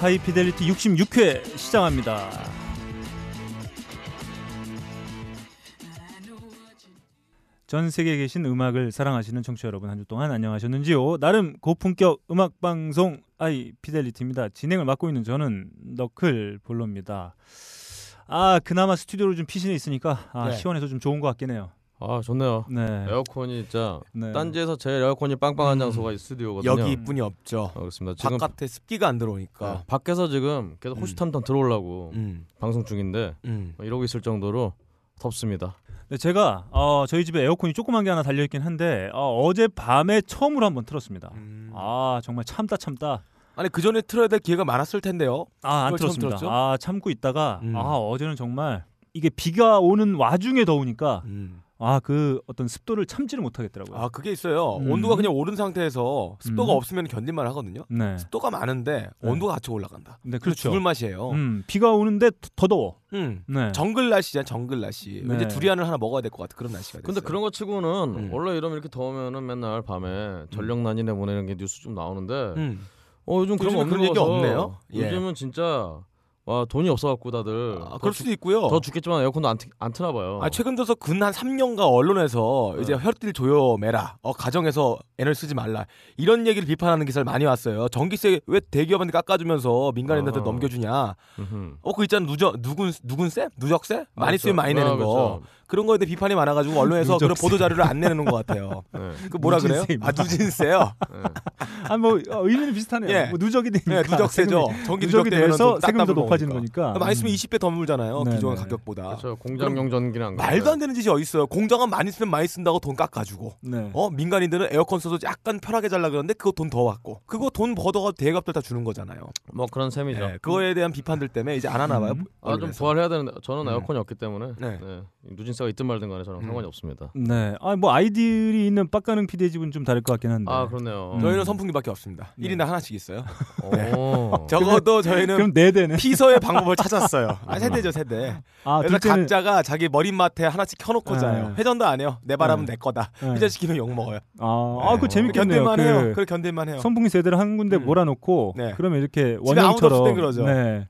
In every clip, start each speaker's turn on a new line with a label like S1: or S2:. S1: 하이피델리티 66회 시작합니다. 전 세계에 계신 음악을 사랑하시는 청취자 여러분 한 주 동안 안녕하셨는지요? 나름 고품격 음악 방송 아이 피델리티입니다. 진행을 맡고 있는 저는 너클 볼로입니다. 아 그나마 스튜디오로 좀 피신해 있으니까 아,
S2: 네.
S1: 시원해서 좀 좋은 것 같긴 해요.
S3: 아 좋네요.
S1: 네.
S3: 에어컨이 진짜
S1: 네.
S3: 딴지에서 제일 에어컨이 빵빵한
S1: 음.
S3: 장소가 이 스튜디오거든요.
S2: 여기뿐이 없죠.
S3: 아, 그렇습니다. 지금
S2: 바깥에 습기가 안 들어오니까.
S3: 네, 밖에서 지금 계속
S2: 음.
S3: 호시탐탐 들어오려고
S2: 음.
S3: 방송 중인데 뭐
S2: 음.
S3: 이러고 있을 정도로 덥습니다.
S1: 네, 제가 어, 저희 집에 에어컨이 조그만 게 하나 달려 있긴 한데 어, 어제 밤에 처음으로 한번 틀었습니다. 아 정말 참다 참다
S2: 아니 그 전에 틀어야 될 기회가 많았을 텐데요.
S1: 아 안
S2: 그걸 처음
S1: 틀었습니다.
S2: 들었죠?
S1: 아 참고 있다가
S2: 음.
S1: 아 어제는 정말 이게 비가 오는 와중에 더우니까
S2: 음.
S1: 아 그 어떤 습도를 참지를 못하겠더라고요.
S2: 아 그게 있어요.
S1: 음.
S2: 온도가 그냥 오른 상태에서 습도가
S1: 음.
S2: 없으면 견딜만 하거든요.
S1: 네.
S2: 습도가 많은데
S1: 네.
S2: 온도가 같이 올라간다.
S1: 네
S2: 그래서
S1: 그렇죠.
S2: 죽을 맛이에요. 음.
S1: 음 비가 오는데 더- 더 더워. 네.
S2: 정글 날씨야 정글 날씨.
S1: 네.
S2: 이제 두리안을 하나 먹어야 될 것 같은 그런 날씨가 됐어요.
S3: 근데 그런 거 치고는
S2: 음.
S3: 원래 이러면 이렇게 더우면은 맨날 밤에 전력 난이네 보내는 게 뉴스 좀 나오는데
S2: 음.
S3: 어 요즘 그런
S2: 요즘에
S3: 거 없는
S2: 그런 얘기
S3: 거
S2: 없네요? 예.
S3: 요즘은 진짜 와 돈이 없어갖고 다들
S2: 아,
S3: 더
S2: 그럴
S3: 죽-
S2: 수도 있고요.
S3: 더 죽겠지만 에어컨도 안, 트, 안 트나 봐요.
S2: 아 최근 들어서 근 한 3년간 언론에서 이제
S1: 네.
S2: 혈딜 조여매라, 어, 가정에서 애를 쓰지 말라 이런 얘기를 비판하는 기사를 많이 왔어요. 전기세 왜 대기업한테 깎아주면서 민간인한테
S3: 어.
S2: 넘겨주냐?
S3: 음흠.
S2: 어 그 있잖아 누저 누군 누군세 누적세 많이 쓰면 많이
S3: 아,
S2: 내는
S3: 그렇죠.
S2: 거 그런 거에 대해 비판이 많아가지고 언론에서 그런
S1: 누적세.
S2: 보도 자료를 안 내는 것 같아요.
S3: 네,
S2: 그 뭐라 그래요?
S1: 누진세입니다.
S2: 아 누진세요?
S3: 네.
S1: 아뭐 어, 의미는 비슷하네요.
S2: 예.
S1: 뭐 누적이 되니까
S2: 네 누적세죠.
S1: 누적이
S2: 전기 누적되면은
S1: 돼서
S2: 좀
S1: 세금이 더
S2: 싹다
S1: 높아지는
S2: 먹으니까.
S1: 거니까. 음.
S2: 많이 쓰면 20배 더 물잖아요.
S1: 네,
S2: 기존
S1: 네.
S2: 가격보다.
S3: 그렇죠. 공장용 전기는 안
S2: 말도 안 되는 짓이 어디 있어요? 공장은 많이 쓰면 많이 쓴다고 돈 깎아주고
S1: 음. 네.
S2: 어 민간인들은 에어컨 써서 약간 편하게 잘라 그러는데 그거 돈 더 받고 그거 돈 버더가 대값들 다 주는 거잖아요.
S3: 뭐 그런 셈이죠.
S2: 네, 그거에 대한 비판들 때문에 이제 안 하나 봐요.
S1: 음.
S3: 아 좀
S2: 언론에서.
S3: 부활해야 되는데 저는
S2: 네.
S3: 에어컨이 없기 때문에
S2: 네.
S3: 네. 누진세가 있든 말든 간에 저랑
S2: 음.
S3: 상관이 없습니다.
S1: 네. 아 뭐 아이들이 있는 빡가는 피디의 집은 좀 다를 것 같긴 한데.
S3: 아 그렇네요.
S1: 음.
S2: 저희는 선풍기밖에 없습니다.
S1: 네.
S2: 일 1인당 하나씩 있어요.
S3: 오.
S2: 적어도 네. 저희는
S1: 그럼 네 대네.
S2: 피서의 방법을 찾았어요. 아 세대죠 세대.
S1: 아
S2: 그래서
S1: 둘째는
S2: 각자가 자기 머릿맡에 하나씩 켜놓고
S1: 네.
S2: 자요. 회전도 안 해요. 내 바람은
S1: 네.
S2: 내 거다.
S1: 네.
S2: 회전시키면 욕 먹어요.
S1: 아, 아, 그거
S3: 네.
S1: 재밌겠네요.
S2: 견딜만 해요.
S1: 그
S2: 그래 견딜만 해요.
S1: 선풍기 세대를 한 군데
S2: 음.
S1: 몰아놓고
S2: 네.
S1: 그러면 이렇게
S2: 아무도 없을 땐 그러죠.
S1: 원형처럼 네.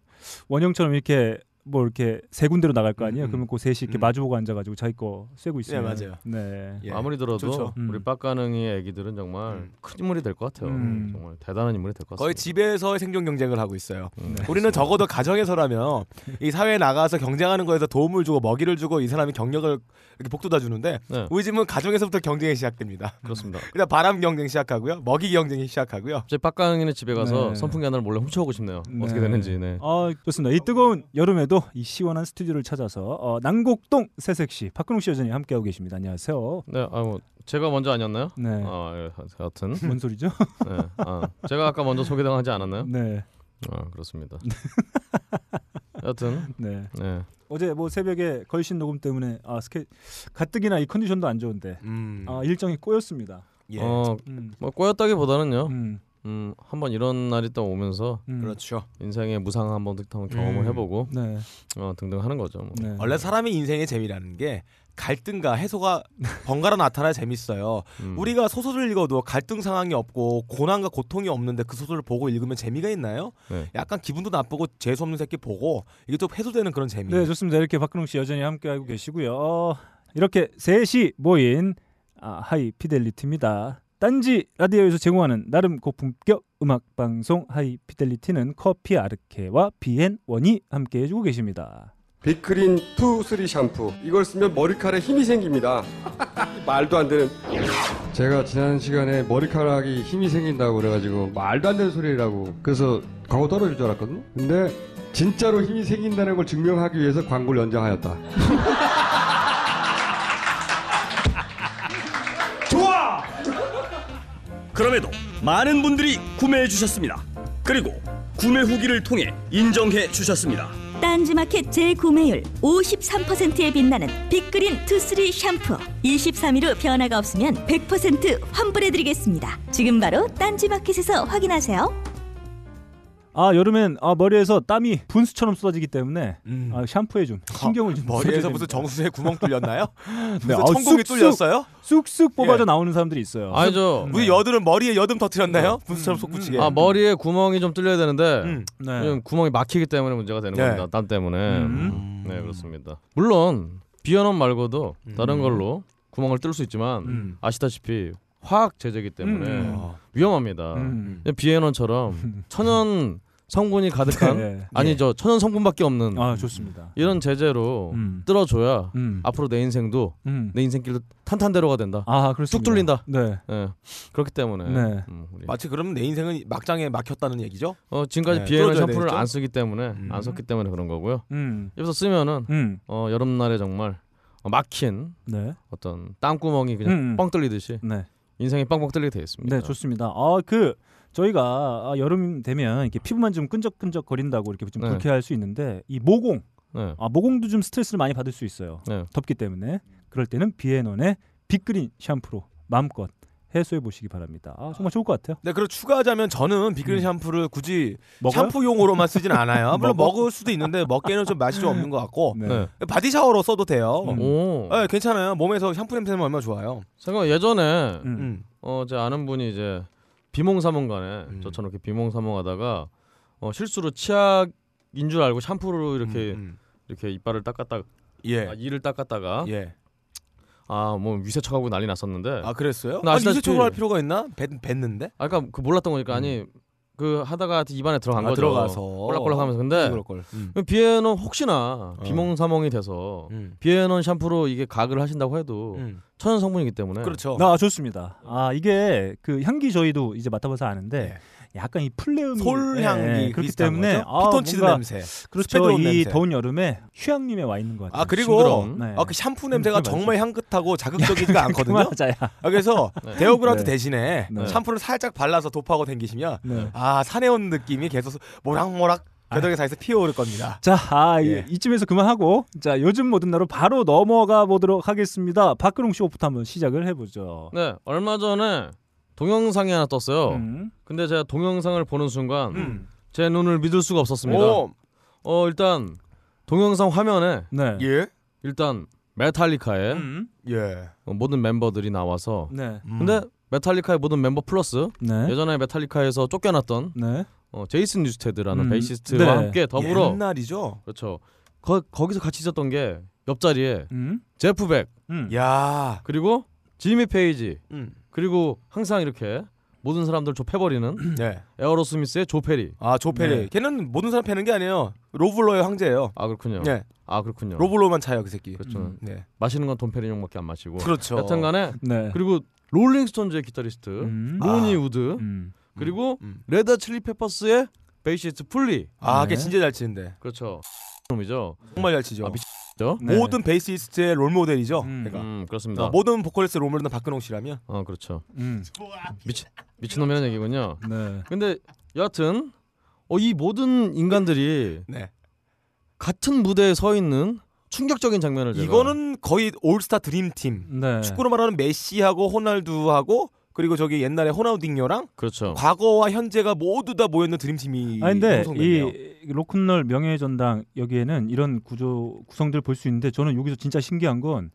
S1: 원형처럼 이렇게 뭐 이렇게 세 군데로 나갈 거 아니에요.
S2: 음.
S1: 그러면 그 셋이 이렇게
S2: 음.
S1: 마주보고 앉아가지고 자기 거 쐬고 있어요.
S2: 네, 맞아요.
S1: 네.
S2: 예.
S3: 아무리 들어도
S2: 좋죠.
S1: 음.
S3: 우리 빡가능이의 애기들은 정말
S2: 음.
S3: 큰 인물이 될 것 같아요.
S1: 음.
S3: 정말 대단한 인물이 될 것 같습니다.
S2: 거의 집에서의 생존 경쟁을 하고 있어요. 네.
S3: 음.
S2: 우리는 적어도 가정에서라면 이 사회에 나가서 경쟁하는 거에서 도움을 주고 먹이를 주고 이 사람이 경력을 이렇게 복돋아 주는데
S3: 네.
S2: 우리 집은 가정에서부터 경쟁이 시작됩니다.
S3: 그렇습니다.
S2: 일단 바람 경쟁 시작하고요, 먹이 경쟁이 시작하고요.
S3: 제 빡가능이네 집에 가서
S1: 네.
S3: 선풍기 하나를 몰래 훔쳐오고 싶네요.
S1: 네.
S3: 어떻게 되는지. 네.
S1: 아, 좋습니다. 이 뜨거운 여름에도 이 시원한 스튜디오를 찾아서 어, 난곡동 새색시 박근홍 씨 여전히 함께하고 계십니다. 안녕하세요.
S3: 네. 아뭐 제가 먼저 아니었나요?
S1: 네.
S3: 아, 예, 하- 하여튼
S1: 뭔 소리죠?
S3: 네. 아, 제가 아까 먼저 소개당하지 않았나요?
S1: 네.
S3: 아 그렇습니다. 하여튼
S1: 네.
S3: 네.
S1: 어제 뭐 새벽에 걸신 녹음 때문에 아, 스케 가뜩이나 이 컨디션도 안 좋은데
S2: 음,
S1: 아, 일정이 꼬였습니다.
S2: 예,
S3: 어,
S1: 음.
S3: 뭐 꼬였다기보다는요.
S1: 음.
S3: 음, 한번 이런 날이 또 오면서
S1: 음.
S2: 그렇죠.
S3: 인생의 무상 한번 한번 경험을
S2: 음.
S3: 해보고
S1: 네.
S3: 어, 등등 하는 거죠. 뭐.
S1: 네.
S2: 원래 사람의 인생의 재미라는 게 갈등과 해소가 번갈아 나타나 재밌어요.
S3: 음.
S2: 우리가 소설을 읽어도 갈등 상황이 없고 고난과 고통이 없는데 그 소설을 보고 읽으면 재미가 있나요?
S3: 네.
S2: 약간 기분도 나쁘고 재수 없는 새끼 보고 이게 좀 해소되는 그런 재미.
S1: 네, 좋습니다. 이렇게 박근홍 씨 여전히 함께하고 계시고요. 어, 이렇게 셋이 모인 아, 하이 피델리티입니다. 딴지 라디오에서 제공하는 나름 고품격 음악 방송 하이 피델리티는 커피 아르케와 비앤원이 함께 해주고 계십니다.
S4: 비크린 투 쓰리 샴푸 이걸 쓰면 머리카락에 힘이 생깁니다 말도 안 되는 제가 지난 시간에 머리카락이 힘이 생긴다고 그래가지고 말도 안 되는 소리라고 그래서 광고 떨어질 줄 알았거든요 근데 진짜로 힘이 생긴다는 걸 증명하기 위해서 광고를 연장하였다
S5: 그럼에도 많은 분들이 구매해 주셨습니다. 그리고 구매 후기를 통해 인정해 주셨습니다.
S6: 딴지마켓 재구매율 53%에 빛나는 빅그린 투쓰리 샴푸 23일 후 변화가 없으면 100% 환불해드리겠습니다 지금 바로 딴지마켓에서 확인하세요
S1: 아 여름엔 아, 머리에서 땀이 분수처럼 쏟아지기 때문에
S2: 음.
S1: 아, 샴푸에 좀 신경을 좀 써줘야
S2: 머리에서 무슨
S1: 됩니다.
S2: 정수에 구멍 뚫렸나요? 무슨
S1: 네, 아우,
S2: 천공이
S1: 쑥쑥.
S2: 뚫렸어요?
S1: 쑥쑥 뽑아져
S2: 예.
S1: 나오는 사람들이 있어요.
S3: 아니 저
S1: 음.
S2: 무슨
S1: 네.
S2: 여드름 머리에 여드름 터트렸나요? 분수처럼 솟구치게.
S3: 아, 머리에 구멍이 좀 뚫려야 되는데
S2: 음.
S1: 네.
S3: 그냥 구멍이 막히기 때문에 문제가 되는
S2: 네.
S3: 겁니다. 땀 때문에.
S1: 음.
S3: 네 그렇습니다. 물론 비연원 말고도 다른 걸로 구멍을 뚫을 수 있지만
S2: 음.
S3: 아시다시피 화학 제재기 때문에
S1: 음.
S2: 어.
S3: 위험합니다.
S1: 음.
S3: 비연원처럼 천연 성분이 가득한
S1: 예.
S3: 아니 저 천연 성분밖에 없는
S1: 아 좋습니다.
S3: 이런 제재로
S1: 음.
S3: 뚫어줘야
S2: 아,
S1: 음.
S3: 앞으로 내 인생도
S1: 음.
S3: 내 인생길도 탄탄대로가 된다.
S1: 아 그렇습니다.
S3: 쭉 뚫린다.
S1: 네.
S3: 예 그렇기 때문에
S1: 네.
S3: 음, 우리
S2: 마치 그럼 내 인생은 막장에 막혔다는 얘기죠?
S3: 어, 지금까지
S2: 네,
S3: 비에는
S2: 뚫어줘야
S3: 샴푸를
S2: 되겠죠?
S3: 안 쓰기 때문에
S2: 음.
S3: 안 썼기 때문에 그런 거고요.
S1: 음.
S3: 여기서 쓰면은
S1: 음.
S3: 어, 여름날에 정말 어, 막힌
S1: 네.
S3: 어떤 땀구멍이 그냥
S1: 음, 음.
S3: 뻥 뚫리듯이
S1: 네.
S3: 인생이 뻥뻥 뚫리게 되겠습니다.
S1: 네, 좋습니다. 아, 그 저희가 아, 여름 되면 이렇게 피부만 좀 끈적끈적 거린다고 이렇게 좀
S3: 네.
S1: 불쾌할 수 있는데 이 모공,
S3: 네.
S1: 아 모공도 좀 스트레스를 많이 받을 수 있어요.
S3: 네.
S1: 덥기 때문에 그럴 때는 비앤원의 빅그린 샴푸로 마음껏 해소해 보시기 바랍니다. 아, 정말 좋을 것 같아요.
S2: 네, 그리고 추가하자면 저는 비그린 샴푸를 굳이
S1: 음. 먹어요?
S2: 샴푸용으로만 쓰진 않아요. 물론
S1: 먹어?
S2: 먹을 수도 있는데 먹기에는 좀 맛이 좀 없는 것 같고
S1: 네.
S3: 네.
S2: 바디 샤워로 써도 돼요.
S1: 음.
S3: 오.
S2: 네, 괜찮아요. 몸에서 샴푸 냄새 나면 얼마나 좋아요.
S3: 생각 예전에
S1: 음.
S2: 음.
S3: 어, 제 아는 분이 이제 비몽사몽간에
S2: 음.
S3: 저처럼 이렇게 비몽사몽하다가 어, 실수로 치약인 줄 알고 샴푸로 이렇게
S2: 음, 음.
S3: 이렇게 이빨을 닦았다가
S2: 예.
S3: 아, 이를 닦았다가
S2: 예.
S3: 아 뭐 위세척하고 난리 났었는데
S2: 아, 그랬어요?
S3: 나
S2: 아,
S3: 아시다시피-
S2: 이세척으로 할 필요가 있나? 뱉, 뱉는데?
S3: 아까 그 몰랐던 거니까 아니 그 하다가 입안에 들어간
S2: 음. 아,
S3: 거죠.
S2: 들어가서.
S3: 꼴락꼴락하면서 근데
S2: 그럴 걸. 음.
S3: 비에는 혹시나 비몽사몽이 돼서
S2: 어. 음.
S3: 비에논 샴푸로 이게 가글을 하신다고 해도
S2: 음.
S3: 천연 성분이기 때문에
S2: 그렇죠.
S1: 아, 좋습니다. 아, 이게 그 향기 저희도 이제 맡아봐서 아는데 약간 이 플레음이
S2: 네. 솔향기
S1: 예, 그렇기
S2: 비슷한
S1: 때문에
S2: 거죠?
S1: 아,
S2: 피톤치드
S1: 뭔가
S2: 냄새.
S1: 그렇죠.
S2: 스페드론
S1: 이
S2: 냄새.
S1: 더운 여름에 휴양림에 와 있는 것 같아요.
S2: 아 그리고
S3: 싱그러운.
S1: 네.
S2: 아, 그 샴푸
S1: 음, 맞아요.
S2: 냄새가 정말 향긋하고 자극적이지가 않거든요.
S1: 맞아요.
S2: 아, 그래서 데오브란트
S1: 네.
S2: 대신에
S1: 네.
S2: 샴푸를 살짝 발라서 도포하고 댕기시면
S1: 네.
S2: 아 산에 온 느낌이 계속 모락모락 겨드랑이 사이에서 피어오를 겁니다.
S1: 자, 아, 이-
S2: 예.
S1: 이쯤에서 그만하고 자, 요즘 모든 나로 바로 넘어가 보도록 하겠습니다. 박근홍 씨 오프터 한번 시작을 해보죠.
S3: 네 얼마 전에 동영상이 하나 떴어요.
S1: 음.
S3: 근데 제가 동영상을 보는 순간
S2: 음.
S3: 제 눈을 믿을 수가 없었습니다.
S2: 오,
S3: 어 일단 동영상 화면에
S1: 네.
S2: 예,
S3: 일단 메탈리카의
S1: 음.
S2: 예.
S3: 어, 모든 멤버들이 나와서
S1: 네.
S2: 음.
S3: 근데 메탈리카의 모든 멤버 플러스
S1: 네.
S3: 예전에 메탈리카에서 쫓겨났던
S1: 네.
S3: 어, 제이슨 뉴스테드라는
S1: 음.
S3: 베이시스트와
S1: 네.
S3: 함께 더불어
S2: 옛날이죠.
S3: 그렇죠 거, 거기서 같이 있었던 게 옆자리에
S1: 음.
S3: 제프백
S1: 음.
S2: 예. 야,
S3: 그리고 지미 페이지
S2: 음.
S3: 그리고 항상 이렇게 모든 사람들 좁혀버리는
S2: 네.
S3: 에어로스미스의 조페리.
S2: 아 조페리.
S1: 네.
S2: 걔는 모든 사람 패는 게 아니에요. 로블로의 황제예요.
S3: 아 그렇군요.
S2: 네,
S3: 아 그렇군요.
S2: 로블로만 차요 그 새끼.
S3: 그렇죠.
S1: 음.
S2: 네,
S3: 마시는 건 돈페리뇽밖에 안 마시고.
S2: 그렇죠.
S3: 여튼간에
S1: 네.
S3: 그리고 롤링스톤즈의 기타리스트
S1: 음.
S3: 로니
S2: 아.
S3: 우드
S1: 음.
S3: 그리고
S2: 음.
S3: 레드 칠리 페퍼스의 베이시스트 플리.
S2: 아,
S1: 네.
S2: 걔 진짜 잘 치는데.
S3: 그렇죠. 놈이죠.
S2: 정말 잘 치죠.
S3: 아, 그렇죠?
S1: 네.
S2: 모든 베이시스트의 롤 모델이죠.
S1: 음.
S2: 걔가.
S3: 음 그렇습니다.
S2: 어, 모든 보컬리스트 롤 모델은 박근홍 씨라면.
S3: 어 그렇죠.
S1: 음.
S3: 미친놈이라는 얘기군요.
S1: 네.
S3: 근데 여하튼 어, 이 모든 인간들이
S2: 네.
S3: 같은 무대에 서 있는 충격적인 장면을 제가
S2: 이거는 거의 올스타 드림팀.
S1: 네.
S2: 축구로 말하는 메시하고 호날두하고 그리고 저기 옛날에 호나우딩요랑
S3: 그렇죠.
S2: 과거와 현재가 모두 다 모여있는 드림팀이
S1: 아 근데
S2: 형성됐네요.
S1: 이 로큰롤 명예의 전당 여기에는 이런 구조 구성들 볼 수 있는데 저는 여기서 진짜 신기한
S2: 음.
S1: 건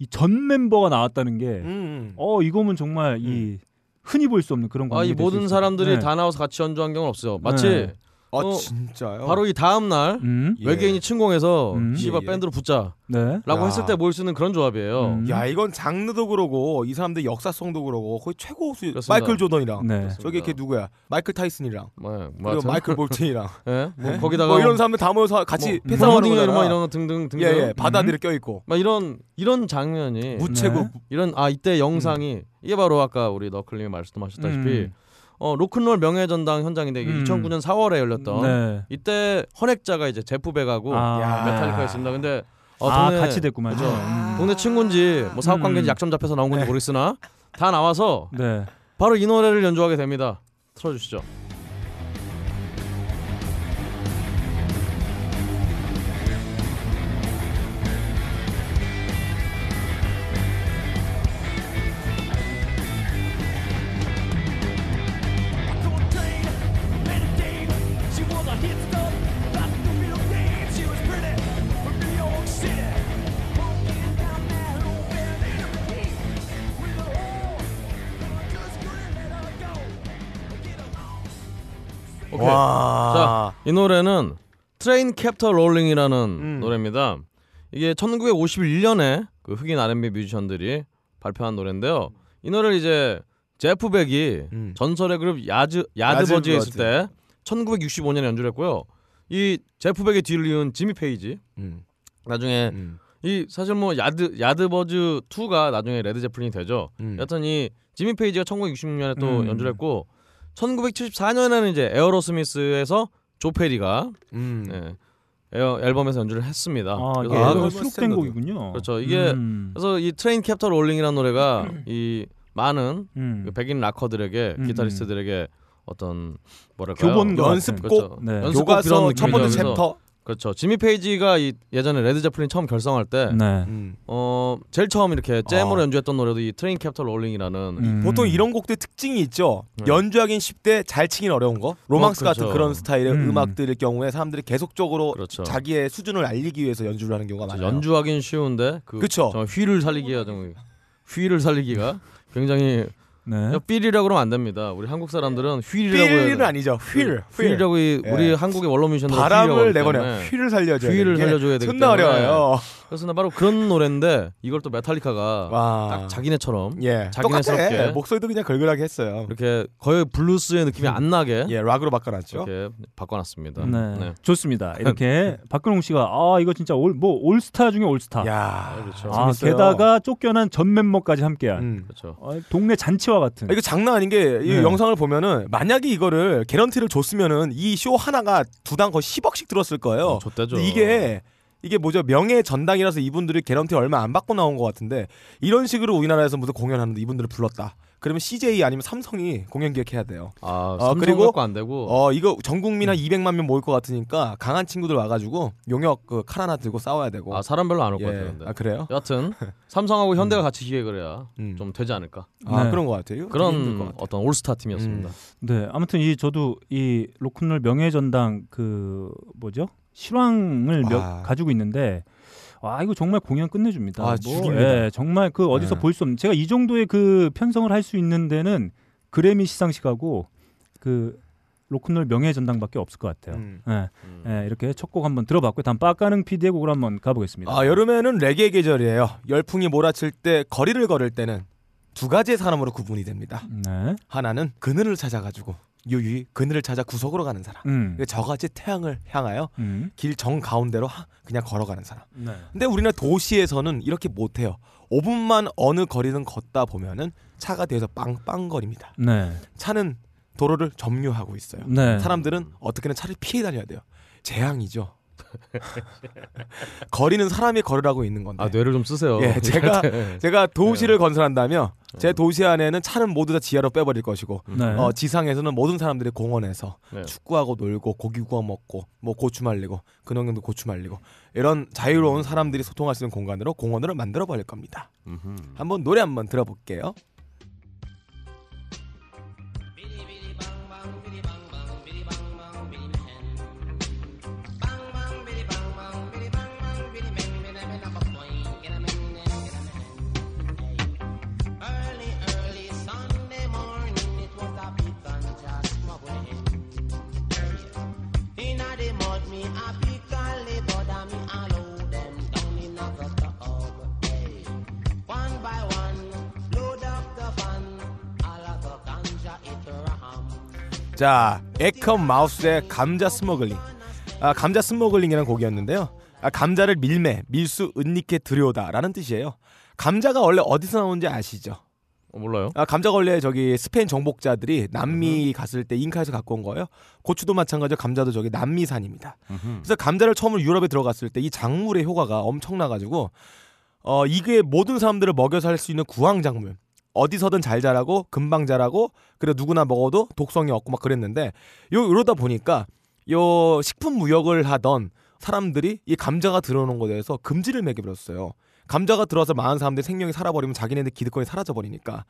S1: 이 전 멤버가 나왔다는 게
S3: 네.
S2: 음, 음.
S1: 어 이거면 정말 이 흔히 볼 수 없는 그런
S3: 음. 아,
S1: 광경이
S3: 이
S1: 될수
S3: 모든
S1: 있을-
S3: 사람들이
S1: 네.
S3: 다 나와서 같이 연주한 경우는 없어요. 마치
S1: 네.
S2: 아
S3: 어,
S2: 진짜요?
S3: 바로 이 다음 날
S1: 음.
S2: 예.
S3: 외계인이 침공해서
S1: 음.
S3: 시바
S2: 예, 예.
S3: 밴드로 붙자라고
S1: 네.
S2: 야.
S3: 했을 때 모일 수 있는 그런 조합이에요.
S1: 음.
S2: 야 이건 장르도 그러고 이 사람들 역사성도 그러고 거의 최고 수
S3: 그렇습니다.
S2: 마이클 조던이랑
S1: 네.
S2: 저기 걔 누구야? 마이클 타이슨이랑
S3: 뭐, 뭐
S2: 그리고
S3: 하여튼.
S2: 마이클 볼튼이랑
S3: 예? 뭐
S2: 네?
S3: 거기다가
S2: 뭐 이런 사람들 다 모여서 같이
S3: 뭐
S2: 패싸움하는
S3: 브라운딩 이런
S2: 거잖아.
S3: 거 음? 예. 등등 등등.
S2: 예예 네. 바다들이 껴 있고
S3: 막 이런 이런 장면이
S2: 무채국
S3: 이런 아
S1: 음.
S3: 이때 영상이 이게 바로 아까 우리 너클님이 말씀하셨다시피
S1: 음.
S3: 어 로큰롤 명예전당 현장인데 이게
S1: 음.
S3: 2009년 4월에 열렸던
S1: 네.
S3: 이때 헌액자가 이제 제프백하고
S1: 아,
S3: 메탈리카 있습니다. 근데 어,
S1: 아,
S3: 동네-
S1: 같이 됐구만요.
S3: 그죠. 동네 친구인지 뭐 사업 관계인지
S1: 음.
S3: 약점 잡혀서 나온 건지 모르겠으나 다 나와서
S1: 네.
S3: 바로 이 노래를 연주하게 됩니다. 틀어주시죠.
S7: Meditate, meditate,
S3: 오케이.
S2: 와.
S3: 이 노래는 트레인 캡터 롤링이라는
S2: 아. 음.
S3: 노래입니다. 이게 1951년에 그 흑인 R&B 뮤지션들이 발표한 노래인데요. 이 노래를 이제 제프 백이
S2: 음.
S3: 전설의 그룹 야즈
S2: 야즈
S3: 야드버지에 있을
S2: 브라즈.
S3: 때 1965년에 연주를 했고요. 이 제프 백의 뒤를 이은 지미 페이지
S2: 음.
S3: 나중에
S2: 음.
S3: 이 사실 뭐 야드 야드버즈 2가 나중에 레드 제플린이 되죠.
S2: 음.
S3: 여튼 이 지미 페이지가 1966년에 또
S2: 음.
S3: 연주를 했고 1974년에는 이제 에어로스미스에서 조페리가
S2: 음.
S3: 예, 에어 앨범에서 연주를 했습니다.
S1: 아, 이게
S3: 그래서,
S2: 아,
S1: 앨범에
S2: 그거
S1: 수록된
S2: 쓰는 거죠.
S1: 곡이군요.
S3: 그렇죠. 이게-
S1: 음,
S3: 그래서 이 트레인 캡터 롤링이라는 노래가 이 많은
S1: 음.
S3: 그 백인 락커들에게
S1: 음,
S3: 기타리스트들에게 어떤 뭐랄까요? 그렇죠.
S1: 교본과 같은.
S2: 연습곡.
S1: 네.
S3: 연습곡
S2: 교과서
S3: 이런
S2: 첫 번째
S3: 느낌이죠. 그래서-
S2: 챕터.
S3: 그렇죠. 지미 페이지가 이 예전에 레드 제플린 처음 결성할 때
S1: 네.
S2: 음.
S3: 어, 제일 처음 이렇게 잼으로
S2: 어.
S3: 연주했던 노래도 이 트레인 캡터 롤링이라는
S1: 아. 음.
S2: 보통 이런 곡들 특징이 있죠.
S3: 네.
S2: 연주하긴 쉽대, 잘 치긴 어려운 거. 로망스
S3: 어, 그렇죠.
S2: 같은 그런 스타일의
S1: 음.
S2: 음. 악들일 경우에 사람들이 계속적으로
S3: 그렇죠.
S2: 자기의 수준을 알리기 위해서 연주를 하는 경우가 많아요.
S3: 연주하긴 쉬운데 그
S2: 그쵸.
S3: 정말 휘를 살리기가 정말 휘를 살리기가 굉장히
S1: 네.
S3: 그냥 삘이라고 그러면 안 됩니다. 우리 한국 사람들은 휘리라고 해야
S2: 휠은
S3: 돼요.
S2: 아니죠. 휠. 휠.
S3: 휠이라고 이-
S2: 예.
S3: 우리 한국의 원로 뮤지션들
S2: 바람을 내보내. 휠을 살려줘야
S3: 휠을
S2: 되는 게
S3: 살려줘야 되기
S2: 존나
S3: 때문에.
S2: 어려워요.
S3: 그래서 나 바로 그런 노래인데 이걸 또 메탈리카가
S2: 와.
S3: 아, 딱 자기네처럼
S2: 예. 똑같아.
S3: 자기네스럽게.
S2: 목소리도 그냥 걸그하게 했어요.
S3: 이렇게 거의 블루스의 느낌이 안 나게
S2: 예, 락으로 바꿔놨죠.
S3: 이렇게 바꿔놨습니다.
S1: 네.
S3: 네.
S1: 좋습니다. 이렇게 박근홍 씨가 아 이거 진짜 올 뭐 올스타 중에 올스타.
S2: 야,
S3: 그렇죠.
S1: 아
S2: 재밌어요.
S1: 게다가 쫓겨난 전 멤버까지 함께한
S2: 음.
S3: 그렇죠.
S1: 어, 동네 잔치와 같은.
S2: 아, 이거 장난 아닌 게 이
S1: 네.
S2: 영상을 보면은 만약에 이거를 개런티를 줬으면은 이 쇼 하나가 두당 거의 10억씩 들었을 거예요.
S3: 어, 좆대죠.
S2: 근데 이게 이게 뭐죠 명예 전당이라서 이분들이 개런티 얼마 안 받고 나온 것 같은데 이런 식으로 우리나라에서 무슨 공연하는데 이분들을 불렀다. 그러면 CJ 아니면 삼성이 공연 기획해야 돼요.
S3: 아,
S2: 어,
S3: 삼성
S2: 그리고-
S3: 갖고 안 되고
S2: 어 이거 전 국민 한 200만 명 모일 것 같으니까 강한 친구들 와가지고 용역 그 칼 하나 들고 싸워야 되고.
S3: 아 사람 별로 안 올 것
S2: 예.
S3: 같은데.
S2: 아 그래요?
S3: 여하튼 삼성하고 현대가 같이 기획을 해야
S2: 음.
S3: 좀 되지 않을까.
S2: 아
S1: 네.
S2: 그런 것 같아요. 되게 힘들 것
S3: 그런
S2: 같아요. 음.
S3: 어떤 올스타 팀이었습니다.
S1: 네. 아무튼 이 저도 이 로큰롤 명예 전당 그 뭐죠? 실황을 몇-
S2: 아.
S1: 가지고 있는데 아 이거 정말 공연 끝내줍니다.
S2: 아, 죽입니다.
S1: 예, 정말 그 어디서
S2: 네.
S1: 볼 수 없는 제가 이 정도의 그 편성을 할 수 있는 데는 그래미 시상식하고 그 로큰롤 명예 전당밖에 없을 것 같아요.
S2: 음.
S1: 예,
S3: 음.
S1: 예, 이렇게 첫 곡 한번 들어봤고 다음 빠까는 PD의 곡으로 한번 가보겠습니다.
S2: 아, 여름에는 레게 계절이에요. 열풍이 몰아칠 때 거리를 걸을 때는 두 가지의 사람으로 구분이 됩니다.
S1: 네.
S2: 하나는 그늘을 찾아가지고 유유히 그늘을 찾아 구석으로 가는 사람.
S1: 음.
S2: 근데 저같이 태양을 향하여
S1: 음.
S2: 길 정 가운데로 하- 그냥 걸어가는 사람.
S1: 네.
S2: 근데 우리나라 도시에서는 이렇게 못해요. 5분만 어느 거리는 걷다 보면은 차가 뒤에서 빵빵거립니다.
S1: 네.
S2: 차는 도로를 점유하고 있어요.
S3: 음,
S1: 네.
S2: 사람들은 어떻게든 차를 피해 다녀야 돼요. 재앙이죠. 거리는 사람이 걸으라고 있는 건데.
S3: 아 뇌를 좀 쓰세요.
S2: 예, 제가
S3: 네.
S2: 제가 도시를 건설한다며 제 도시 안에는 차는 모두 다 지하로 빼버릴 것이고
S1: 네.
S2: 어, 지상에서는 모든 사람들이 공원에서
S3: 네.
S2: 축구하고 놀고 고기 구워 먹고 뭐 고추 말리고 근원경도 고추 말리고 이런 자유로운 사람들이 소통할 수 있는 공간으로 공원을 만들어 버릴 겁니다.
S3: 음흠.
S2: 한번 노래 한번 들어볼게요. 자, 에컴 마우스의 감자 스머글링. 아, 감자 스머글링이라는 곡이었는데요. 아, 감자를 밀매, 밀수, 은닉해 들여오다라는 뜻이에요. 감자가 원래 어디서 나오는지 아시죠?
S3: 어, 몰라요.
S2: 아, 감자 원래 저기 스페인 정복자들이 남미 갔을 때 잉카에서 갖고 온 거예요. 고추도 마찬가지로 감자도 저기 남미산입니다. 그래서 감자를 처음으로 유럽에 들어갔을 때 이 작물의 효과가 엄청나가지고 어 이게 모든 사람들을 먹여 살 수 있는 구황 작물. 어디서든 잘 자라고 금방 자라고 그래 누구나 먹어도 독성이 없고 막 그랬는데 요 이러다 보니까 요 식품 무역을 하던 사람들이 이 감자가 들어오는 거에 대해서 금지를 매겨버렸어요. 감자가 들어와서 많은 사람들이 생명이 살아버리면 자기네들 기득권이 사라져버리니까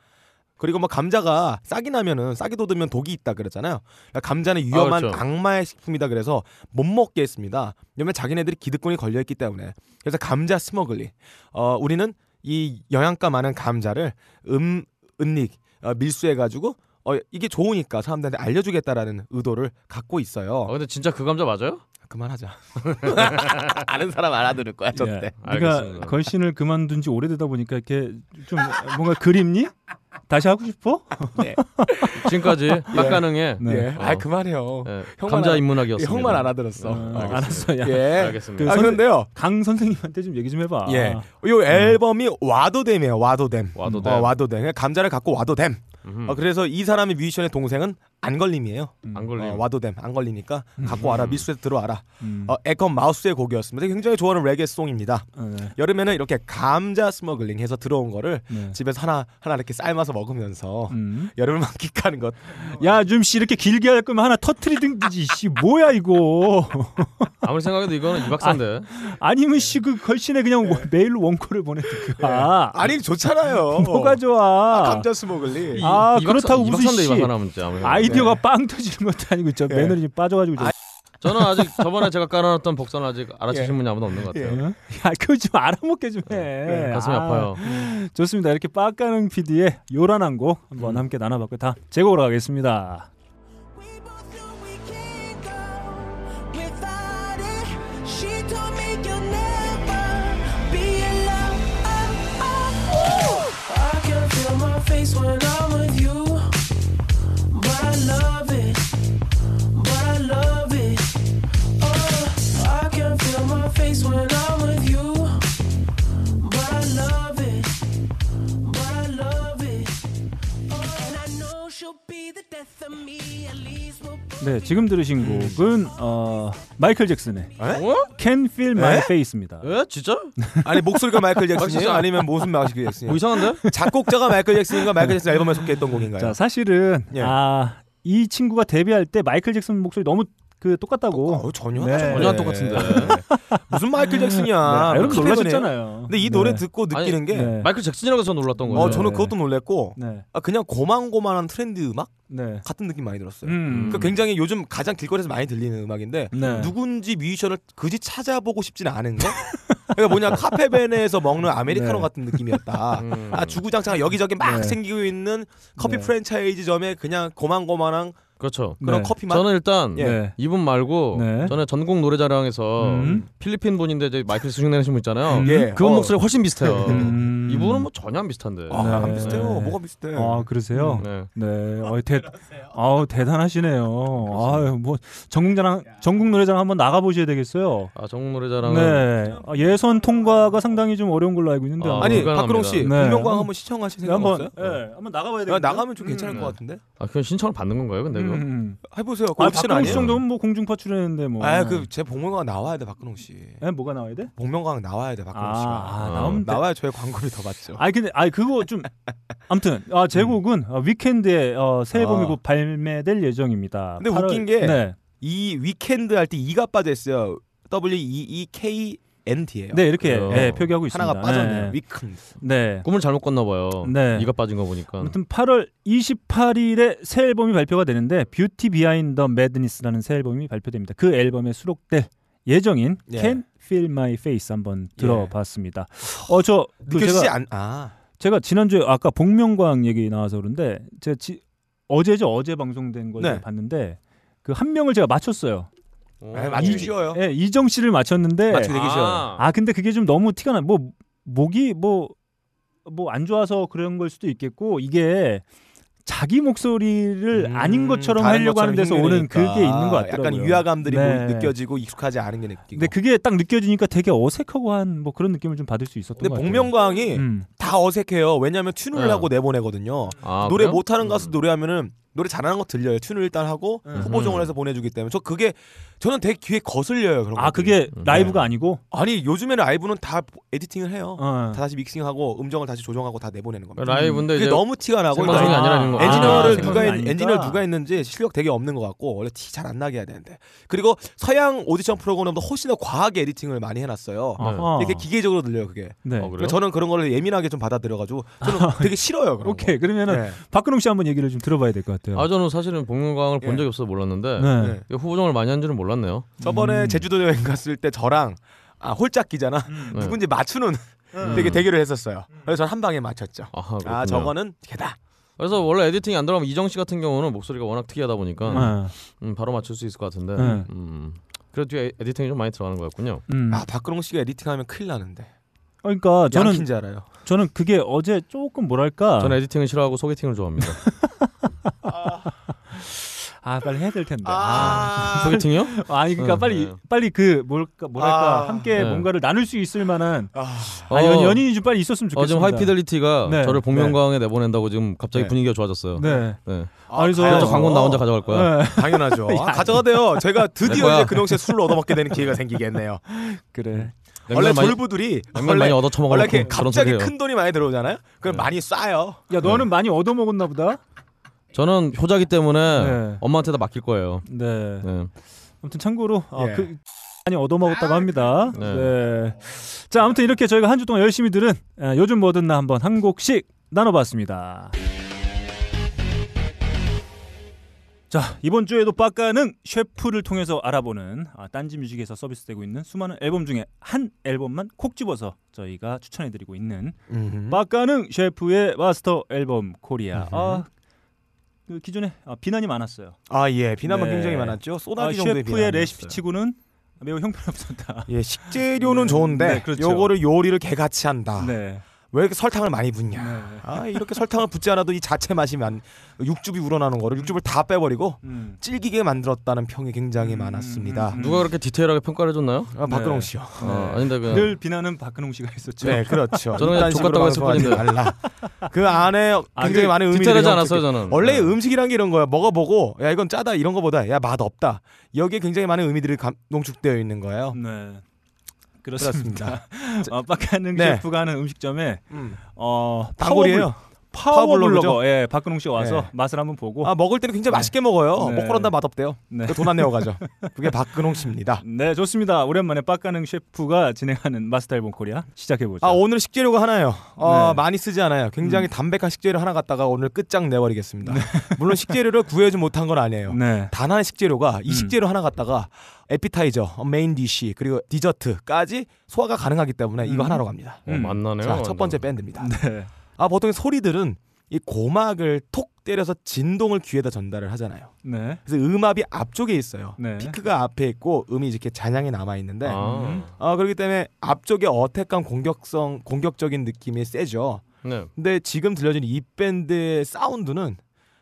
S2: 그리고 막 감자가 싹이 나면은 싹이 돋으면 독이 있다 그랬잖아요. 그러니까 감자는 위험한
S3: 그렇죠.
S2: 악마의 식품이다 그래서 못 먹게 했습니다. 왜냐면 자기네들이 기득권이 걸려 있기 때문에. 그래서 감자 스머글링. 어 우리는 이 영양가 많은 감자를 음 은닉 어, 밀수해 가지고 어, 이게 좋으니까 사람들한테 알려주겠다라는 의도를 갖고 있어요.
S3: 아 근데 진짜 그 감자 맞아요?
S2: 그만하자. 아는 사람 알아들을 거야 저 때.
S1: 예. 네가
S3: 알겠습니다.
S1: 걸신을 그만둔 지 오래되다 보니까 이렇게 좀 뭔가 그립니? 다시 하고 싶어?
S3: 지금까지 빡가능해.
S1: 네.
S2: 예. 아
S3: 어.
S2: 그만해요.
S3: 예,
S2: 예. 형만
S3: 감자
S2: 알아-
S3: 인문학이었어.
S2: 형만 알아들었어.
S1: 어, 알았어. 야.
S2: 예.
S3: 알겠습니다.
S2: 아 그런데요.
S1: 강 선생님한테 좀 얘기 좀 해봐.
S2: 예. 이 앨범이 와도됨이에요. 와도됨.
S3: 와도됨.
S2: 어, 와도됨. 감자를 갖고 와도됨.
S3: 음,
S2: 어, 그래서 이 사람의 뮤지션의 동생은 안걸림이에요.
S3: 안
S2: 어,
S3: 걸려.
S2: 와도됨. 안걸리니까 갖고 와라. 미술에 들어와라.
S1: 음.
S2: 어, 에컨 마우스의 곡이었습니다. 굉장히 좋아하는 레게송입니다.
S1: 어, 네.
S2: 여름에는 이렇게 감자 스머글링해서 들어온 거를
S1: 네.
S2: 집에서 하나 하나 이렇게 삶아서 먹으면서
S1: 음.
S2: 여름을 만끽하는 것.
S1: 야, 좀씨 이렇게 길게 할 거면 하나 터트리든지 씨 뭐야 이거.
S3: 아무리 생각해도 이거는 이박사인데.
S1: 아니면 씨 그 걸신에 그냥 워- 메일 원고를 보내든가.
S2: 아니 예. 좋잖아요.
S1: 뭐가 좋아?
S2: 감자 스머글링.
S1: 아,
S3: 이 박사-
S1: 그렇다고
S3: 이
S1: 무슨
S3: 박사인데
S1: 씨.
S3: 이박사 나면 진짜. 아무리 생각해도.
S1: 아이디어가 빵 터지는 것도 아니고 저
S2: 네. 예.
S1: 매너리 좀 빠져가지고 저
S3: 저는 아직 저번에 제가 깔아놨던 복선 아직 알아채신
S2: 예.
S3: 분이 아무도 없는 것
S2: 예.
S1: 어?
S3: 같아요.
S1: 야, 그거 좀 알아먹게 좀 해.
S3: 가슴이
S1: 아,
S3: 아. 파요
S1: 좋습니다. 이렇게 빡가는 PD의 요란한 곡 한번 함께 나눠봤고 다음 제 곡으로 가겠습니다.
S7: We both knew we can't go without it. She told me you'll never be alone. I can feel my face when I'm with you, but I love it. But I love it. Oh, I can feel my face when I'm with you, but I love it. But I love it. Oh, and I know she'll be the death of me. At least we'll both
S1: 네, 지금 들으신 곡은 어, 마이클 잭슨의
S3: 어?
S1: Can Feel My Face입니다.
S3: 예? 진짜?
S2: 아니 목소리가 마이클 잭슨이에요?
S3: 진짜.
S2: 아니면 무슨 마이클
S3: 뭐
S2: 잭슨이에요?
S3: 이상한데?
S2: 작곡자가 마이클 잭슨인가 마이클 잭슨 앨범에 속해있던 곡인가요?
S1: 자, 사실은
S2: 예.
S1: 아, 이 친구가 데뷔할 때 마이클 잭슨 목소리 너무 그 똑같다고.
S2: 어, 전혀
S1: 네.
S2: 전혀
S3: 전혀 안 똑같은데.
S2: 무슨 마이클 음. 네. 잭슨이야?
S1: 아, 여러분
S2: 큰 팬이에요.
S1: 놀라셨잖아요.
S2: 근데 이 노래
S1: 네.
S2: 듣고
S3: 아니,
S2: 느끼는 게
S1: 네.
S3: 마이클 잭슨이라고 저 놀랐던 거예요.
S2: 어, 저는
S1: 네.
S2: 그것도 놀랬고
S1: 네.
S2: 아, 그냥 고만고만한 트렌드 음악
S1: 네.
S2: 같은 느낌 많이 들었어요.
S1: 음.
S2: 그 굉장히 요즘 가장 길거리에서 많이 들리는 음악인데
S1: 네.
S2: 누군지 뮤지션을 그지 찾아보고 싶지는 않은 거. 그러니까 뭐냐 카페베네에서 먹는 아메리카노
S1: 네.
S2: 같은 느낌이었다.
S3: 음.
S2: 아 주구장창 여기저기 막
S1: 네.
S2: 생기고 있는 커피
S1: 네.
S2: 프랜차이즈점에 그냥 고만고만한
S3: 그렇죠.
S1: 네.
S2: 그런 커피만.
S3: 저는 일단
S1: 예. 네.
S3: 이분 말고
S1: 네.
S3: 전에 전국 노래자랑에서
S1: 음.
S3: 필리핀 분인데 이제 마이클 스승 내신 분 있잖아요.
S1: 음.
S2: 예.
S3: 그분
S2: 어.
S3: 목소리 훨씬 비슷해요.
S1: 음.
S3: 이분은 뭐 전혀 안 비슷한데.
S2: 아,
S1: 네.
S2: 안 비슷해요. 뭐가 비슷해?
S1: 아, 그러세요?
S3: 네.
S1: 네, 어, 대, 아우 대단하시네요. 아유 뭐 전국자랑 전국 노래자랑 한번 나가 보셔야 되겠어요.
S3: 아 전국 노래자랑은
S1: 네, 아, 예선 통과가 상당히 좀 어려운 걸로 알고 있는데
S3: 아,
S2: 아니
S1: 한번-
S3: 불가능합니다.
S2: 박근홍 씨
S3: 네.
S2: 공명광 한번 시청하실
S1: 네,
S2: 생각
S1: 한번
S2: 없어요?
S1: 예, 한번 나가봐야
S2: 야,
S1: 되겠
S2: 나가면 좀 괜찮을 것 같은데.
S3: 아 그건 신청을 받는 건가요? 근데
S2: 음.
S3: 그거?
S2: 해보세요. 그
S1: 아,
S2: 옵션
S1: 박근홍 씨
S2: 아니에요?
S1: 정도면 뭐 공중파 출연했는데 뭐.
S2: 아그제 복면가왕 나와야 돼 박근홍 씨.
S1: 예, 뭐가 나와야 돼?
S2: 복면가왕 나와야 돼 박근홍 씨가.
S1: 아,
S3: 어,
S1: 나오면 돼.
S2: 나와야 저의 광고비 더 받죠.
S1: 아니 근데 아니 그거 좀 아무튼 아, 제 곡은 어, 위켄드에 어, 새
S2: 아.
S1: 앨범이 곧 발매될 예정입니다.
S2: 근데
S1: 팔월-
S2: 웃긴 게
S1: 네.
S2: 이 위켄드 할 때 이가 빠져있어요. W E E K N D예요.
S1: 네 이렇게
S3: 그래요.
S1: 예, 표기하고 있습니다.
S2: 하나가 빠졌네요.
S1: 네.
S2: 위켄드.
S1: 네.
S3: 꿈을 잘못 꿨나 봐요.
S1: 네.
S3: 이가 빠진 거 보니까.
S1: 아무튼 8월 28일에 새 앨범이 발표가 되는데 뷰티 비하인 더 매드니스라는 새 앨범이 발표됩니다. 그 앨범에 수록될 예정인
S2: 예.
S1: Can Feel My Face 한번 들어봤습니다. 어, 저그
S2: 느껴지지
S1: 제가
S2: 않. 아
S1: 제가 지난주에 아까 복면광 얘기 나와서 그런데 제가 지, 어제죠 어제 방송된 걸
S2: 네.
S1: 봤는데 그 한 명을 제가 맞췄어요.
S3: 오.
S2: 네, 맞추기 쉬워요.
S1: 예, 이정 씨를 맞췄는데
S2: 맞추기 되게 쉬워요.
S3: 아,
S1: 아 근데 그게 좀 너무 티가 나. 뭐 목이 뭐 뭐 안 좋아서 그런 걸 수도 있겠고 이게 자기 목소리를
S2: 음,
S1: 아닌 것처럼
S2: 다른
S1: 하려고 하는 데서
S2: 것처럼
S1: 오는
S2: 흉내내니까.
S1: 그게 있는 것 같더라고요.
S2: 약간 유아감들이
S1: 네.
S2: 뭐 느껴지고 익숙하지 않은 게 느끼고.
S1: 근데 그게 딱 느껴지니까 되게 어색하고 한 뭐 그런 느낌을 좀 받을 수 있었던
S2: 근데
S1: 것 같아요.
S2: 복면가왕이
S1: 음.
S2: 다 어색해요. 왜냐하면 튠을
S3: 네.
S2: 하고 내보내거든요.
S3: 아,
S2: 노래
S3: 그래요?
S2: 못하는 가수 노래하면은 노래 잘하는 거 들려요. 튠을 일단 하고
S3: 음.
S2: 후보정을 해서 보내주기 때문에 저 그게 저는 되게 귀에 거슬려요.
S1: 음.
S2: 그런
S1: 아
S2: 것들이. 음. 네.
S1: 그게 라이브가 아니고
S2: 아니 요즘에는 라이브는 다 에디팅을 해요.
S1: 어.
S2: 다 다시 믹싱하고 음정을 다시 조정하고 다 내보내는 겁니다.
S3: 라이브인데
S2: 음, 그게
S3: 이제
S2: 너무 티가 나고
S3: 생방송이
S2: 일단
S1: 아,
S3: 아니라는 거.
S1: 아,
S2: 엔지니어를 누가
S1: 생방송이
S2: 했,
S1: 아니니까.
S2: 엔지니어를 누가 했는지 실력 되게 없는 것 같고 원래 티 잘 안 나게 해야 되는데 그리고 서양 오디션 프로그램보다 훨씬 더 과하게 에디팅을 네. 많이 해놨어요.
S1: 아하.
S2: 되게 기계적으로 들려요 그게.
S1: 네.
S3: 어, 그래요?
S2: 그러니까 저는 그런 거를 예민하게 좀 받아들여가지고 저는 되게 싫어요. 그런
S1: 오케이
S2: 거.
S1: 그러면은
S2: 네.
S1: 박근홍 씨 한번 얘기를 좀 들어봐야 될 것 같아요.
S3: 아 저는 사실은 복면가왕을
S2: 예.
S3: 본 적이 없어서 몰랐는데
S1: 네. 음.
S2: 네.
S3: 이거 후보정을 많이 한 줄은 몰랐네요.
S2: 저번에 제주도 여행 갔을 때 저랑 아 홀짝 기잖아
S1: 음.
S3: 네.
S2: 누군지 맞추는 되게 대결을 했었어요. 그래서 저는 한 방에 맞췄죠.
S3: 음. 아하,
S2: 아
S3: 그렇군요.
S2: 저거는 걔다.
S3: 그래서 원래 에디팅이 안 들어가면 이정 씨 같은 경우는 목소리가 워낙 특이하다
S2: 네.
S3: 보니까
S1: 아,
S3: 음, 바로 맞출 수 있을 것 같은데
S1: 네.
S3: 음. 그래도 뒤에 에디팅이 좀 많이 들어가는 거였군요.
S1: 음.
S2: 아 박근홍 씨가 에디팅하면 큰일 나는데.
S1: 그러니까
S2: 저는
S1: 저는
S2: 킨지 알아요.
S1: 저는 그게 어제 조금
S2: 아.
S1: 뭐랄까.
S3: 저는 에디팅을 싫어하고 소개팅을 좋아합니다.
S1: 아 빨리 해야 될 텐데. 아.
S3: 소개팅이요?
S1: 아니 그러니까
S3: 응,
S1: 빨리
S3: 네.
S1: 빨리 그 뭘까 뭐랄까
S2: 아.
S1: 함께
S3: 네.
S1: 뭔가를 나눌 수 있을 만한
S3: 어,
S1: 아, 연, 연인이 좀 빨리 있었으면
S3: 어,
S1: 좋겠습니다.
S3: 지금 화이피델리티가
S1: 네.
S3: 저를 복면가왕에 내보낸다고 지금 갑자기
S2: 네.
S3: 분위기가 좋아졌어요. 네.
S1: 네.
S2: 아,
S1: 그래서-
S3: 혼자
S2: 가야죠.
S3: 광고 나 혼자 가져갈 거야.
S1: 네.
S2: 당연하죠. 아, 가져가대요. 제가 드디어
S3: 거야.
S2: 이제 근홍 씨의 술을 얻어먹게 되는 기회가 생기겠네요.
S1: 그래.
S2: 원래
S3: 냉면 많이,
S2: 졸부들이
S3: 냉면 많이 얻어 처먹어
S2: 원래 이렇게
S3: 놓고 저런 소리
S2: 갑자기
S3: 해요. 네.
S2: 큰 돈이 많이 들어오잖아요. 그럼 많이 쏴요.
S1: 야 너는 많이 얻어먹었나 보다.
S3: 저는 효자기 때문에
S1: 네.
S3: 엄마한테 다 맡길 거예요.
S1: 네.
S3: 네.
S1: 아무튼 참고로 아,
S2: 예.
S1: 그 많이 얻어먹었다고 합니다.
S3: 네.
S1: 네. 자 아무튼 이렇게 저희가 한 주 동안 열심히 들은 에, 요즘 뭐 듣나 한번 한 곡씩 나눠봤습니다. 자 이번 주에도 빡가는 셰프를 통해서 알아보는 아, 딴지 뮤직에서 서비스되고 있는 수많은 앨범 중에 한 앨범만 콕 집어서 저희가 추천해드리고 있는 빡가는 셰프의 마스터 앨범 코리아 아, 그 기존에 아, 비난이 많았어요
S2: 아 예, 비난만
S1: 네.
S2: 굉장히 많았죠.
S1: 아,
S2: 소나기 정도의 비난.
S1: 셰프의 레시피치고는 매우 형편없었다.
S2: 예, 식재료는 좋은데
S1: 네, 그렇죠.
S2: 요거를 요리를 개같이 한다.
S1: 네.
S2: 왜 이렇게 설탕을 많이 붓냐?
S1: 네.
S2: 아 이렇게 설탕을 붓지 않아도 이 자체 맛이 만 육즙이 우러나는 거를 육즙을 다 빼버리고
S1: 음.
S2: 질기게 만들었다는 평이 굉장히
S1: 음,
S2: 많았습니다.
S1: 음, 음.
S3: 누가 그렇게 디테일하게 평가를 해줬나요?
S2: 아, 박근홍
S1: 네.
S2: 씨요.
S3: 어, 아닌데 그냥
S1: 늘 비난은 박근홍 씨가 했었죠.
S2: 네, 그렇죠.
S3: 저는
S2: 이딴
S3: 그냥
S2: 식으로
S3: 똑같다고 했을
S2: 방송하지 말라. 그 안에
S1: 아,
S2: 굉장히
S1: 그
S2: 많은 의미를
S3: 디테일하지
S2: 담고
S3: 않았어요
S2: 있기-
S3: 저는.
S2: 원래
S3: 네.
S2: 음식이란 게 이런 거야. 먹어보고 야 이건 짜다 이런 거보다 야 맛 없다. 여기에 굉장히 많은 의미들이 감- 농축되어 있는 거예요.
S3: 음,
S1: 네.
S2: 그렇습니다.
S1: 그렇습니다. 어, 박근홍
S2: 네.
S1: 셰프가 하는 음식점에
S2: 음.
S1: 어,
S2: 단골이에요.
S1: 파워블로거.
S2: 파워블로거죠?
S1: 예, 박근홍 씨가 와서
S2: 네.
S1: 맛을 한번 보고
S2: 아 먹을 때는 굉장히 맛있게 먹어요.
S1: 네.
S2: 먹고 난다 맛 없대요. 그
S1: 네.
S2: 돈 안 내어 가죠. 그게 박근홍 씨입니다.
S1: 네, 좋습니다. 오랜만에 박가능 셰프가 진행하는 마스터 앨범 코리아 시작해 보죠.
S2: 아 오늘 식재료가 하나예요. 어,
S1: 네.
S2: 많이 쓰지 않아요. 굉장히
S3: 음.
S2: 담백한 식재료 하나 갖다가 오늘 끝장 내버리겠습니다.
S3: 네.
S2: 물론 식재료를 구해오지 못한 건 아니에요.
S1: 네.
S2: 단 하나의 식재료가 이
S1: 음.
S2: 식재료 하나 갖다가 에피타이저, 메인 디시 그리고 디저트까지 소화가 가능하기 때문에 이거
S1: 음.
S2: 하나로 갑니다.
S3: 어, 맞나네요.
S2: 자, 첫 번째 밴드입니다.
S1: 네.
S2: 아 보통 소리들은 이 고막을 톡 때려서 진동을 귀에다 전달을 하잖아요.
S1: 네.
S2: 그래서 음압이 앞쪽에 있어요.
S1: 네.
S2: 피크가 앞에 있고 음이 이렇게 잔향이 남아 있는데
S1: 음.
S3: 아.
S2: 아, 그렇기 때문에 앞쪽에 어택감 공격성 공격적인 느낌이 세죠.
S3: 네.
S2: 근데 지금 들려진 이 밴드의 사운드는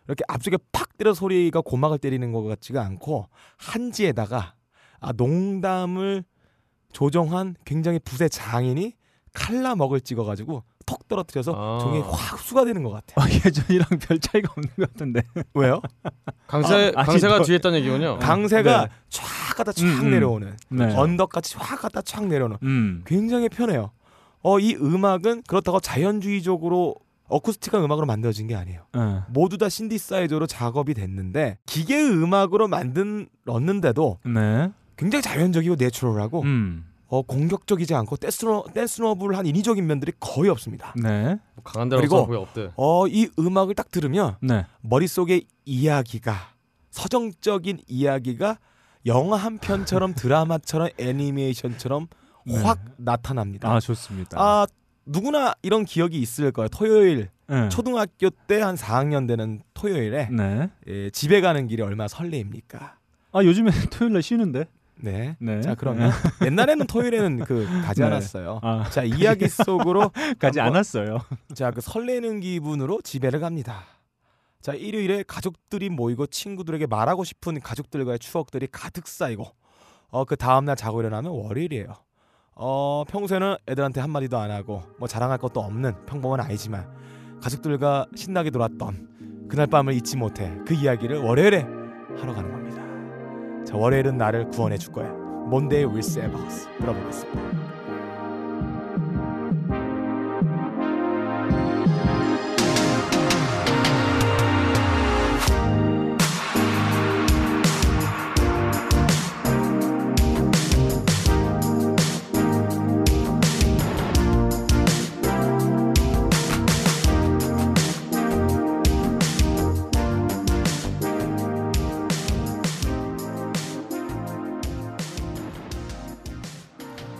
S2: 이렇게 앞쪽에 팍 때려 소리가 고막을 때리는 것 같지가 않고 한지에다가 아, 농담을 조정한 굉장히 붓의 장인이 칼라 먹을 찍어가지고 턱 떨어뜨려서
S3: 아.
S2: 종이 확 흡수가 되는 것 같아요.
S1: 아, 예전이랑 별 차이가 없는 것 같은데.
S2: 왜요?
S3: 강세
S1: 아, 아니,
S3: 강세가
S1: 너-
S3: 뒤에 있다는 얘기군요.
S2: 강세가
S1: 네.
S2: 쫙 갔다 쫙
S1: 음, 음.
S2: 내려오는
S1: 네.
S2: 언덕같이 확 갔다 쫙 내려오는
S1: 음.
S2: 굉장히 편해요. 어, 이 음악은 그렇다고 자연주의적으로 어쿠스틱한 음악으로 만들어진 게 아니에요.
S1: 어.
S2: 모두 다 신디사이저로 작업이 됐는데 기계의 음악으로 만들었는데도
S1: 네.
S2: 굉장히 자연적이고 내추럴하고
S1: 음.
S2: 어, 공격적이지 않고 댄스너, 댄스너블한 인위적인 면들이 거의 없습니다.
S1: 네.
S3: 뭐 강한 데라고
S2: 그리고-
S3: 그게 없대.
S2: 어, 이 음악을 딱 들으면
S1: 네.
S2: 머릿속에 이야기가 서정적인 이야기가 영화 한 편처럼 드라마처럼 애니메이션처럼
S1: 네.
S2: 확 나타납니다.
S1: 아, 좋습니다.
S2: 아 누구나 이런 기억이 있을 거예요. 토요일
S1: 네.
S2: 초등학교 때 한 4학년 되는 토요일에
S1: 네.
S2: 예, 집에 가는 길이 얼마나 설레입니까?
S1: 아, 요즘에 토요일 날 쉬는데.
S2: 네.
S1: 네.
S2: 자 그러면 옛날에는 토요일에는 그 가지
S1: 네.
S2: 않았어요.
S1: 아,
S2: 자 이야기 속으로
S1: 가지
S2: 네. 한번-
S1: 않았어요.
S2: 자 그 설레는 기분으로 집에를 갑니다. 자 일요일에 가족들이 모이고 친구들에게 말하고 싶은 가족들과의 추억들이 가득 쌓이고 어 그 다음 날 자고 일어나면 월요일이에요. 어 평소에는 애들한테 한 마디도 안 하고 뭐 자랑할 것도 없는 평범한 아이지만 가족들과 신나게 놀았던 그날 밤을 잊지 못해 그 이야기를 월요일에 하러 가는 겁니다. 자 월요일은 나를 구원해 줄 거야. Monday will save us. 들어보겠습니다.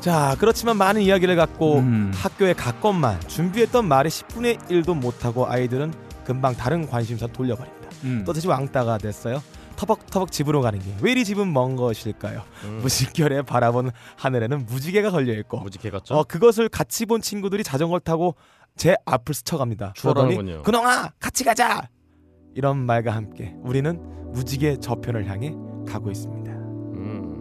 S2: 자 그렇지만 많은 이야기를 갖고
S1: 음.
S2: 학교에 갔건만 준비했던 말의 10분의 1도 못하고 아이들은 금방 다른 관심사 돌려버립니다.
S1: 음.
S2: 또 다시 왕따가 됐어요. 터벅터벅 집으로 가는 길. 왜 이리 집은 먼 것일까요?
S3: 음.
S2: 무심결에 바라본 하늘에는 무지개가 걸려 있고
S3: 무지개 같죠?
S2: 어, 그것을 같이 본 친구들이 자전거 타고 제 앞을 스쳐갑니다.
S3: 추월하는군요.
S2: 근홍아 같이 가자. 이런 말과 함께 우리는 무지개 저편을 향해 가고 있습니다.
S3: 음.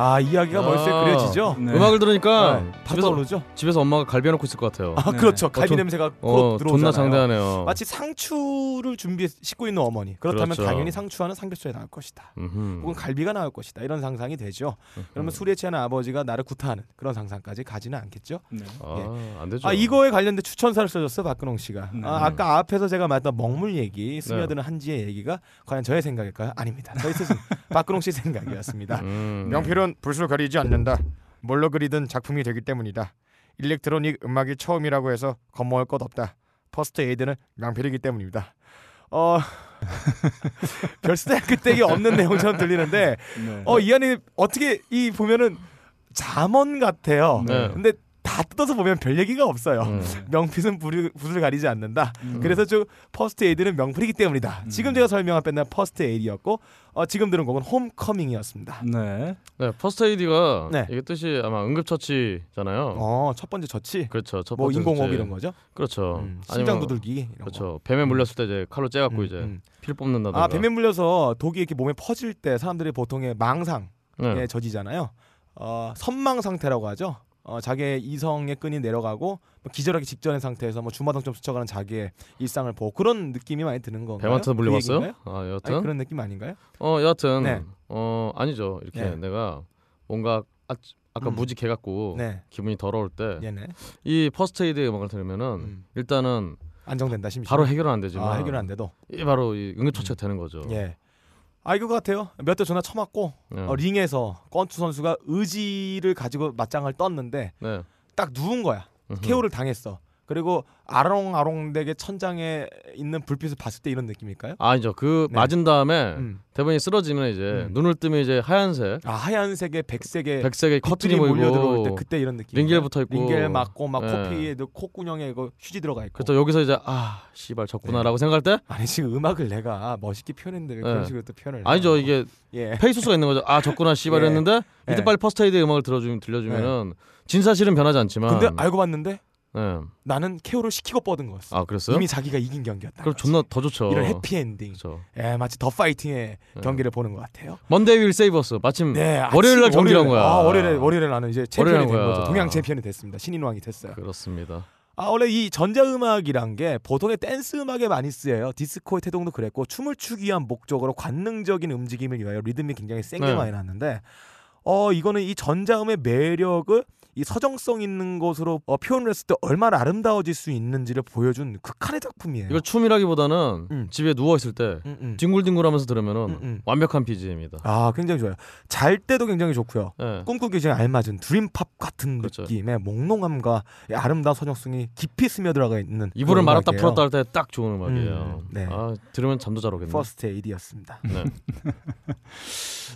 S2: 아 이야기가
S3: 아,
S2: 멀쩡히 그려지죠.
S1: 네.
S3: 음악을 들으니까
S2: 네, 바로
S3: 어, 집에서,
S2: 떠오르죠.
S3: 집에서 엄마가 갈비해놓고 있을 것 같아요.
S2: 아
S1: 네.
S2: 그렇죠. 갈비
S3: 존-
S2: 냄새가
S3: 어,
S2: 곧
S3: 존나
S2: 들어오잖아요.
S3: 장대하네요.
S2: 마치 상추를 준비해 씻고 있는 어머니. 그렇다면
S3: 그렇죠.
S2: 당연히 상추와는 삼겹살이 나올 것이다.
S3: 음흠. 음.
S2: 혹은 갈비가 나올 것이다. 이런 상상이 되죠. 그러면 술에 취한 아버지가 나를 구타하는 그런 상상까지 가지는 않겠죠.
S1: 네.
S3: 아, 안 되죠.
S2: 아 이거에 관련된 추천사를 써줬어 박근홍 씨가.
S1: 네.
S2: 아, 아까 앞에서 제가 말했던 먹물
S3: 네.
S2: 얘기, 스며드는 한지의 얘기가 과연 저의 생각일까요? 아닙니다. 저희 스승 박근홍 씨 생각이었습니다.
S3: 음.
S8: 명필은 붓을 가리지 않는다. 뭘로 그리든 작품이 되기 때문이다. 일렉트로닉 음악이 처음이라고 해서 겁먹을 것 없다. 퍼스트 에이드는 명필이기 때문입니다.
S2: 어. 별스대 그때기 없는 내용처럼 들리는데
S1: 네.
S2: 어 이 안에 어떻게 이 보면은 잠언
S1: 어,
S2: 같아요.
S3: 네.
S2: 근데 다 뜯어서 보면 별 얘기가 없어요.
S3: 음.
S2: 명필은 부를, 붓을 가리지 않는다. 그래서 저 퍼스트 에이드는 명필이기 때문이다.
S3: 음.
S2: 지금 제가 설명한 밴드는 퍼스트 에이드였고 어, 지금 들은 곡은 홈커밍이었습니다.
S1: 네.
S3: 네, 퍼스트 에이디가
S2: 네.
S3: 이게 뜻이 아마 응급처치잖아요.
S2: 어, 첫 번째 저치.
S3: 그렇죠. 첫
S2: 뭐
S3: 번째
S2: 인공호흡
S3: 수제.
S2: 이런 거죠.
S3: 그렇죠.
S2: 음,
S3: 아니면-
S2: 심장 두들기 이런 거.
S3: 그렇죠. 뱀에 물렸을 때 이제 칼로 째갖고
S2: 음,
S3: 이제
S2: 음.
S3: 피를 뽑는다든가.
S2: 아, 뱀에 물려서 독이 이렇게 몸에 퍼질 때 사람들이 보통의 망상
S3: 네.
S2: 예, 저지잖아요. 어, 선망 상태라고 하죠. 어, 자기의 이성의 끈이 내려가고 뭐 기절하기 직전의 상태에서 뭐 주마등처럼 스쳐가는 자기의 일상을 보고 그런 느낌이 많이 드는 건가요?
S3: 뱀한테 물려봤어요?
S2: 그 얘기인가요?
S3: 아 여하튼.
S2: 아니, 그런 느낌 아닌가요?
S3: 어 여하튼
S2: 네.
S3: 어 아니죠. 이렇게
S2: 네.
S3: 내가 뭔가 아, 아까
S2: 음.
S3: 무지개 같고
S2: 네,
S3: 기분이 더러울 때 이
S2: 얘네
S3: 퍼스트 에이드 음악을 들으면은
S2: 음.
S3: 일단은
S2: 안정된다 심심.
S3: 바로 해결은 안 되지만 뭐. 어.
S2: 아, 해결 안 돼도.
S3: 이 바로 이 응급처치가 되는 거죠.
S2: 예. 아 이거 같아요. 몇 대 전화 쳐맞고
S3: 네.
S2: 어, 링에서 건투 선수가 의지를 가지고 맞짱을 떴는데
S3: 네.
S2: 딱 누운 거야.
S3: 음흠.
S2: KO를 당했어. 그리고 아롱아롱되게 천장에 있는 불빛을 봤을 때 이런 느낌일까요?
S3: 아니죠. 그
S2: 네.
S3: 맞은 다음에
S2: 음.
S3: 대본이 쓰러지면 이제
S2: 음.
S3: 눈을 뜨면 이제 하얀색,
S2: 아 하얀색에 백색에
S3: 백색의 커튼이
S2: 커튼이 그 몰려 들어올 때
S3: 보이고
S2: 그때 이런 느낌.
S3: 링겔 붙어 있고.
S2: 링겔 맞고 막
S3: 네.
S2: 코피에 넣- 콧구멍에 이거 휴지 들어가 있고.
S3: 그렇죠. 여기서 이제 아 씨발 졌구나라고
S2: 네.
S3: 생각할 때
S2: 아니 지금 음악을 내가 멋있게 표현했는데 왜 그런
S3: 네.
S2: 식으로 또 표현을?
S3: 아니죠.
S2: 해요?
S3: 이게
S2: 예.
S3: 페이소스가 있는 거죠. 아 졌구나 씨발
S2: 예.
S3: 했는데 이때
S2: 예.
S3: 빨리 퍼스트 에이드 음악을 들어주면 들려주면은 진 사실은 변하지 않지만.
S2: 근데 알고 봤는데
S3: 예.
S2: 나는 KO를 시키고 뻗은 거였어.
S3: 아 그랬어요?
S2: 이미 자기가 이긴 경기였다.
S3: 그럼 존나 어. 더 좋죠.
S2: 이런 해피 엔딩.
S3: 그렇죠.
S2: 예, 마치 더 파이팅의
S3: 네.
S2: 경기를 보는 것 같아요.
S3: 먼데이 윌 세이버스 마침
S2: 네,
S3: 음. 월요일 날
S2: 아침
S3: 경기를 한
S2: 월요일에-
S3: 거야.
S2: 아, 월요일에 월요일에 나는 이제 챔피언이
S3: 월요일에
S2: 된
S3: 한 거야.
S2: 거죠. 동양 챔피언이 됐습니다. 신인왕이 됐어요.
S3: 그렇습니다.
S2: 아 원래 이 전자음악이란 게 보통의 댄스 음악에 많이 쓰여요. 디스코의 태동도 그랬고 춤을 추기 위한 목적으로 관능적인 움직임을 위하여 리듬이 굉장히 센게
S3: 네.
S2: 많이 났는데 어 이거는 이 전자음의 매력을 이 서정성 있는 것으로 어, 표현을 했을 때 얼마나 아름다워질 수 있는지를 보여준 극한의 작품이에요.
S3: 이걸 춤이라기보다는
S2: 네. 음.
S3: 집에 누워 있을 때
S2: 음, 음.
S3: 뒹굴뒹굴하면서 들으면은
S2: 음, 음.
S3: 완벽한 BGM이다.
S2: 아 굉장히 좋아요. 잘 때도 굉장히 좋고요.
S3: 예.
S2: 꿈꾸기 전에 알맞은 드림팝 같은
S3: 그렇죠.
S2: 느낌의 몽롱함과 이 아름다운 서정성이 깊이 스며들어가 있는
S3: 이불을
S2: 그런
S3: 말았다
S2: 음악이에요.
S3: 풀었다 할 때 딱 좋은 음악이에요.
S2: 음, 네.
S3: 아 들으면 잠도 잘 오겠네.
S2: 퍼스트 에이디였습니다.
S3: 네.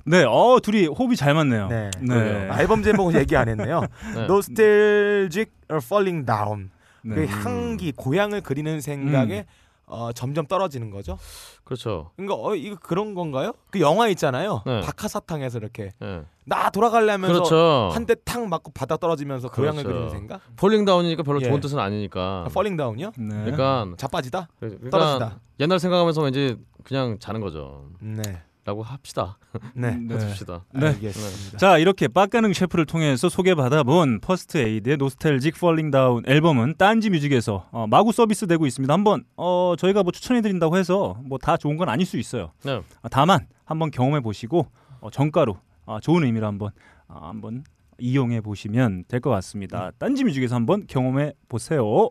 S1: 네. 어 둘이 호흡이 잘 맞네요.
S2: 네.
S1: 네.
S2: 앨범 제목은 얘기 안 했네요.
S3: 네.
S2: Nostalgic Falling Down.
S1: 네. 음.
S2: 그 향기, 고향을 그리는 생각에 어, 점점 떨어지는 거죠.
S3: 그렇죠.
S2: 그러니까 어, 이거 그런 건가요? 그 영화 있잖아요.
S3: 네.
S2: 박하사탕에서 이렇게
S3: 예.
S2: 나 돌아가려면서
S3: 그렇죠.
S2: 한 대 탕 맞고 바닥 떨어지면서 고향을
S3: 그렇죠.
S2: 그리는 생각.
S3: 폴링 다운이니까 별로
S2: 예.
S3: 좋은 뜻은 아니니까.
S2: Falling Down이요?
S1: 네.
S3: 그러니까,
S2: 자빠지다.
S3: 그러니까
S2: 네. 떨어지다.
S3: 옛날 생각하면서 왠지 그냥 자는 거죠.
S2: 네.
S3: 라고 합시다.
S2: 네.
S1: 네.
S3: 해줍시다.
S1: 네.
S2: 알겠습니다.
S1: 자 이렇게 빡가능 셰프를 통해서 소개받아본 퍼스트 에이드의 노스텔직 폴링 다운 앨범은 딴지 뮤직에서 어, 마구 서비스되고 있습니다. 한번 어, 저희가 뭐 추천해드린다고 해서 뭐 다 좋은 건 아닐 수 있어요.
S3: 네.
S1: 아, 다만 한번 경험해 보시고 어, 정가로 아, 좋은 의미로 한번 아, 한번 이용해 보시면 될 것 같습니다.
S2: 네.
S1: 딴지 뮤직에서 한번 경험해 보세요.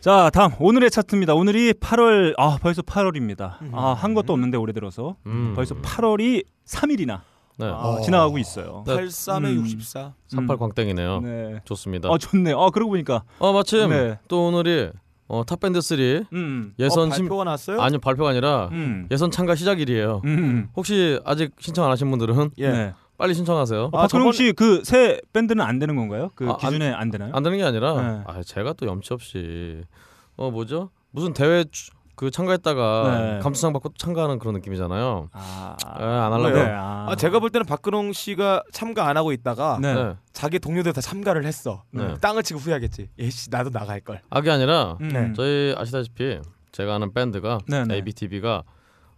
S1: 자 다음 오늘의 차트입니다. 오늘이 8월 아 벌써 8월입니다.
S2: 음.
S1: 아 한 것도 없는데 올해 들어서
S3: 음.
S1: 벌써 8월이 3일이나
S3: 네.
S2: 아,
S1: 지나가고 있어요.
S2: 83에
S1: 음.
S2: 64.
S3: 38 광땡이네요.
S1: 네.
S3: 좋습니다.
S1: 아
S3: 어,
S1: 좋네요. 아 그러고 보니까
S3: 마침
S1: 네.
S3: 또 오늘이 어, 탑밴드 3
S1: 음.
S3: 예선
S2: 어,
S3: 심
S2: 발표가 났어요?
S3: 아니 발표가 아니라
S1: 음.
S3: 예선 참가 시작일이에요.
S1: 음.
S3: 혹시 아직 신청 안 하신 분들은
S2: 예.
S1: 네.
S3: 빨리 신청하세요.
S1: 아, 박근홍 씨그 새 밴드는 안 되는 건가요? 그
S3: 아, 안-
S1: 기준에 안, 되나요?
S3: 안 되는 게 아니라
S1: 네.
S3: 아, 제가 또 염치 없이 어 뭐죠? 무슨 대회 추- 그 참가했다가
S1: 네.
S3: 감수상 받고 또 참가하는 그런 느낌이잖아요.
S1: 아,
S3: 예, 안 하려고.
S1: 네,
S3: 네.
S1: 아,
S2: 아, 제가 볼 때는 박근홍 씨가 참가 안 하고 있다가
S1: 네.
S2: 자기 동료들 다 참가를 했어.
S3: 네.
S2: 땅을 치고 후회하겠지. 예씨 나도 나갈 걸.
S3: 아, 그게 아니라
S1: 음.
S2: 네.
S3: 저희 아시다시피 제가 아는 밴드가
S1: 네, 네.
S3: ABTV가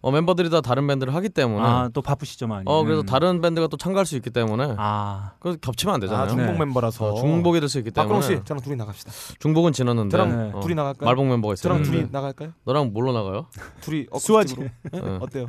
S3: 어, 멤버들이 다 다른 밴드를 하기 때문에
S1: 아, 또 바쁘시죠 많이.
S3: 어 그래서
S1: 음.
S3: 다른 밴드가 또 참가할 수 있기 때문에
S1: 아,
S3: 그래서 겹치면 안
S2: 아,
S3: 되잖아요.
S2: 중복
S1: 네.
S2: 멤버라서.
S3: 어, 중복이 될 수 있기 때문에 네.
S2: 박근홍 씨, 저랑 둘이 나갑시다.
S3: 중복은 지났는데
S2: 저랑
S1: 네.
S3: 어,
S2: 둘이 나갈까요?
S3: 말복 멤버가
S2: 저랑
S3: 있어요. 네.
S2: 둘이 나갈까요?
S3: 너랑 뭘로 나가요?
S2: 둘이
S1: 수화지.
S2: 어쿠스틱으로.
S3: 응.
S2: 어때요?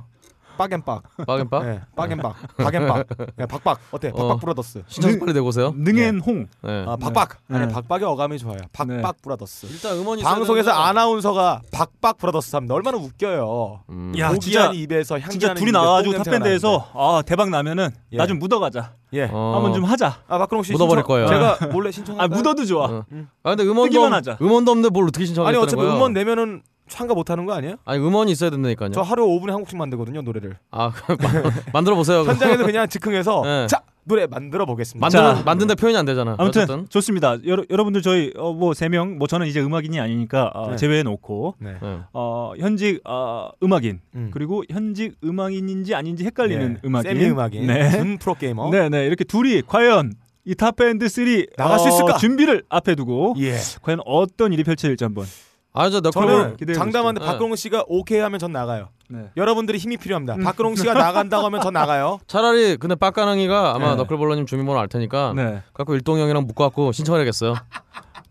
S2: 빡앤빡.
S3: 빠겐빠?
S2: 예, 빡앤빡. 박앤빡. 예, 박박. 어때? 박박
S3: 네. 어.
S2: 브라더스.
S3: 신청 빨리 내고
S1: 예.
S3: 오세요.
S1: 능앤홍.
S3: 네.
S2: 음. 아, 박박.
S1: 네.
S2: 아니,
S1: 네.
S2: 박박의 어감이 좋아요. 박박 브라더스.
S3: 일단 음원이 뭐 있어야
S2: 방송에서
S3: 되는데.
S2: 아나운서가 박박 브라더스 하면 얼마나 웃겨요.
S3: 음.
S1: 야, 진짜
S2: 고기한 입에서 향기
S1: 진짜 둘이 나와가지고 탑밴드에서 아 대박 나면은
S2: 예.
S1: 나 좀 묻어가자.
S2: 예.
S3: 어.
S1: 한번 좀 하자.
S2: 아 박근홍 씨
S3: 묻어버릴
S2: 신청-
S3: 거예요.
S2: 제가 몰래 신청할까요?
S1: 아 묻어도 좋아.
S3: 어. 아 근데 음원도
S1: 뜨기만
S3: 없-
S1: 하자.
S3: 음원도 없는데 뭘 어떻게
S2: 아니
S3: 신청하겠다는
S2: 어차피
S3: 거예요?
S2: 음원 내면은 참가 못 하는 거 아니에요?
S3: 아니 음원이 있어야 된다니까요.
S2: 저 하루에 5분에 한 곡씩 만들거든요, 노래를.
S3: 아 그럼 만- 만들어 보세요. 그럼.
S2: 현장에서 그냥 즉흥해서
S3: 네.
S2: 자, 노래 만들어 보겠습니다.
S1: 자.
S3: 만드는 만든데 표현이 안 되잖아.
S1: 아무튼
S3: 어쨌든.
S1: 좋습니다. 여러, 여러분들 저희 어, 뭐세 명 뭐 저는 이제 음악인이 아니니까 어,
S2: 네.
S1: 제외해 놓고
S2: 네.
S3: 네.
S1: 어, 현직 어, 음악인
S2: 음.
S1: 그리고 현직 음악인인지 아닌지 헷갈리는
S2: 네.
S1: 음악인.
S2: 세미 음악인.
S1: 네.
S2: 준 프로 게이머.
S1: 네, 네. 이렇게 둘이 과연 이 탑밴드 3
S2: 나갈 수 있을까?
S1: 준비를 앞에 두고
S2: 예.
S1: 과연 어떤 일이 펼쳐질지 한번.
S3: 아저
S1: 그러면
S2: 저는
S3: 너클볼
S1: 기대해
S2: 장담하는데
S3: 보시죠.
S2: 박근홍 씨가 오케이 하면 전 나가요.
S1: 네. 음.
S2: 여러분들이 힘이 필요합니다. 박근홍 씨가 나간다고 하면 전 나가요.
S3: 차라리 근데 빡가능이가 아마
S1: 네.
S3: 너클볼러님 주민번호 알
S2: 아.
S3: 테니까
S1: 네.
S3: 갖고 일동 형이랑 묶어갖고 신청해야겠어요.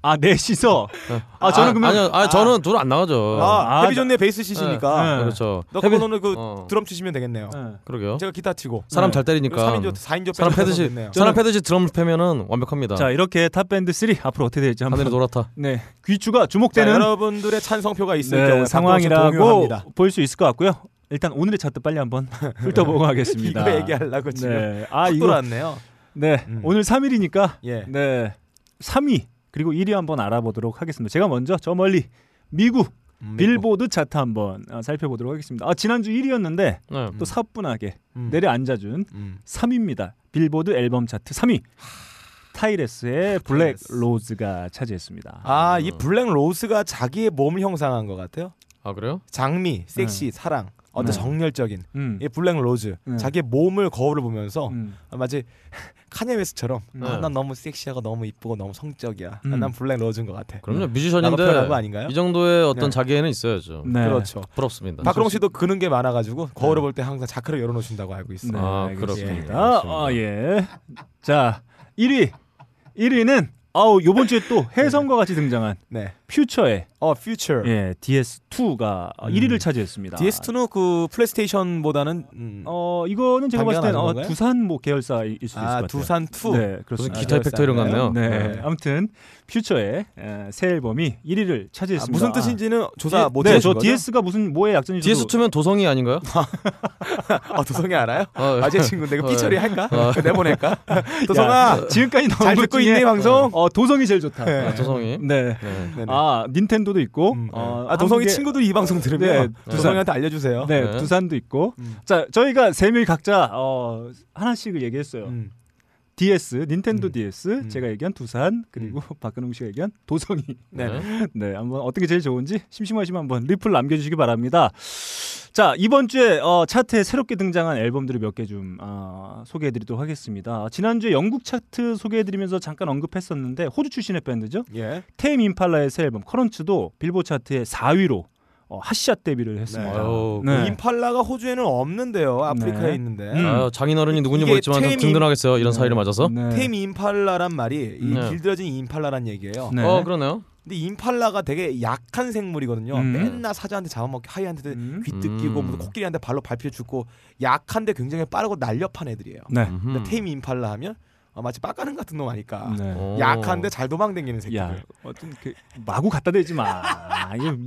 S1: 아, 넷이서.
S3: 네.
S1: 아, 저는 그러면
S3: 아니요, 아니 저는 둘 안 나가죠.
S2: 아,
S1: 아,
S2: 헤비존네 베이스 치시니까
S1: 네.
S3: 그렇죠.
S2: 너
S3: 헤비-
S2: 그거는 그
S3: 어.
S2: 드럼 치시면 되겠네요.
S1: 네.
S3: 그러게요.
S2: 제가 기타 치고
S3: 사람
S1: 네.
S3: 잘 때리니까
S2: 3인조 4인조
S3: 사람 패듯이 사람 패듯이 드럼 패면은 완벽합니다.
S1: 자, 이렇게 탑밴드 3 앞으로 어떻게 될지 한번
S3: 하늘이 노랗다.
S1: 네. 귀추가
S2: 자,
S1: 주목되는
S2: 여러분들의 찬성표가 있을
S1: 네,
S2: 경우
S1: 상황이라고 볼 수 있을 것 같고요. 일단 오늘의 차트 빨리 한번 훑어보고 하겠습니다.
S2: 이거 얘기하려고 지금
S1: 네. 아,
S2: 네.
S1: 이거
S2: 돌아왔네요.
S1: 네.
S2: 음.
S1: 오늘 3일이니까
S2: 예.
S1: 네. 3위 그리고 1위 한번 알아보도록 하겠습니다. 제가 먼저 저 멀리 미국
S2: 음,
S1: 빌보드 차트 한번 아, 살펴보도록 하겠습니다. 아, 지난주 1위였는데
S3: 네.
S1: 또 사뿐하게
S2: 음.
S1: 내려앉아준 3위입니다. 빌보드 앨범 차트 3위. 타이레스의 블랙
S2: 타이레스.
S1: 로즈가 차지했습니다.
S2: 아, 이 블랙 로스가 자기의 몸을 형상한 것 같아요.
S3: 아 그래요?
S2: 장미, 섹시, 사랑, 어떤
S1: 네.
S2: 정열적인
S1: 음.
S2: 이 블랙 로즈
S1: 네.
S2: 자기의 몸을 거울을 보면서
S1: 음.
S2: 아, 마치 카니에 웨스처럼 아,
S3: 네.
S2: 난 너무 섹시하고 너무 이쁘고 너무 성적이야.
S1: 음.
S2: 아, 난 블랙 로즈인 것 같아.
S3: 그럼요.
S2: 라고 표현한 거
S3: 뮤지션인데
S2: 네. 아닌가요?
S3: 이 정도의 어떤
S2: 네.
S3: 자기애는 있어야죠.
S1: 네.
S2: 그렇죠.
S3: 부럽습니다.
S2: 박근홍 씨도 그는 게 많아가지고 거울을 볼 때 항상 자크를 열어놓으신다고 알고 있어요.
S1: 네,
S3: 아,
S1: 알겠습니다.
S3: 그렇군요.
S1: 아, 예. 자, 1위. 1위는 아우 요번 주에 또 혜성과 같이 등장한
S2: 네.
S1: 퓨처의
S2: 어, 퓨처.
S1: 예, DS2가 아,
S2: 음.
S1: 1위를 차지했습니다.
S2: DS2는 그 플레이스테이션보다는 음,
S1: 어, 이거는 제가 봤을
S2: 단계가
S1: 때는
S2: 낮은
S1: 어,
S2: 건가요?
S1: 두산 뭐 계열사일 수도 있을 것
S2: 아
S1: 같아요.
S2: 두산 2.
S1: 네,
S3: 무슨
S1: 그렇습니다.
S3: 기타 팩터 이런 거 같네요.
S1: 네.
S2: 네.
S1: 아무튼 퓨처의 에, 새 앨범이 1위를
S2: 아,
S1: 차지했습니다.
S2: 무슨 뜻인지는 조사 못
S1: 네,
S2: 해주신
S1: 저
S2: 거죠?
S1: DS가 무슨 뭐의 약자인지 저도-
S3: DS2면 도성이 아닌가요?
S2: 아 도성이 알아요?
S3: 어,
S2: 아제 친구인데 이거 삐처리 할까? 내보낼까?
S1: 야,
S2: 어. 도성아
S1: 지금까지 나온
S2: 잘
S1: 것
S2: 듣고
S1: 중에
S2: 있네 방송.
S1: 어, 도성이 제일 좋다.
S2: 네.
S3: 아, 도성이.
S1: 네.
S3: 네.
S2: 네네.
S1: 아, 닌텐도도 있고.
S2: 음.
S1: 어,
S2: 아 도성이
S1: 한국에-
S2: 친구들이 이 방송 들으면 어.
S1: 네,
S2: 도성이한테 알려주세요.
S1: 네,
S3: 네.
S1: 두산도 있고.
S2: 음.
S1: 자, 저희가 세 명이 각자 어, 하나씩을 얘기했어요.
S2: 음.
S1: DS, 닌텐도
S2: 음.
S1: DS,
S2: 음.
S1: 제가 얘기한 두산, 그리고
S3: 음.
S1: 박근홍 씨가 얘기한 도성이.
S2: 네.
S1: 네, 한번 어떻게 제일 좋은지 심심하시면 한번 리플 남겨주시기 바랍니다. 자, 이번 주에 어, 차트에 새롭게 등장한 앨범들을 몇 개 좀 어, 소개해드리도록 하겠습니다. 지난주에 영국 차트 소개해드리면서 잠깐 언급했었는데 호주 출신의 밴드죠.
S2: 예.
S1: 테임 임팔라의 새 앨범 커런츠도 빌보 차트의 4위로 어, 핫샷 데뷔를 했습니다.
S3: 아유,
S1: 네.
S2: 그 임팔라가 호주에는 없는데요. 아프리카에
S1: 네.
S2: 있는데.
S1: 음.
S3: 아유, 장인어른이 누군지
S2: 이게
S3: 모르지만 좀
S2: 테임이- 음.
S3: 든든하겠어요. 이런 사이를 맞아서.
S1: 네.
S2: 테임 임팔라란 말이 이
S3: 네.
S2: 길들여진 임팔라란 얘기예요.
S1: 네.
S3: 어 그러네요.
S2: 근데 임팔라가 되게 약한 생물이거든요.
S1: 음.
S2: 맨날 사자한테 잡아먹기, 하이한테
S1: 음.
S2: 귀 뜯기고
S3: 음.
S2: 무슨 코끼리한테 발로 밟혀 죽고 약한데 굉장히 빠르고 날렵한 애들이에요.
S1: 네.
S3: 음흠.
S2: 근데 테임 임팔라 하면 어, 마치 빡가는 같은 놈 아닐까.
S1: 네.
S3: 어.
S2: 약한데 잘 도망댕기는 새끼들.
S1: 야, 어떤 그 마구 갖다 대지 마.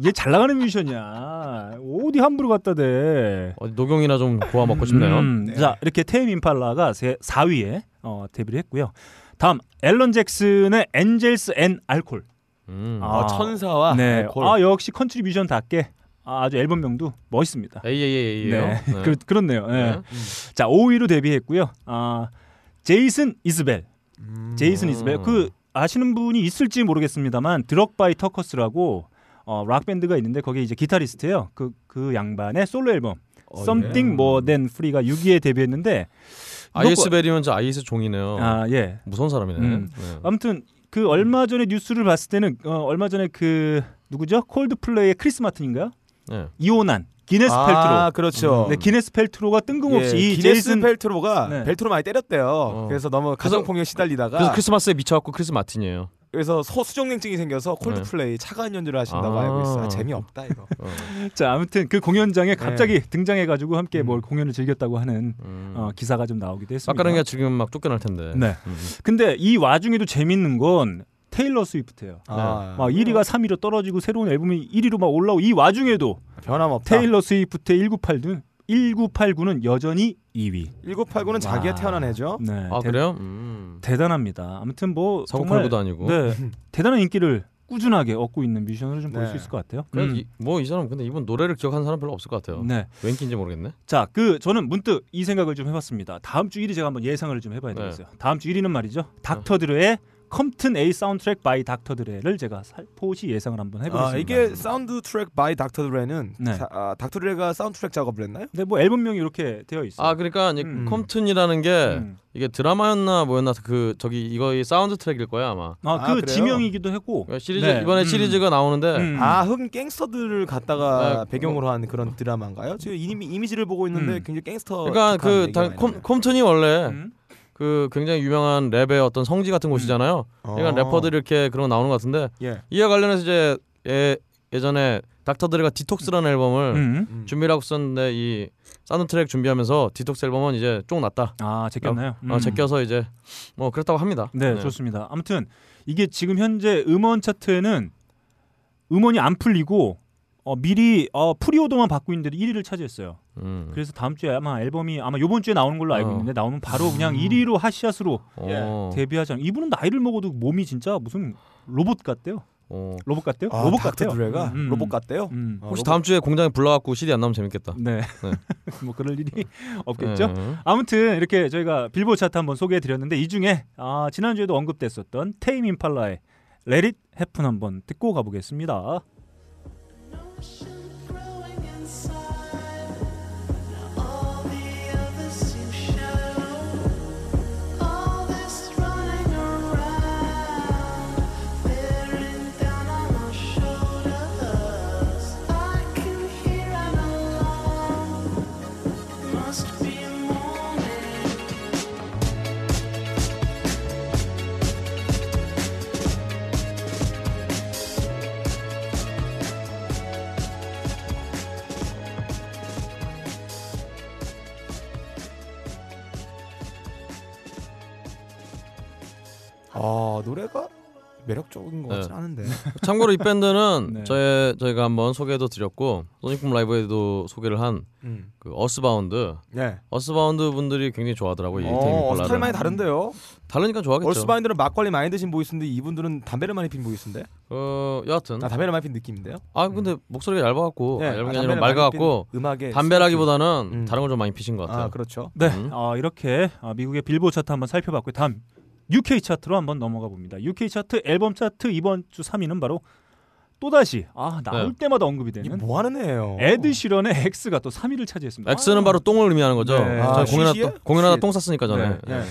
S1: 얘잘 나가는 뮤지션이야. 어디 함부로 갖다 대.
S3: 어, 녹용이나 좀 구워 먹고 싶네요.
S1: 음,
S2: 네.
S1: 자 이렇게 테임 임팔라가 세 4위에 어, 데뷔를 했고요. 다음 앨런 잭슨의 엔젤스 앤 알콜.
S3: 음.
S1: 아,
S2: 어, 천사와
S1: 네.
S2: 알코올.
S1: 아 역시 컨트리 뮤지션답게 아, 주 앨범명도 멋있습니다.
S3: 에이에이에이요.
S1: 네. 그, 그렇네요. 네. 자 5위로 데뷔했고요. 아 제이슨 이스벨. 제이슨
S3: 음.
S1: 이스벨. 그 아시는 분이 있을지 모르겠습니다만 드럭 바이 터커스라고 어, 락 밴드가 있는데 거기에 이제 기타리스트예요. 그 그 양반의 솔로 앨범
S2: 어, 예.
S3: 어,
S1: Something More Than Free가 6위에 데뷔했는데
S3: 예. 아이스 베리면 저 아이스
S2: 어.
S3: 종이네요.
S1: 뭐- 아 예.
S3: 무서운 사람이네.
S1: 음.
S3: 네.
S1: 아무튼 그 얼마 전에 뉴스를 봤을 때는 어, 얼마 전에 그 누구죠? 콜드플레이의 크리스 마틴인가요? 아.
S3: 네.
S1: 이혼한 기네스
S2: 아,
S1: 펠트로.
S2: 그렇죠.
S1: 네, 기네스 펠트로가 뜬금없이
S2: 예,
S1: 이
S2: 기네스
S1: 제이슨
S2: 펠트로가
S1: 네.
S2: 벨트로 많이 때렸대요. 그래서 너무 가정폭력 시달리다가
S3: 그래서
S2: 그래서,
S3: 크리스마스에 미쳐갖고 크리스 마틴이에요.
S2: 소수정냉증이 생겨서 콜드플레이 차가운 연주를 하신다고
S3: 아.
S2: 알고 있어. 아, 재미없다 이거.
S1: 자 아무튼 그 공연장에 갑자기 등장해가지고 함께 뭘 공연을 즐겼다고 하는
S3: 네. 음.
S1: 어, 기사가 좀 나오기도 했습니다.
S3: 빡가릉이가 지금 막 쫓겨날 텐데.
S1: 네. 근데 이 와중에도 재밌는 건 테일러 스위프트예요.
S2: 아,
S1: 막 1위가 3위로 떨어지고 새로운 앨범이 1위로 막 올라오고 이 와중에도
S2: 변함없다.
S1: 테일러 스위프트의 1989는 1989는 여전히 2위.
S2: 1989는 자기가
S3: 와.
S2: 태어난 해죠.
S1: 네.
S3: 아
S1: 대-
S3: 그래요? 음.
S1: 대단합니다. 아무튼 뭐 정말
S3: 성컬부도 아니고.
S1: 네 대단한 인기를 꾸준하게 얻고 있는 뮤지션으로 좀 볼 수
S2: 네.
S1: 있을 것 같아요. 음.
S3: 그냥 이, 뭐이 사람 근데 이분 노래를 기억하는 사람 별로 없을 것 같아요.
S1: 네,
S3: 웬키인지 모르겠네.
S1: 자 그 저는 문득 이 생각을 좀 해봤습니다. 다음 주 1위 제가 한번 예상을 좀 해봐야
S3: 네. 어.
S1: 되겠어요. 다음 주 1위는 말이죠. 닥터 드레의 컴튼 A 사운드트랙 바이 닥터 드레를 제가 살포시 예상을 한번 해보겠습니다. 음.
S2: 아, 이게 사운드 트랙 바이 닥터 드레는
S1: 네.
S2: 자- 아, 닥터 드레가 사운드 트랙 작업을 했나요?
S1: 근데 뭐 앨범명이 이렇게 되어 있어요.
S3: 아 네. 그러니까 이
S1: 음.
S3: 컴튼이라는 게
S1: 음.
S3: 이게 드라마였나 뭐였나 그 저기 이거의 사운드 트랙일 거야 아마.
S1: 아, 그
S2: 아, 그래요?
S1: 지명이기도 했고
S3: 그러니까 시리즈
S1: 네.
S3: 이번에
S1: 음.
S3: 시리즈가 나오는데
S1: 음.
S2: 아, 흑인 갱스터들을 갖다가
S3: 아,
S2: 배경으로 한 그런 드라마인가요? 지금 이미, 이미지를 보고 있는데
S1: 음.
S2: 굉장히 갱스터.
S3: 그러니까 그 당- 컴, 컴튼이 원래
S1: 음.
S3: 그 굉장히 유명한 랩의 어떤 성지 같은 곳이잖아요. 그러니까 래퍼들이 이렇게 그런 거 나오는 것 같은데
S2: 예.
S3: 이와 관련해서 이제 예, 예전에 닥터드레가 디톡스라는 앨범을
S1: 음.
S3: 준비를 하고 있었는데 이 사운드 트랙 준비하면서 디톡스 앨범은 이제 쫑 났다.
S1: 아 제꼈나요?
S3: 어,
S1: 음.
S3: 제껴서 이제 뭐 그렇다고 합니다.
S1: 네, 좋습니다. 아무튼 이게 지금 현재 음원 차트에는 음원이 안 풀리고 어, 미리 어, 프리오더만 받고 있는데도 1위를 차지했어요.
S3: 음.
S1: 그래서 다음 주에 아마 앨범이 아마 요번 주에 나오는 걸로 알고
S3: 어.
S1: 있는데 나오면 바로 그냥 1위로 핫샷으로
S3: 어.
S1: 데뷔하지 않. 이분은 나이를 먹어도 몸이 진짜 무슨 로봇 같대요.
S3: 어.
S1: 로봇 같대요?
S2: 아,
S1: 로봇
S2: 닥터
S1: 같아요.
S2: 드레가
S1: 음, 음.
S2: 로봇 같대요.
S1: 음.
S2: 어,
S3: 혹시
S2: 로봇-
S3: 다음 주에 공장에 불러갖고 CD 안 나오면 재밌겠다.
S1: 네.
S3: 네.
S1: 뭐 그럴 일이 없겠죠.
S3: 예.
S1: 아무튼 이렇게 저희가 빌보드 차트 한번 소개해 드렸는데 이 중에 아, 지난주에도 언급됐었던 테임 임팔라의 Let It Happen 한번 듣고 가보겠습니다.
S7: Must be morning.
S2: 아 노래가 매력적인 것 같진
S3: 네.
S2: 않은데.
S1: 음.
S3: 참고로 이 밴드는
S1: 네.
S3: 저의 저희가 한번 소개도 드렸고 소닉붐 라이브에도 소개를 한 그
S2: 음.
S3: 어스바운드
S2: 네.
S3: 어스바운드 분들이 굉장히 좋아하더라고요. 이
S2: 어,
S3: 테이블
S2: 스타일 많이
S3: 음.
S2: 다른데요.
S3: 다르니까 좋아하겠죠.
S2: 얼스바인들은 막걸리 많이 드신 보이스인데 이분들은 담배를 많이 핀 보이스인데.
S3: 어 여하튼
S2: 아
S3: 아,
S2: 담배를 많이 핀 느낌인데요.
S1: 음.
S3: 근데 목소리가 얇아갖고
S1: 네,
S3: 아, 얇은 게 아니라
S2: 담배를 네, 많이
S3: 맑아갖고
S2: 핀 음악에
S3: 담배라기보다는
S2: 음.
S3: 다른 걸 좀 많이 피신 것 같아요.
S2: 아 그렇죠.
S1: 네,
S3: 음.
S1: 아, 이렇게 아, 미국의 빌보드 차트 한번 살펴봤고요. 다음 UK 차트로 한번 넘어가 봅니다. UK 차트 앨범 차트 이번 주 3위는 바로 또다시 아 나올
S3: 네.
S1: 때마다 언급이 되는
S2: 이 뭐 하는 애예요?
S1: 에드 시런의 X가 또 3위를 차지했습니다.
S3: X는 바로 똥을 의미하는 거죠.
S1: 네.
S2: 아,
S3: 저 공연하다
S2: 시시해?
S3: 공연하다
S2: 시-
S3: 똥 쌌으니까 전에.
S2: 네.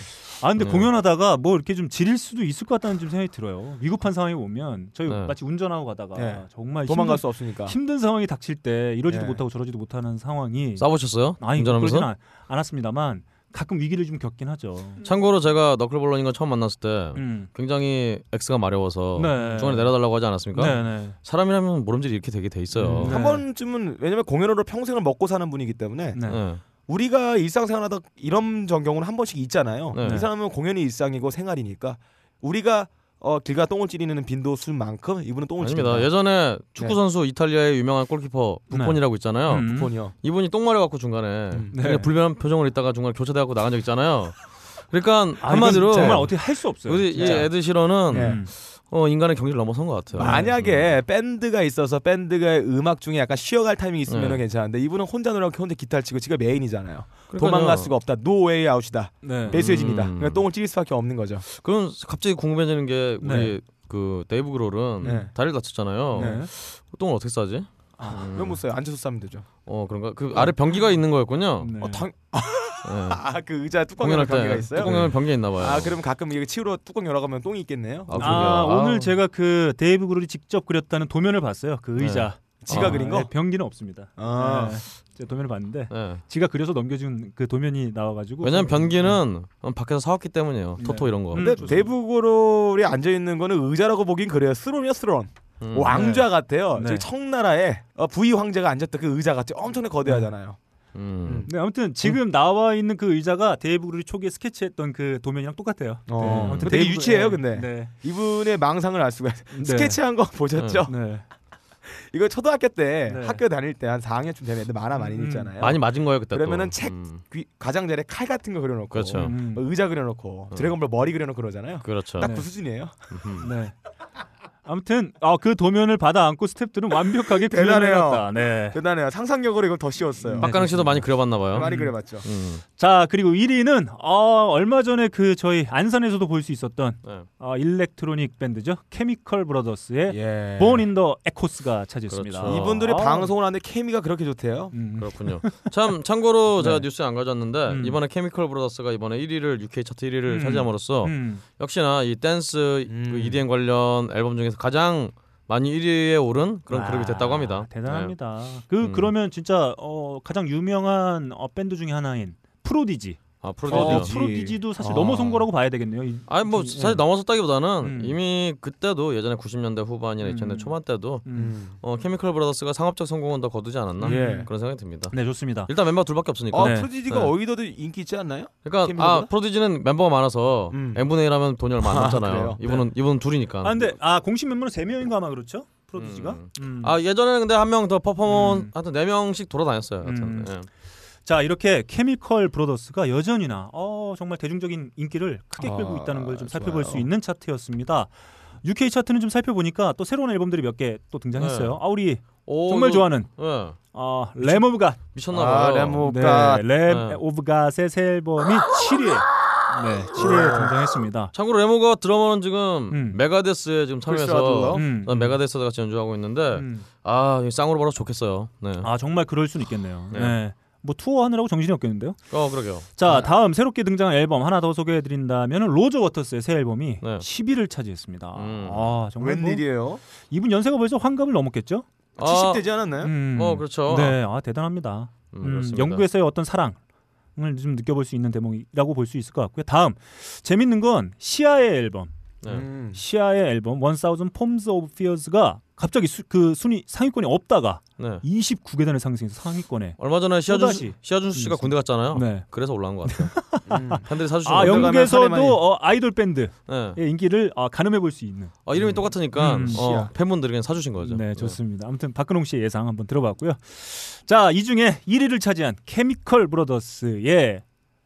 S1: 아 근데
S3: 네.
S1: 공연하다가 뭐 이렇게 좀 지릴 수도 있을 것 같다는 좀 생각이 들어요. 위급한 상황이 오면 저희
S3: 네.
S1: 마치 운전하고 가다가
S2: 네.
S1: 정말
S2: 도망갈
S1: 힘들-
S2: 수 없으니까.
S1: 힘든 상황이 닥칠 때 이러지도
S2: 예.
S1: 못하고 저러지도 못하는 상황이
S3: 싸우셨어요?
S1: 아니
S3: 운전하면서?
S1: 그러진 않- 않았습니다만 가끔 위기를 좀 겪긴 하죠.
S3: 참고로 제가 너클볼러인과 처음 만났을 때
S1: 음.
S3: 굉장히 X가 마려워서
S1: 네.
S3: 중간에 내려달라고 하지 않았습니까?
S1: 네네.
S3: 사람이라면 모름질이 이렇게 되게 돼
S1: 음,
S3: 있어요.
S1: 네.
S2: 한 번쯤은 왜냐면 공연으로 평생을 먹고 사는 분이기 때문에
S1: 네.
S3: 네.
S2: 우리가 일상생활하다 이런 전 경우는 한 번씩 있잖아요.
S3: 네.
S2: 이 사람은 공연이 일상이고 생활이니까 우리가 어, 길가 똥을 찌르는 빈도수만큼 이분은 똥을
S3: 아닙니다.
S2: 찌른다.
S3: 예전에 축구
S2: 네.
S3: 선수 이탈리아의 유명한 골키퍼 부폰이라고 있잖아요.
S1: 음.
S2: 부폰이요.
S3: 이분이 똥 마려갖고 중간에
S2: 음.
S1: 네.
S3: 그냥 불변한 표정을 있다가 중간에 교체돼갖고 나간 적 있잖아요. 그러니까
S1: 아,
S3: 한마디로
S1: 이건 정말 어떻게 할 수 없어요.
S3: 우리 이
S1: 진짜.
S3: 에드 시런은
S2: 예.
S1: 음.
S3: 어, 인간의 경지를 넘어선 것
S2: 네.
S3: 같아요. 네.
S2: 만약에 밴드가 있어서 밴드가 음악 중에 약간 쉬어갈 타이밍이 있으면 은
S3: 네.
S2: 괜찮은데 이분은 혼자 노래하고 혼자 기타를 치고 지가 메인이잖아요.
S3: 그러니까요.
S2: 도망갈 수가 없다. 노웨이 아웃이다.
S1: 네.
S2: 배수해집니다.
S3: 음.
S2: 그러니까 똥을 찌를 수밖에 없는 거죠.
S3: 그럼 갑자기 궁금해지는 게 우리 그 데이브 그롤은
S2: 네.
S3: 다리를 다쳤잖아요.
S1: 네.
S3: 똥을 어떻게 싸지? 음.
S2: 아, 그럼 못 써요. 앉아서 싸면 되죠.
S3: 어 그런가?
S2: 네.
S3: 그 아래 변기가 있는 거였군요.
S1: 네.
S2: 어, 당...
S3: 네.
S2: 아, 그 의자 뚜껑 열는
S3: 공연할
S2: 관계가
S3: 때
S2: 있어요?
S3: 뚜껑에 변기 있나 봐요.
S2: 아, 그럼 가끔 이게 치우러 뚜껑 열어가면 똥이 있겠네요.
S3: 아, 그러게요.
S1: 아, 오늘
S3: 아우.
S1: 제가 그 데이브 그롤이 직접 그렸다는 도면을 봤어요. 그 의자.
S2: 지가
S3: 아,
S2: 그린 거?
S1: 네, 변기는 없습니다.
S2: 아.
S1: 네. 제가 도면을 봤는데
S3: 네.
S1: 지가 그려서 넘겨준 그 도면이 나와가지고
S3: 왜냐면 변기는 음, 밖에서 사왔기 때문이에요.
S1: 네.
S3: 토토 이런
S1: 음.
S3: 거.
S2: 뭐 근데
S1: 좋습니다.
S2: 대부고로리 앉아 있는 거는 의자라고 보긴 그래요. 스론이요, 스론.
S3: 음.
S2: 왕좌 같아요.
S1: 네.
S2: 저기 청나라에 어, 부이 황제가 앉았던 그 의자 같이 엄청나게 거대하잖아요.
S3: 음.
S1: 네, 아무튼 지금 나와 있는 그 의자가 데이브 그롤이 초기에 스케치했던 그 도면이랑 똑같아요.
S2: 어.
S1: 네, 아무튼
S2: 되게
S1: 데이브- 네,
S2: 유치해요, 근데.
S1: 네.
S2: 이분의 망상을 알 수가 있어요.
S1: 네.
S2: 스케치한 거 보셨죠?
S1: 네.
S2: 이거 초등학교 때
S1: 네.
S2: 학교 다닐 때 한 4학년쯤 되면 애들 만화 많이
S1: 음.
S2: 읽잖아요.
S3: 많이 맞은 거예요 그때.
S2: 그러면은
S3: 또.
S2: 책-
S3: 음.
S2: 귀- 가장자리에 칼 같은 거 그려놓고
S3: 그렇죠.
S1: 음.
S2: 뭐 의자 그려놓고 드래곤볼 머리 그려놓고 그러잖아요.
S3: 그렇죠.
S2: 딱
S1: 네.
S2: 그 수준이에요.
S1: 네. 아무튼 아, 그 도면을 받아 안고 스탭들은 완벽하게 그려내놨다. 네.
S2: 대단해요. 상상력으로 이걸 더 씌웠어요.
S1: 네.
S3: 박가랑 씨도 많이 그려봤나 봐요.
S2: 많이 음. 그려봤죠.
S3: 음.
S1: 자 그리고 1위는 어, 얼마 전에 그 저희 안산에서도 볼 수 있었던
S3: 네.
S1: 어, 일렉트로닉 밴드죠 케미컬 브라더스의
S2: 예. 어.
S1: 본 인 더 에코스가 차지했습니다.
S3: 그렇죠.
S2: 이분들이
S1: 아.
S2: 방송을 하는데 케미가 그렇게 좋대요.
S1: 음.
S3: 그렇군요. 참 참고로 제가
S1: 네.
S3: 뉴스에 안 가져왔는데
S1: 음.
S3: 이번에 케미컬 브라더스가 이번에 1위를 UK 차트 1위를
S1: 음.
S3: 차지함으로써
S1: 음.
S3: 역시나 이 댄스
S2: 음.
S3: 그 EDM 관련 앨범 중에서 가장 많이 1위에 오른 그런
S1: 아,
S3: 그룹이 됐다고 합니다.
S1: 대단합니다. 그
S3: 음.
S1: 그러면 진짜 어, 가장 유명한 어, 밴드 중에 하나인 프로디지.
S3: 네. 아
S1: 어,
S3: 프로듀스.
S2: 프로디지.
S1: 프로디지도 사실
S2: 아.
S1: 넘어선 거라고 봐야 되겠네요. 이-
S3: 아니 뭐
S1: 예.
S3: 사실 넘어섰다기보다는
S1: 음.
S3: 이미 그때도 예전에 90년대 후반이나 2000년대
S1: 음.
S3: 초반 때도
S1: 음.
S3: 어, 케미컬 브라더스가 상업적 성공은 더 거두지 않았나
S2: 예.
S3: 그런 생각이 듭니다.
S1: 네 좋습니다.
S3: 일단 멤버 둘밖에 없으니까.
S2: 아,
S1: 네.
S2: 프로디지가
S3: 네.
S2: 어이더도 인기 있지 않나요?
S3: 그러니까
S2: 케미컬보다?
S3: 아 프로듀지는 멤버가 많아서
S2: 음.
S3: n분의 1 하면 돈이 얼마 안
S2: 아,
S3: 남잖아요.
S2: 그래요?
S3: 이분은 이분은 둘이니까.
S1: 아 근데 아 공식 멤버는 세 명인가 아마 그렇죠? 프로디지가.
S3: 음.
S1: 음.
S3: 아, 예전에는 근데 한 명 더 퍼포먼
S1: 음.
S3: 하여튼 네 명씩 돌아다녔어요.
S1: 음.
S3: 하여튼. 예.
S1: 자 이렇게 케미컬 브로더스가 여전히나 어, 정말 대중적인 인기를 크게
S2: 아,
S1: 끌고 있다는 걸 좀 살펴볼
S2: 좋아요.
S1: 수 있는 차트였습니다. UK 차트는 좀 살펴보니까 또 새로운 앨범들이 몇 개 또 등장했어요.
S3: 네.
S1: 아 우리
S3: 오,
S1: 정말
S3: 이거-
S1: 좋아하는 아,
S3: 예.
S1: 어, 램 오브 갓.
S2: 아,
S3: 미쳤나봐요.
S2: 레모가
S1: 램
S3: 네.
S1: 오브 갓의 새 앨범이 7위에 네, 7위에 등장했습니다.
S3: 참고로 레모가 드러머는 지금
S1: 음.
S3: 메가데스에 지금 참여해서
S2: 글쎄요.
S1: 음.
S3: 난 메가데스에 같이 연주하고 있는데
S1: 음.
S3: 아 이거 쌍으로 벌어서 좋겠어요. 네.
S1: 아 정말 그럴 수는 있겠네요.
S3: 네.
S1: 네. 뭐 투어 하느라고 정신이 없겠는데요.
S3: 어 그러게요.
S1: 자 다음 새롭게 등장한 앨범 하나 더 소개해드린다면 로저 워터스의 새 앨범이
S3: 네.
S1: 10위를 차지했습니다.
S3: 음.
S1: 아 정말 뭐
S2: 웬일이에요?
S1: 이분 연세가 벌써 환갑을 넘었겠죠?
S3: 아,
S2: 70 되지 않았나요?
S1: 음.
S3: 어, 그렇죠.
S1: 네, 아 대단합니다.
S3: 음,
S1: 음,
S3: 그렇습니다.
S1: 영국에서의 어떤 사랑을 좀 느껴볼 수 있는 대목이라고 볼 수 있을 것 같고요. 다음 재밌는 건 시아의 앨범,
S3: 네.
S2: 음.
S1: 시아의 앨범 1000 Forms of Fears가 갑자기 수- 그 순위 상위권에 없다가
S3: 네.
S1: 29계단을 상승해서 상위권에.
S3: 얼마 전에
S1: 또다시.
S3: 시아준 시아준수 씨가
S1: 음.
S3: 군대 갔잖아요.
S1: 네.
S3: 그래서 올라온 것 같아요.
S2: 음.
S3: 팬들이 사주신
S1: 아
S3: 아, 영...
S2: 영국-
S1: 영국에서도
S2: 사례만이-
S1: 어, 아이돌 밴드의
S3: 네.
S1: 인기를 아, 가늠해 볼 수 있는.
S3: 아, 이름이 똑같으니까
S1: 음,
S3: 어,
S2: 시아.
S3: 팬분들이 그냥 사주신 거죠.
S1: 네 좋습니다. 아무튼 박근홍 씨의 예상 한번 들어봤고요. 자이 중에 1위를 차지한 케미컬 브로더스의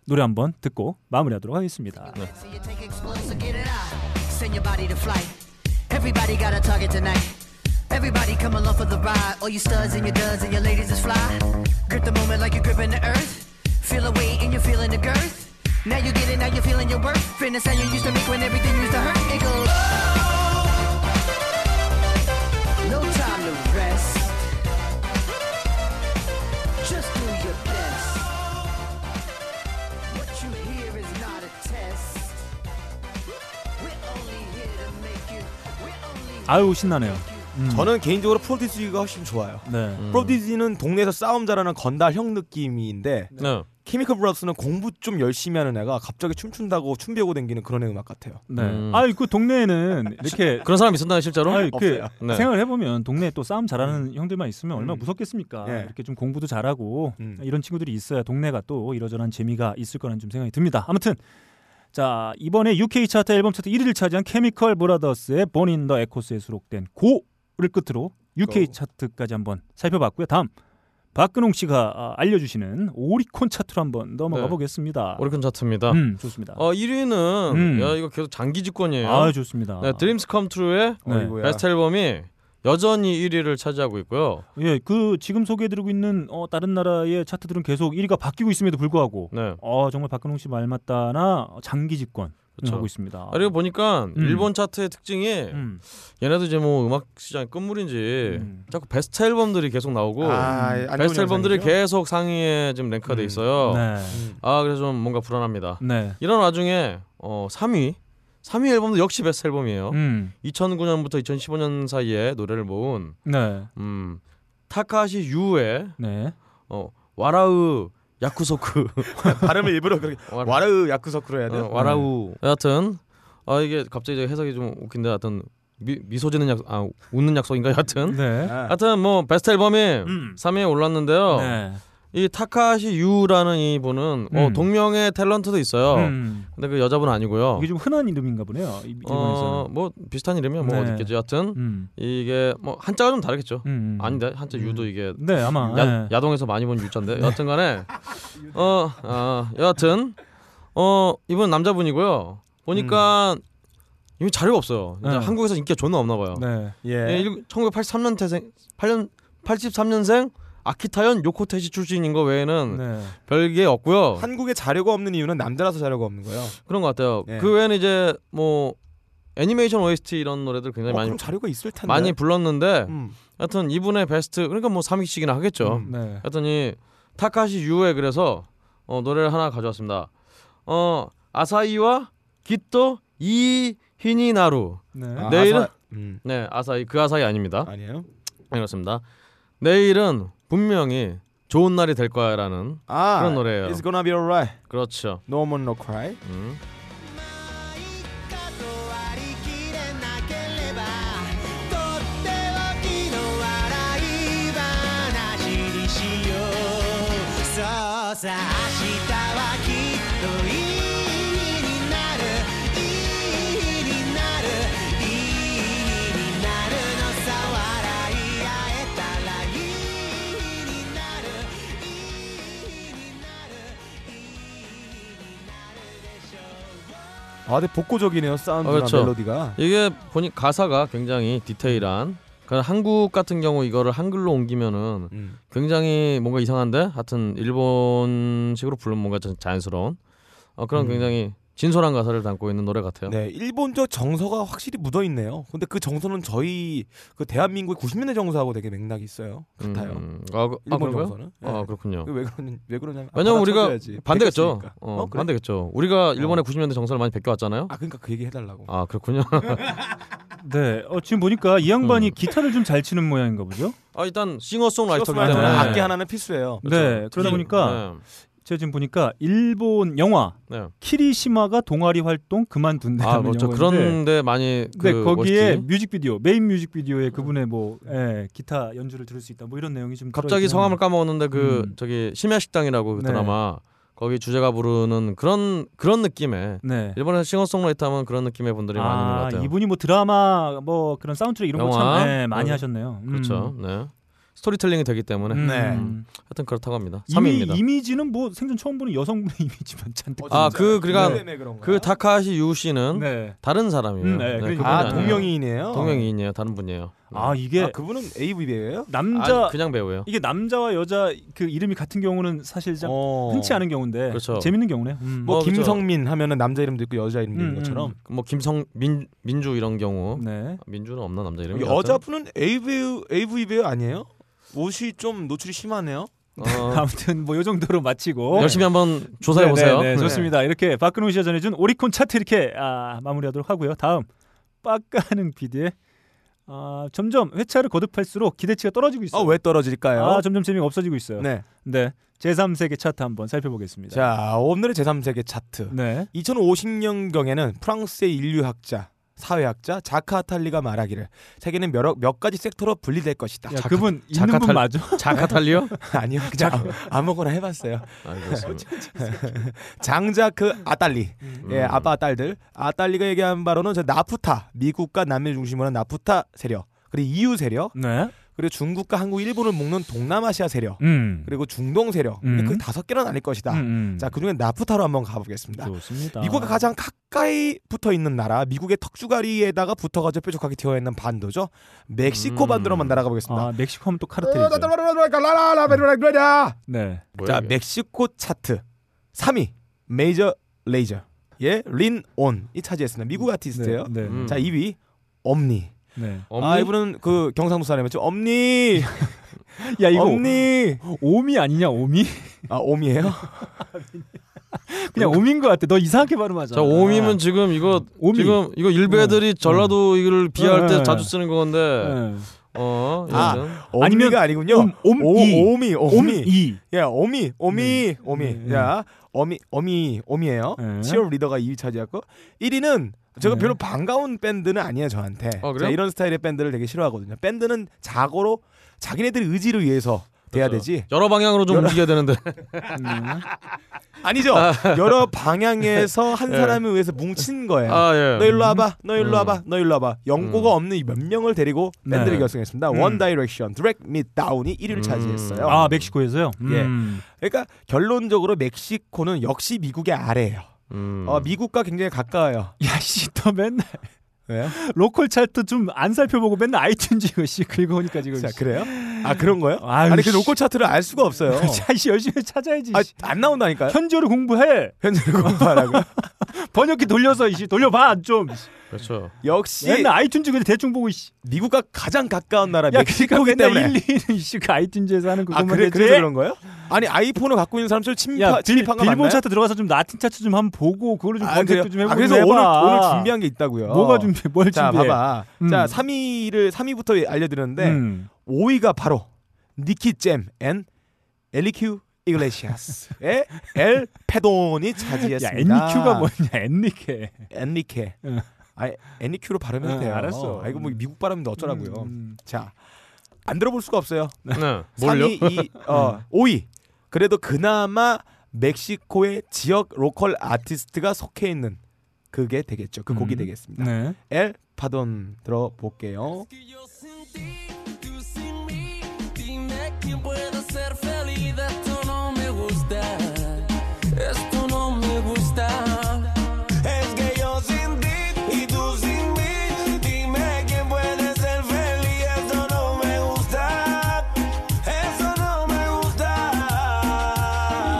S1: 노래 한번 듣고 마무리하도록 하겠습니다.
S9: So you take explosive, get it out. Send your body to flight. Everybody got a target tonight. Everybody come along for the ride. All you studs and your duds and your ladies is fly. Grip the moment like you're gripping the earth. Feel the weight and you're feeling the girth. Now you get it, now you're feeling your worth. Feel the sound you used to make when everything used to hurt. It goes. "Oh." No time to rest. Just do your best. What you hear is not a test. We're only here to make you. We're only
S1: 아유 신나네요. 음.
S2: 저는 개인적으로 프로디지가 훨씬 좋아요.
S3: 음.
S1: 네.
S2: 프로디지는 동네에서 싸움 잘하는 건달 형 느낌인데
S3: 네.
S2: 케미컬 브라더스는 공부 좀 열심히 하는 애가 갑자기 춤춘다고 춤 배우고 댕기는 그런 애 음악 같아요.
S1: 네.
S3: 음.
S1: 아이 그 동네에는 이렇게
S3: 그런 사람 있었나요 실제로?
S1: 아이 그
S2: 없어요.
S3: 네.
S1: 생각을 해보면 동네에 또 싸움 잘하는 형들만 있으면 얼마나
S2: 음.
S1: 무섭겠습니까?
S2: 예.
S1: 이렇게 좀 공부도 잘하고
S2: 음.
S1: 이런 친구들이 있어야 동네가 또 이러저러한 재미가 있을 거라는 좀 생각이 듭니다. 아무튼 자 이번에 UK 차트 앨범 차트 1위를 차지한 케미컬 브라더스의 본인 더 에코스에 수록된 고를 끝으로 UK
S2: 고.
S1: 차트까지 한번 살펴봤고요. 다음 박근홍 씨가 아, 알려주시는 오리콘 차트로 한번 넘어가
S3: 네.
S1: 보겠습니다.
S3: 오리콘 차트입니다.
S1: 아. 음, 좋습니다.
S3: 어 1위는
S1: 음.
S3: 야 이거 계속 장기
S2: 예.
S3: 집권이에요.
S1: 아 좋습니다.
S3: 네, 드림스 컴 트루의
S1: 네.
S2: 어이구야.
S3: 베스트 앨범이 여전히 1위를 차지하고 있고요.
S1: 예, 그 지금 소개해드리고 있는 어, 다른 나라의 차트들은 계속 1위가 바뀌고 있음에도 불구하고
S3: 네.
S1: 어 정말 박근홍 씨 말 맞다나 장기 집권
S3: 그쵸.
S1: 하고 있습니다.
S3: 아, 그리고 보니까
S1: 음.
S3: 일본 차트의 특징이
S1: 음,
S3: 얘네도 이제 뭐 음악 시장의 끝물인지
S1: 음.
S3: 자꾸 베스트 앨범들이 계속 나오고 음.
S8: 아, 안 좋은
S3: 베스트 앨범들이
S8: 영상이죠?
S3: 계속 상위에 지금 랭크가 돼 있어요.
S1: 네,
S3: 아 그래서 좀 뭔가 불안합니다.
S1: 네,
S3: 이런 와중에 어 3위 3위 앨범도 역시 베스트 앨범이에요.
S1: 음,
S3: 2009년부터 2015년 사이에 노래를 모은
S1: 네,
S3: 음 타카시 유의
S1: 네.
S3: 어 와라우 야쿠소크
S2: 발음을 일부러 그렇게 와르 야쿠소크로 해야 돼요.
S3: 어, 와라우 여하튼 아 이게 갑자기 제 해석이 좀 웃긴데 하여튼 미, 미소 지는 약아 웃는 약속인가 하여튼
S1: 네.
S2: 아,
S3: 하여튼 뭐 베스트 앨범이
S1: 음.
S3: 3위에 올랐는데요
S1: 네.
S3: 이 타카시 유라는 이분은 어,
S1: 음.
S3: 동명의 탤런트도 있어요
S1: 음.
S3: 근데 그 여자분 아니고요
S1: 이게 좀 흔한 이름인가 보네요. 이- 일본에서는.
S3: 어뭐 비슷한 이름이야 뭐
S1: 네.
S3: 어딨겠지 하여튼
S1: 음.
S3: 이게 뭐 한자가 좀 다르겠죠
S1: 음.
S3: 아닌데 한자 유도 이게
S1: 네, 아마.
S3: 야,
S1: 네.
S3: 야동에서 많이 본 유자인데 여하튼간에 어, 아, 여하튼 어 이분 남자분이고요 보니까 이미 자료가 없어요 이제
S1: 네.
S3: 한국에서 인기가 존나 없나 봐요
S1: 네.
S3: 예,
S2: 예.
S3: 일- 1983년 태생 8년 83년생 아키타현 요코테시 출신인 거 외에는
S1: 네.
S3: 별게 없고요
S2: 한국에 자료가 없는 이유는 남자라서 자료가 없는 거예요.
S3: 그런 것 같아요
S2: 예.
S3: 그 외에는 이제 뭐 애니메이션 OST 이런 노래들
S2: 어,
S3: 굉장히 네, 많이
S2: 그럼 자료가 있을 텐데.
S3: 많이 불렀는데
S2: 음.
S3: 하여튼 이분의 베스트 그러니까 뭐 3위씩이나 하겠죠
S2: 음.
S1: 네.
S3: 하여튼 이 타카시 유에 그래서 어, 노래를 하나 가져왔습니다. 어 아사이와 기토 이히니나루.
S1: 네.
S2: 아,
S3: 내일은-
S2: 아사- 음.
S3: 네 아사이 그 아사이 아닙니다.
S2: 아니에요?
S3: 네, 그렇습니다. 내일은 분명히 좋은 날이 될 거야라는
S2: 아
S3: 그런 노래예요.
S2: It's gonna be alright.
S3: 그렇죠.
S2: No more no cry.
S3: 음.
S9: と割り切れなければとっておきの笑い話にしようそうさ明日はきっといい日になるいい日になるいい日になるのさ笑い合えたらいい日になるいい日になる
S2: 아 근데 복고적이네요 사운드나
S3: 어, 그렇죠.
S2: 멜로디가.
S3: 이게 보니 가사가 굉장히 디테일한. 그 한국 같은 경우 이거를 한글로 옮기면은
S2: 음.
S3: 굉장히 뭔가 이상한데 하여튼 일본식으로 부른 뭔가 좀 자연스러운 어, 그런
S2: 음.
S3: 굉장히 진솔한 가사를 담고 있는 노래 같아요.
S2: 네, 일본적 정서가 확실히 묻어 있네요. 근데 그 정서는 저희 그 대한민국의 90년대 정서하고 되게 맥락이 있어요.
S3: 음,
S2: 같아요.
S3: 음. 아, 그, 아
S2: 일본
S3: 그런가요?
S2: 정서는. 예.
S3: 아 그렇군요.
S2: 그왜 그러냐? 왜 그러냐면 아,
S3: 왜냐면 우리가
S2: 받아쳐줘야지.
S3: 반대겠죠.
S2: 베꼈으니까.
S3: 어,
S2: 어, 그래?
S3: 반대겠죠. 우리가 일본의 90년대 정서를 많이 베껴왔잖아요.
S2: 아 그러니까 그 얘기 해달라고.
S3: 아 그렇군요.
S1: 네. 어, 지금 보니까 이 양반이
S3: 음.
S1: 기타를 좀 잘 치는 모양인가 보죠?
S3: 아 일단 싱어송라이터기
S2: 시어스마일
S3: 때문에
S2: 때문에 네. 악기 하나는 필수예요.
S1: 네. 그러다
S2: 그렇죠.
S1: 보니까 제가 지금 보니까 일본 영화
S3: 네. 네.
S1: 키리시마가 동아리 활동 그만둔다는
S3: 아 그렇죠.
S1: 영화인데
S3: 그런데 많이 그
S1: 네, 근데 거기에
S3: OST.
S1: 뮤직비디오 메인 뮤직비디오에 그분의 뭐 예, 기타 연주를 들을 수 있다 뭐 이런 내용이 좀
S3: 갑자기
S1: 들어있긴
S3: 성함을
S1: 합니다.
S3: 까먹었는데 그
S1: 음.
S3: 저기 심야식당이라고 그
S1: 네.
S3: 드라마 거기 주제가 부르는 그런 그런 느낌의
S1: 네.
S3: 일본에서 싱어송라이터 하면 그런 느낌의 분들이 네. 많이 있는 것
S1: 아
S3: 같아요.
S1: 이분이 뭐 드라마 뭐 그런 사운드트랙 이런 거
S3: 영화?
S1: 참 예, 많이
S3: 그래서-
S1: 하셨네요. 음.
S3: 그렇죠. 네. 스토리텔링이 되기 때문에
S1: 음.
S2: 네.
S1: 음.
S3: 하여튼 그렇다고 합니다.
S1: 이미
S3: 3위입니다.
S1: 이미지는 뭐 생전 처음 보는 여성분의 이미지만 잔뜩.
S2: 어,
S3: 아, 그, 그러니까
S2: 네
S3: 그
S2: 다
S3: 타카시 유 씨는
S1: 네.
S3: 다른 사람이에요.
S1: 음, 네, 그러니까.
S3: 그분이
S2: 아,
S3: 아니에요.
S2: 동명이인이에요.
S3: 동명이인이에요. 다른 분이에요.
S1: 아 이게
S2: 아, 그분은 AV 배우예요?
S1: 남자
S3: 아니, 그냥 배우예요.
S1: 이게 남자와 여자 그 이름이 같은 경우는 사실상
S2: 어.
S1: 흔치 않은 경우인데
S3: 그렇죠.
S1: 재밌는 경우네요. 음.
S2: 뭐
S3: 어, 그죠.
S2: 김성민 하면은 남자 이름도 있고 여자 이름도 있는
S1: 음,
S2: 것처럼
S3: 뭐 김성 민 민주 이런 경우 아,
S1: 네.
S3: 민주는 없나 남자 이름이
S2: 여자분은 AV AV 배우 아니에요? 옷이 좀 노출이 심하네요.
S3: 하여튼. 어,
S1: 아무튼 뭐 요 정도로 마치고
S3: 열심히 한번 조사해 보세요.
S1: 네, 네, 네, 좋습니다. 이렇게 박근홍 씨가 전해준 오리콘 차트 이렇게 아, 마무리하도록 하고요. 다음 빡가는 비디의 아, 점점 회차를 거듭할수록 기대치가 떨어지고 있어요.
S2: 아, 왜 떨어질까요?
S1: 아, 점점 재미가 없어지고 있어요.
S2: 네.
S1: 네. 제3세계 차트 한번 살펴보겠습니다.
S2: 자, 오늘의 제3세계 차트.
S1: 네.
S2: 2050년경에는 프랑스의 인류학자, 사회학자 자카 아탈리가 말하기를 세계는 몇, 몇 가지 섹터로 분리될 것이다.
S1: 야,
S2: 자-
S1: 그분 있는
S3: 자카탈-
S1: 분 맞아?
S3: 자카탈리요?
S2: 아니요. 그냥 아- 아무거나 해봤어요.
S3: 아, 그렇습니다.
S2: 장자크 그 아달리
S3: 음,
S2: 예 아빠 딸들 아달리가 얘기한 바로는 저 나프타 미국과 남미를 중심으로 한 나프타 세력 그리고 EU 세력
S1: 네.
S2: 그리고 중국과 한국 일본을 묶는 동남아시아 세력
S1: 음.
S2: 그리고 중동 세력 근데
S1: 음.
S2: 그 다섯 개는 아닐 것이다
S1: 음, 음.
S2: 자 그중에 나프타로 한번 가보겠습니다
S1: 좋습니다.
S2: 미국과 가장 가까이 붙어 있는 나라 미국의 턱주가리에다가 붙어가지고 뾰족하게 튀어 있는 반도죠 멕시코
S3: 음.
S2: 반도로만 날아가 보겠습니다 어,
S1: 아, 멕시코 하면 또 카르텔이죠. 네.
S3: 뭐야,
S2: 자
S3: 이게?
S2: 멕시코 차트 3위 메이저 레이저 예, 예린온이 차지했습니다 미국 아티스트예요
S1: 네. 네.
S3: 음.
S2: 자 2위 엄니.
S1: 네.
S3: 엄니?
S2: 아 이분은 그 경상도 사람이었죠 엄니
S1: 야, 이거 어.
S2: 엄니
S1: 오미 아니냐, 오미?
S2: 아 옴이에요
S1: 그냥 오미인 것 같아. 너 이상하게 발음하잖아.
S3: 자 오미면 지금 이거
S1: 오미.
S3: 지금 이거 일부 애들이 전라도 이걸 비할
S1: 네,
S3: 때
S1: 네.
S3: 자주 쓰는 건데
S1: 네.
S3: 어
S2: 아.
S3: 여튼.
S1: 아니면
S2: 엄니가 아니군요
S1: 옴, 옴이.
S2: 오, 오미 오미
S1: 오미.
S2: 예 오미 오미 오미
S1: 네.
S2: 자 어미 어미 어미예요
S1: 네.
S2: 치어 리더가 2위 차지했고 1위는 제가 별로 반가운 밴드는 아니에요 저한테
S3: 어, 그래요?
S2: 제가 이런 스타일의 밴드를 되게 싫어하거든요 밴드는 자고로 자기네들 의지를 위해서 돼야 되지
S3: 여러 방향으로 좀 움직여야 되는데
S2: 아니죠 여러 방향에서 한 사람에 의해서 뭉친 거예요
S3: 아예
S2: 너 일로 와봐. 너 일로
S3: 음.
S2: 와봐. 너 일로 와봐. 연고가 없는 이몇 명을 데리고
S1: 네.
S2: 밴드를 결성했습니다.
S1: 음.
S2: 원 다이렉션, 드랙 및 다운이 1위를
S3: 음.
S2: 차지했어요.
S1: 아, 멕시코에서요? 음.
S2: 그러니까 결론적으로 멕시코는 역시 미국의 아래예요.
S3: 음.
S2: 어, 미국과 굉장히 가까워요.
S1: 야, 씨, 너 맨날 네.
S2: 왜요?
S1: 로컬 차트 좀 안 살펴보고 맨날 아이튠즈 이거 씨 긁어오니까 지금.
S2: 자, 그래요? 아 그런 거예요?
S1: 아유,
S2: 아니 그
S1: 씨.
S2: 로컬 차트를 알 수가 없어요.
S1: 자, 씨 열심히 찾아야지.
S2: 아,
S1: 씨.
S2: 안 나온다니까요.
S1: 현지어를 공부해.
S2: 현재를 공부하라고.
S1: 번역기 돌려서 이씨 돌려봐 좀.
S3: 그렇죠
S2: 역시
S1: 맨날 아이튠즈 그냥 대충 보고 이씨.
S2: 미국과 가장 가까운 나라
S1: 야, 그러니까
S2: 멕시코기
S1: 맨날
S2: 때문에.
S1: 1, 2는 이씨 그 아이튠즈에서 하는
S2: 아
S1: 그것만
S2: 그래
S1: 되지.
S2: 그래서 그런 거예요? 아니 아이폰을 갖고 있는 사람처럼
S1: 야,
S2: 침입하,
S1: 빌,
S2: 침입한 거
S1: 빌보드
S2: 맞나요?
S1: 차트 들어가서 좀 라틴 차트 좀 한번 보고 그걸로 좀
S2: 아, 그래요?
S1: 검색도 좀 해보고
S2: 아, 그래서
S1: 좀
S2: 오늘
S1: 해봐.
S2: 오늘 준비한 게 있다고요.
S1: 뭐가 준비? 뭘
S2: 자,
S1: 준비해?
S2: 봐봐.
S1: 음.
S2: 자, 3위를 3위부터 알려드렸는데
S1: 음.
S2: 5위가 바로 니키 잼앤 엘리큐 이글레시아스의 엘 페돈이
S1: 야,
S2: 차지했습니다.
S1: 엔니큐가 뭐냐? 엔니케.
S2: 엔리케.
S1: 응.
S2: 아, 엔리큐로 발음해도
S1: 응,
S2: 돼요.
S1: 알았어.
S2: 아, 이거 뭐 미국 발음인데 어쩌라고요.
S1: 음.
S2: 자, 안 들어볼 수가 없어요.
S3: 네 뭘요
S2: 3위, 2, 어, 5위. 그래도 그나마 멕시코의 지역 로컬 아티스트가 속해 있는 그게 되겠죠. 그 곡이
S1: 음.
S2: 되겠습니다.
S1: 네.
S2: 엘 파돈 들어볼게요.
S7: que yo sin ti, tú sin mí, dime quién puede ser feliz. Esto no me gusta, esto no me gusta. Es que yo sin ti y tú sin mí, dime quién puede ser feliz. Esto no me gusta, eso no me gusta.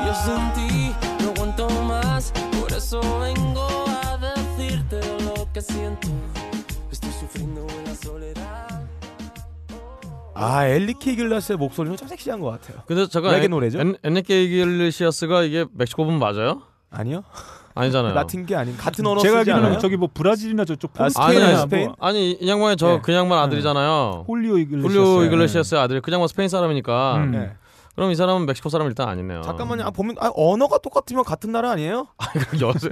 S7: Yo sin ti no aguanto más, por eso vengo a decirte lo que siento. Estoy sufriendo en la soledad.
S2: 아 엘리키 길라스의 목소리는 참 섹시한 것 같아요.
S3: 근데 잠깐
S2: 레게 노래죠?
S3: 엔네케 이글리시아스가 이게 멕시코 분 맞아요?
S2: 아니요?
S3: 아니잖아요.
S2: 라틴 게 아닌 같은 언어
S1: 제가
S2: 쓰지
S1: 알기로는
S2: 않아요?
S1: 저기 뭐 브라질이나 저쪽
S3: 아,
S1: 포르투
S2: 스페인,
S1: 나
S2: 스페인?
S1: 뭐
S3: 아니 이 양반이 저
S2: 네.
S3: 그 양반 아들이잖아요.
S1: 홀리오 이글레시아스.
S3: 훌리오 이글레시아스의 아들. 그 양반 스페인 사람이니까.
S1: 음.
S2: 네.
S3: 그럼 이 사람은 멕시코 사람 일단 아니네요.
S2: 잠깐만요. 아, 보면 아, 언어가 똑같으면 같은 나라 아니에요?
S3: 여세.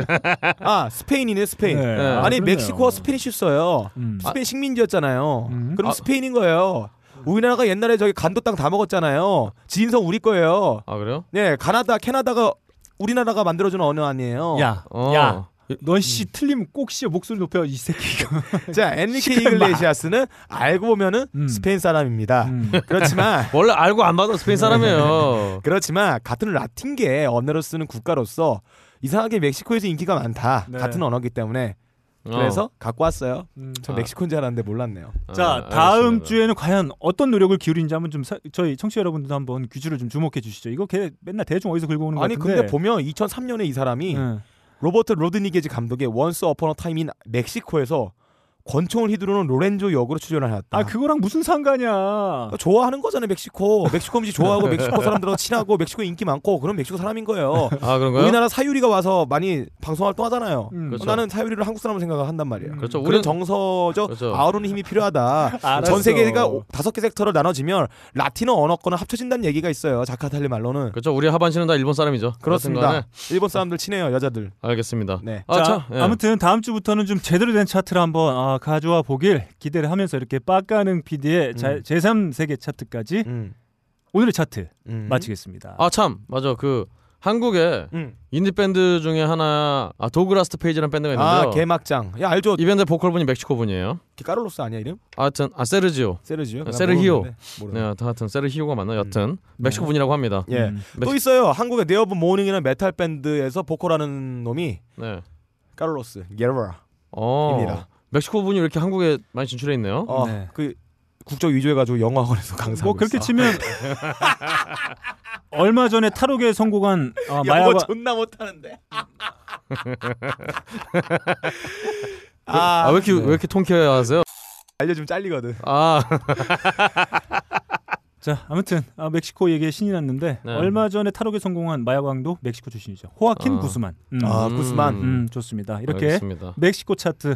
S2: 아 스페인이네 스페인.
S1: 네.
S3: 아,
S2: 아니
S1: 그러네요.
S2: 멕시코와 스페니쉬 써요.
S1: 음.
S2: 스페인 식민지였잖아요.
S1: 음.
S2: 그럼
S3: 아.
S2: 스페인인 거예요. 우리나라가 옛날에 저기 간도 땅 다 먹었잖아요. 지인성 우리 거예요.
S3: 아 그래요?
S2: 네, 가나다, 캐나다가 우리나라가 만들어준 언어 음. 아니에요.
S1: 야,
S3: 어.
S1: 야, 넌 씨 틀리면 꼭씨 목소리 높여 이 새끼가.
S2: 자, 엔리케
S1: 시끄럽마.
S2: 이글레시아스는 알고 보면은
S1: 음.
S2: 스페인 사람입니다.
S1: 음.
S2: 그렇지만
S3: 원래 알고 안 봐도 스페인 사람이에요. 어.
S2: 그렇지만 같은 라틴계 언어로 쓰는 국가로서 이상하게 멕시코에서 인기가 많다.
S1: 네.
S2: 같은 언어기 때문에 그래서 갖고 왔어요. 저
S3: 아.
S2: 멕시코인 줄 알았는데 몰랐네요.
S3: 어.
S1: 음. 자,
S3: 아,
S1: 다음
S3: 알겠습니다.
S1: 주에는 과연 어떤 노력을 기울인지 한번 좀 사- 저희 청취자 여러분들도 한번 귀주를 좀 주목해 주시죠. 이거 걔 맨날 대충 어디서 긁어오는 거
S2: 아니
S1: 같은데. 네.
S2: 근데 보면 2003년에 이 아. 사람이
S1: 응.
S2: 로버트 로드니게즈 감독의 원스 어퍼너 타임 인 멕시코에서 권총을 휘두르는 로렌조 역으로 출연을 해왔다.
S1: 아 그거랑 무슨 상관이야?
S2: 좋아하는 거잖아요 멕시코 멕시코 음식 좋아하고 멕시코 사람들하고 친하고 멕시코 인기 많고 그럼 멕시코 사람인 거예요
S3: 아 그런가요?
S2: 우리나라 사유리가 와서 많이 방송 활동하잖아요
S1: 음.
S3: 그렇죠.
S2: 어, 나는 사유리를 한국 사람으로 생각한단 말이에요
S1: 음.
S3: 그렇죠.
S2: 그런
S3: 우리는
S2: 정서적
S3: 그렇죠.
S2: 아우르는 힘이 필요하다
S1: 알았어.
S2: 전 세계가 오- 다섯 개 섹터로 나눠지면 라틴어 언어권은 합쳐진다는 얘기가 있어요 자카탈리 말로는
S3: 그렇죠. 우리 하반신은 다 일본 사람이죠.
S2: 그렇습니다
S3: 여튼간에
S2: 일본 사람들 친해요 여자들
S3: 알겠습니다.
S2: 네.
S3: 아,
S1: 자,
S3: 참, 예.
S1: 아무튼 다음 주부터는 좀 제대로 된 차트를 한번 아, 가져와 보길 기대를 하면서 이렇게 빡가는 PD의
S2: 음.
S1: 제3세계 차트까지
S2: 음.
S1: 오늘의 차트
S2: 음.
S1: 마치겠습니다.
S3: 아, 참. 맞아. 그 한국에
S2: 음.
S3: 인디 밴드 중에 하나 아 도그라스 페이지라는 밴드가
S2: 아
S3: 있는데요.
S2: 개막장 야 알죠
S3: 이 밴드 보컬 분이 멕시코 분이에요.
S2: 까를로스 아니야 이름
S3: 하여튼 아 세르지오.
S2: 세르지요 난
S3: 세르히오.
S2: 모르는데. 모르는데.
S3: 네, 하여튼 세르히오가 맞나? 여튼
S1: 네.
S3: 멕시코 분이라고 합니다.
S2: 예.
S1: 음.
S2: 또 있어요. 한국의 네오브 모닝이라는 메탈 밴드에서 보컬하는 놈이
S3: 네.
S2: 카를로스 게르바라입니다.
S3: 어. 멕시코 분이 왜 이렇게 한국에 많이 진출해 있네요.
S2: 어,
S1: 네.
S2: 그 국적 위조해가지고 영화관에서 강사하고
S1: 뭐 그렇게
S2: 있어.
S1: 치면 얼마 전에 탈옥에 성공한 아,
S2: 영어
S1: 마야바
S2: 존나 못하는데.
S3: 아,
S2: 아,
S3: 왜 이렇게
S1: 네.
S3: 왜 이렇게 통쾌하세요?
S2: 알려주면 잘리거든.
S3: 아,
S1: 자 아무튼 아, 멕시코 얘기에 신이 났는데
S3: 네.
S1: 얼마 전에 탈옥에 성공한 마야광도 멕시코 출신이죠. 호아킨
S3: 아.
S1: 구스만. 음.
S2: 아,
S3: 음.
S2: 구스만.
S1: 음, 좋습니다. 이렇게
S3: 알겠습니다.
S1: 멕시코 차트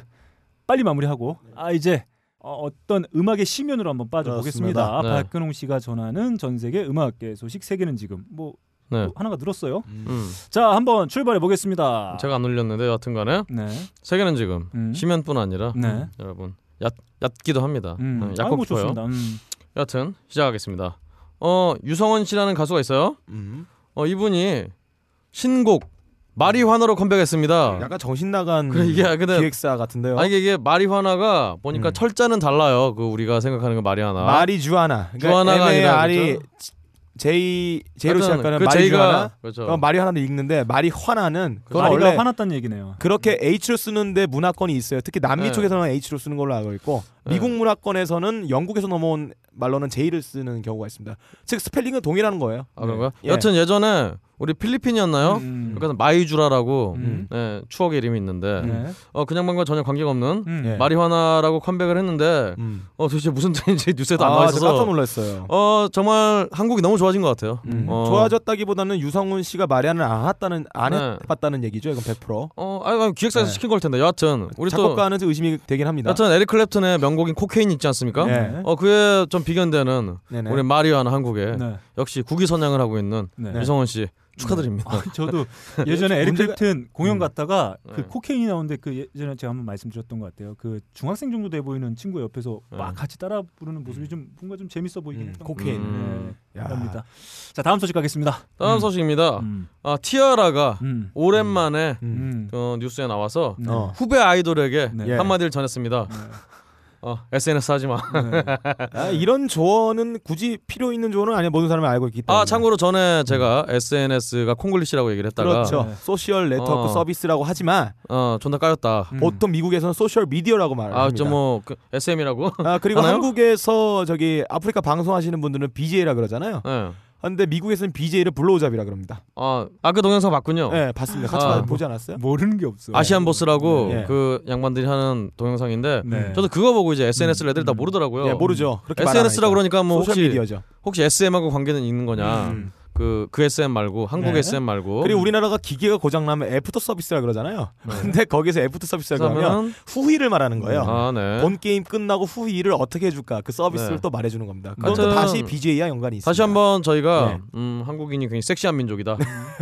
S1: 빨리 마무리하고 아 이제 어, 떤 음악의 심연으로 한번 빠져보겠습니다.
S3: 그렇습니다. 네.
S1: 박근홍 씨가 전하는 전 세계 음악계 소식 세계는 지금 뭐
S3: 네.
S1: 또 하나가 늘었어요.
S3: 음.
S1: 자 한번 출발해 보겠습니다.
S3: 제가 안 올렸는데 여튼간에
S1: 네.
S3: 세계는 지금
S1: 음.
S3: 심연뿐 아니라
S1: 네.
S3: 음, 여러분 얕 얕기도 합니다.
S1: 음.
S3: 음,
S1: 아이고,
S3: 얕고 싶어요.
S1: 좋습니다. 음.
S3: 여튼 시작하겠습니다. 어 유성원 씨라는 가수가 있어요. 어 이분이 신곡 마리화나로 컴백했습니다.
S2: 약간 정신 나간
S3: 아. 그래, 이게 아, 근데-
S2: 기획사 같은데요.
S3: 아 이게 이게 마리화나가 보니까
S2: 음.
S3: 철자는 달라요. 그 우리가 생각하는 그 마리화나.
S2: 마리 주아나. 그러니까
S3: 주아나가
S2: M A
S3: 아니라
S2: R이
S3: 그죠?
S2: J J로
S3: 하여튼
S2: 시작하는
S3: 그
S2: 마리
S3: J가-
S2: 주아나.
S3: 그렇죠.
S2: 그럼 마리 하나도 읽는데 마리 화나는 그건
S1: 마리가
S2: 원래
S1: 화났다는 얘기네요.
S2: 그렇게 H로 쓰는데 문화권이 있어요. 특히 남미
S3: 네.
S2: 쪽에서는 H로 쓰는 걸로 알고 있고
S3: 네.
S2: 미국 문화권에서는 영국에서 넘어온 말로는 J를 쓰는 경우가 있습니다. 즉 스펠링은 동일한 거예요.
S3: 아 그런가?
S2: 네.
S3: 여튼 예전에 우리 필리핀이었나요?
S1: 음.
S3: 어? 그래서 마이주라라고
S1: 음.
S3: 네, 추억의 이름이 있는데
S2: 음.
S1: 네.
S3: 어 그냥 방과 전혀 관계가 없는
S1: 음.
S2: 예.
S3: 마리화나라고 컴백을 했는데
S2: 음.
S3: 어 도대체 무슨 뜻인지 뉴스에도 안
S2: 아,
S3: 나와
S2: 저 깜짝
S3: 있어서
S2: 놀랐어요.
S3: 어 정말 한국이 너무 좋아진 것 같아요.
S2: 음.
S3: 어.
S2: 좋아졌다기보다는 유성훈 씨가 마리안을 안 했다는 안
S3: 네.
S2: 해봤다는 얘기죠. 이건 100%.
S3: 어, 아니, 아니, 기획사에서
S2: 네.
S3: 시킨 걸 텐데 여하튼 우리 또 아,
S2: 작곡가는 좀 의심이 되긴 합니다.
S3: 여하튼 에릭 클랩튼의 명곡인 코케인 있지 않습니까?
S2: 네.
S3: 어 그에 좀 비견되는
S2: 네네. 음.
S3: 우리 마리아나 한국에
S1: 네.
S3: 역시 국위 선양을 하고 있는
S1: 네.
S3: 유성원 씨 축하드립니다.
S1: 아, 저도 예전에 에릭
S2: 문제가-
S1: 클랩튼 공연 갔다가 그
S3: 네.
S1: 코케인이 나오는데 그 예전에 제가 한번 말씀드렸던 것 같아요. 그 중학생 정도 돼 보이는 친구 옆에서 막
S3: 네.
S1: 같이 따라 부르는 모습이 좀 뭔가 좀 재밌어 보이긴
S2: 음,
S1: 했던
S2: 코케인.
S1: 음. 네,
S2: 야.
S1: 합니다. 자 다음 소식 가겠습니다.
S3: 다음
S1: 음.
S3: 소식입니다.
S1: 음.
S3: 아 티아라가
S1: 음.
S3: 오랜만에
S1: 음.
S2: 음.
S3: 어, 뉴스에 나와서
S1: 네.
S2: 어.
S3: 후배 아이돌에게
S1: 네.
S2: 예.
S3: 한마디를 전했습니다. 어, SNS 하지 마.
S1: 네.
S2: 아, 이런 조언은 굳이 필요 있는 조언은 아니야. 모든 사람이 알고 있기 때문에.
S3: 아 참고로 전에 제가 SNS가 콩글리시라고 얘기를 했다가
S2: 음. 그렇죠.
S1: 네.
S2: 소셜 네트워크
S3: 어.
S2: 서비스라고 하지만
S3: 어 존나 까였다.
S1: 음.
S2: 보통 미국에서는 소셜 미디어라고
S3: 아
S2: 말합니다.
S3: 좀뭐 그, SM이라고.
S2: 아, 그리고
S3: 하나요?
S2: 한국에서 저기 아프리카 방송하시는 분들은 BJ라 그러잖아요.
S3: 네.
S2: 근데 미국에서는 BJ를 블로우잡이라 그럽니다.
S3: 아, 아그 동영상 봤군요.
S2: 네, 봤습니다. 같이
S3: 아.
S2: 보지 않았어요?
S1: 음. 모르는 게 없어.
S3: 아시안 보스라고
S2: 그 네.
S3: 그 양반들이 하는 동영상인데
S1: 네.
S3: 저도 그거 보고 이제 SNS를 애들 다 모르더라고요. 음.
S2: 네, 모르죠. 그렇게 말 안
S3: SNS라
S2: 하니까.
S3: 그러니까 뭐
S2: 소셜
S3: 혹시
S2: 미디어죠.
S3: 혹시 SM하고 관계는 있는 거냐?
S1: 음.
S3: 그, 그 SM 말고 한국
S1: 네.
S3: SM 말고.
S2: 그리고 우리나라가 기계가 고장나면 애프터 서비스라 그러잖아요. 근데 거기서 애프터 서비스라 그러면
S3: 네. 그러면
S2: 후희를 말하는 거예요.
S3: 아 네.
S2: 본 게임 끝나고 후희를 어떻게 해줄까 그 서비스를
S3: 네.
S2: 또 말해주는 겁니다. 그건 또
S3: 하여튼
S2: 다시 BJ와 연관이 있습니다.
S3: 다시 한번 저희가
S2: 네.
S3: 음, 한국인이 굉장히 섹시한 민족이다.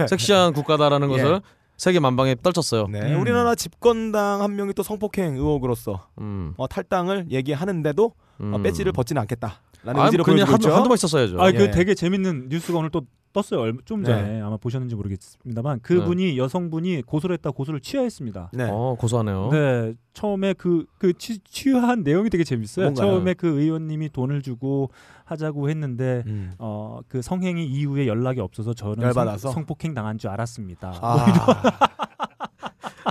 S3: 섹시한 국가다라는
S2: 예.
S3: 것을 세계 만방에 떨쳤어요.
S2: 네,
S1: 음.
S2: 우리나라 집권당 한 명이 또 성폭행 의혹으로서
S3: 음,
S2: 어, 탈당을 얘기하는데도
S3: 음.
S2: 어, 배지를 벗지는 않겠다라는
S3: 아,
S2: 의지를
S3: 그냥
S2: 보여주고
S3: 한두,
S2: 있죠.
S3: 한두 번 있었어야죠. 네.
S1: 아, 그
S2: 예.
S1: 되게 재밌는 뉴스가 오늘 또 떴어요. 얼마- 좀 전에 아마 보셨는지 모르겠습니다만 그분이 여성분이 고소를 했다 고소를 취하했습니다.
S2: 네.
S3: 어 고소하네요.
S1: 네, 처음에 그, 그 취, 취한 내용이 되게 재밌어요.
S2: 뭔가요?
S1: 처음에 그 의원님이 돈을 주고 하자고
S3: 음.
S1: 했는데
S2: 음.
S1: 어, 그 성행위 이후에 연락이 없어서 저는
S2: 열받아서?
S1: 성, 폭행 당한 줄
S3: 어.
S1: 알았습니다. 아,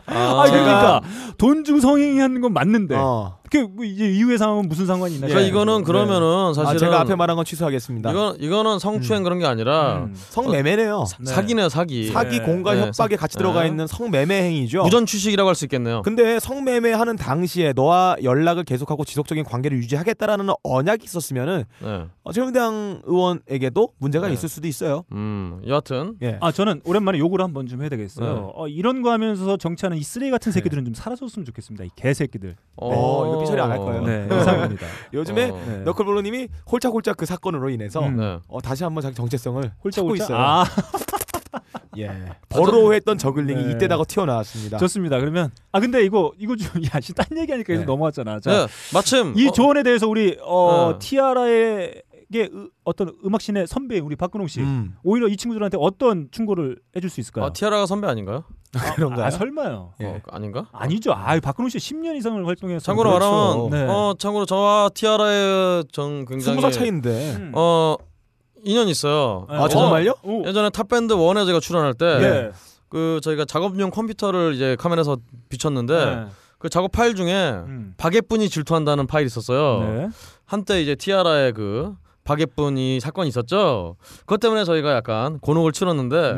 S2: 아,
S3: 아, 네.
S1: 그러니까 돈 주고 성행위 하는 건 맞는데
S2: 어.
S1: 그뭐 이제 이후의 상황은 무슨 상관이 있나요? 네.
S3: 그러니까 이거는 그러면은
S2: 네. 아,
S3: 사실은
S2: 제가 앞에 말한 건 취소하겠습니다.
S3: 이건 어, 이거는 성추행 그런 게 아니라
S1: 음.
S2: 성매매네요.
S1: 네.
S3: 사기네요 사기.
S2: 사기
S1: 네.
S2: 공과
S3: 네,
S2: 협박에 같이 들어가
S3: 네.
S2: 있는 성매매 행위죠.
S3: 무전 취식이라고 할 수 있겠네요.
S2: 근데 성매매하는 당시에 너와 연락을 계속하고 지속적인 관계를 유지하겠다라는 언약이 있었으면은
S3: 네.
S2: 어, 최영당 의원에게도 문제가
S3: 네.
S2: 있을 수도 있어요.
S3: 음 여하튼
S2: 예.
S1: 아 저는 오랜만에 욕을 한번 좀 해야 되겠어요.
S3: 네.
S1: 어, 이런 거 하면서 정치하는 이 쓰레기 같은 새끼들은 좀 사라졌으면 좋겠습니다. 이 개새끼들.
S2: 어, 이거 삐처리 안할 거예요.
S1: 네, 이상입니다.
S2: 요즘에
S3: 어.
S1: 네.
S2: 너클볼로님이 홀짝홀짝 그 사건으로 인해서
S1: 음.
S3: 네.
S2: 어, 다시 한번 자기 정체성을
S1: 홀짝
S2: 찾고
S1: 홀짝.
S2: 있어요.
S1: 아
S3: 아,
S2: 예. 버러워했던 저글링이
S1: 네.
S2: 이때다가 튀어나왔습니다.
S1: 좋습니다. 그러면 아 근데 이거 이거 좀야딴 얘기하니까 계속
S2: 네.
S1: 넘어갔잖아. 자,
S3: 네, 마침
S1: 이
S3: 어,
S1: 조언에 대해서 우리 어,
S3: 네.
S1: 티아라의 게 으- 어떤 음악신의 선배 우리 박근홍 씨
S2: 음.
S1: 오히려 이 친구들한테 어떤 충고를 해줄 수 있을까요?
S3: 아, 티아라가 선배 아닌가요?
S2: 그런가요?
S1: 아 설마요.
S2: 예.
S3: 어, 아닌가?
S1: 아니죠. 아 박근홍 씨 10년 이상을 활동해서
S3: 참고로
S1: 그렇죠.
S3: 말하면
S1: 네.
S3: 어 참고로 저와 티아라의 전 굉장히
S2: 스무 살 차인데
S1: 음.
S3: 어 인연 있어요.
S1: 네.
S2: 아, 정말요?
S1: 오.
S3: 예전에 탑밴드 원에 제가 출연할 때 그
S1: 예.
S3: 저희가 작업용 컴퓨터를 이제 카메라에서 비췄는데
S1: 네.
S3: 그 작업 파일 중에
S1: 음.
S3: 박예뿐이 질투한다는 파일이 있었어요.
S1: 네.
S3: 한때 이제 티아라의 그 박예뿐이 사건이 있었죠. 그것 때문에 저희가 약간 곤혹을 치렀는데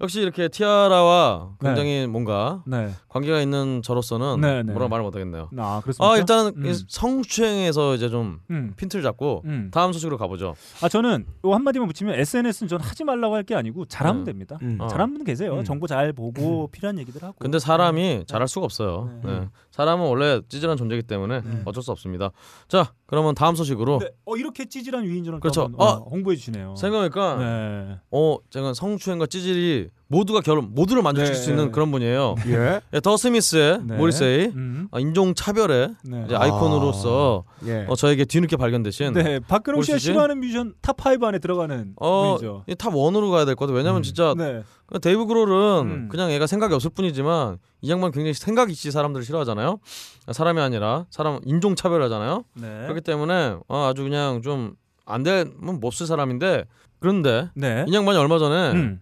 S3: 역시 이렇게 티아라와 굉장히 뭔가
S1: 네.
S3: 관계가 있는 저로서는
S1: 네, 네.
S3: 뭐라 말을 못하겠네요.
S1: 아 그렇습니까?
S3: 아 일단은
S1: 음.
S3: 성추행에서 이제 좀
S1: 음.
S3: 핀트를 잡고
S1: 음.
S3: 다음 소식으로 가보죠.
S1: 아 저는 요 한마디만 붙이면 SNS는 전 하지 말라고 할 게 아니고 잘하면
S3: 음.
S1: 됩니다.
S2: 음.
S3: 어.
S1: 잘하는 분 계세요.
S2: 음.
S1: 정보 잘 보고 필요한 얘기들 하고. 음.
S3: 근데 사람이 잘할 수가 없어요.
S1: 네.
S3: 네. 사람은 원래 찌질한 존재이기 때문에 어쩔 수 없습니다. 자 그러면 다음 소식으로
S1: 네. 어 이렇게 찌질한 위인전을
S3: 그렇죠.
S1: 한번, 어,
S3: 아!
S1: 홍보해 주시네요.
S3: 생각해보니까
S1: 네.
S3: 어 제가 성추행과 찌질이 모두가 결혼 모두를 만족시킬
S1: 네,
S3: 수 있는
S1: 네.
S3: 그런 분이에요.
S2: 예.
S3: 예, 더 스미스의
S1: 네.
S3: 모리세이
S1: 음.
S3: 아, 인종 차별의
S1: 네.
S3: 이제 아이콘으로서
S2: 예.
S3: 어, 저에게 뒤늦게 발견되신
S1: 네. 박근홍 씨가
S3: 모리시지?
S1: 싫어하는 뮤지션 탑5 안에 들어가는
S3: 어,
S1: 분이죠.
S3: 이탑 원으로 가야 될 것 같아요. 왜냐면 진짜
S1: 네.
S3: 그 데이브 그롤은
S1: 음.
S3: 그냥 얘가 생각이 없을 뿐이지만 이 양반 굉장히 생각 있이 사람들을 싫어하잖아요. 사람이 아니라 사람 인종 차별하잖아요.
S1: 네.
S3: 그렇기 때문에 어, 아주 그냥 좀 안될면 몹쓸 사람인데 그런데
S1: 네.
S3: 이 양반이 얼마 전에
S1: 음.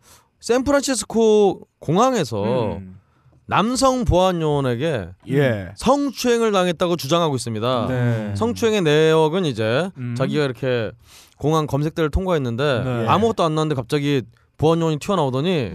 S3: 샌프란시스코 공항에서
S1: 음.
S3: 남성 보안요원에게
S2: 예.
S3: 성추행을 당했다고 주장하고 있습니다.
S1: 네.
S3: 음. 성추행의 내역은 이제
S1: 음.
S3: 자기가 이렇게 공항 검색대를 통과했는데
S1: 네. 음.
S3: 아무것도 안 나왔는데 갑자기 보안요원이 튀어나오더니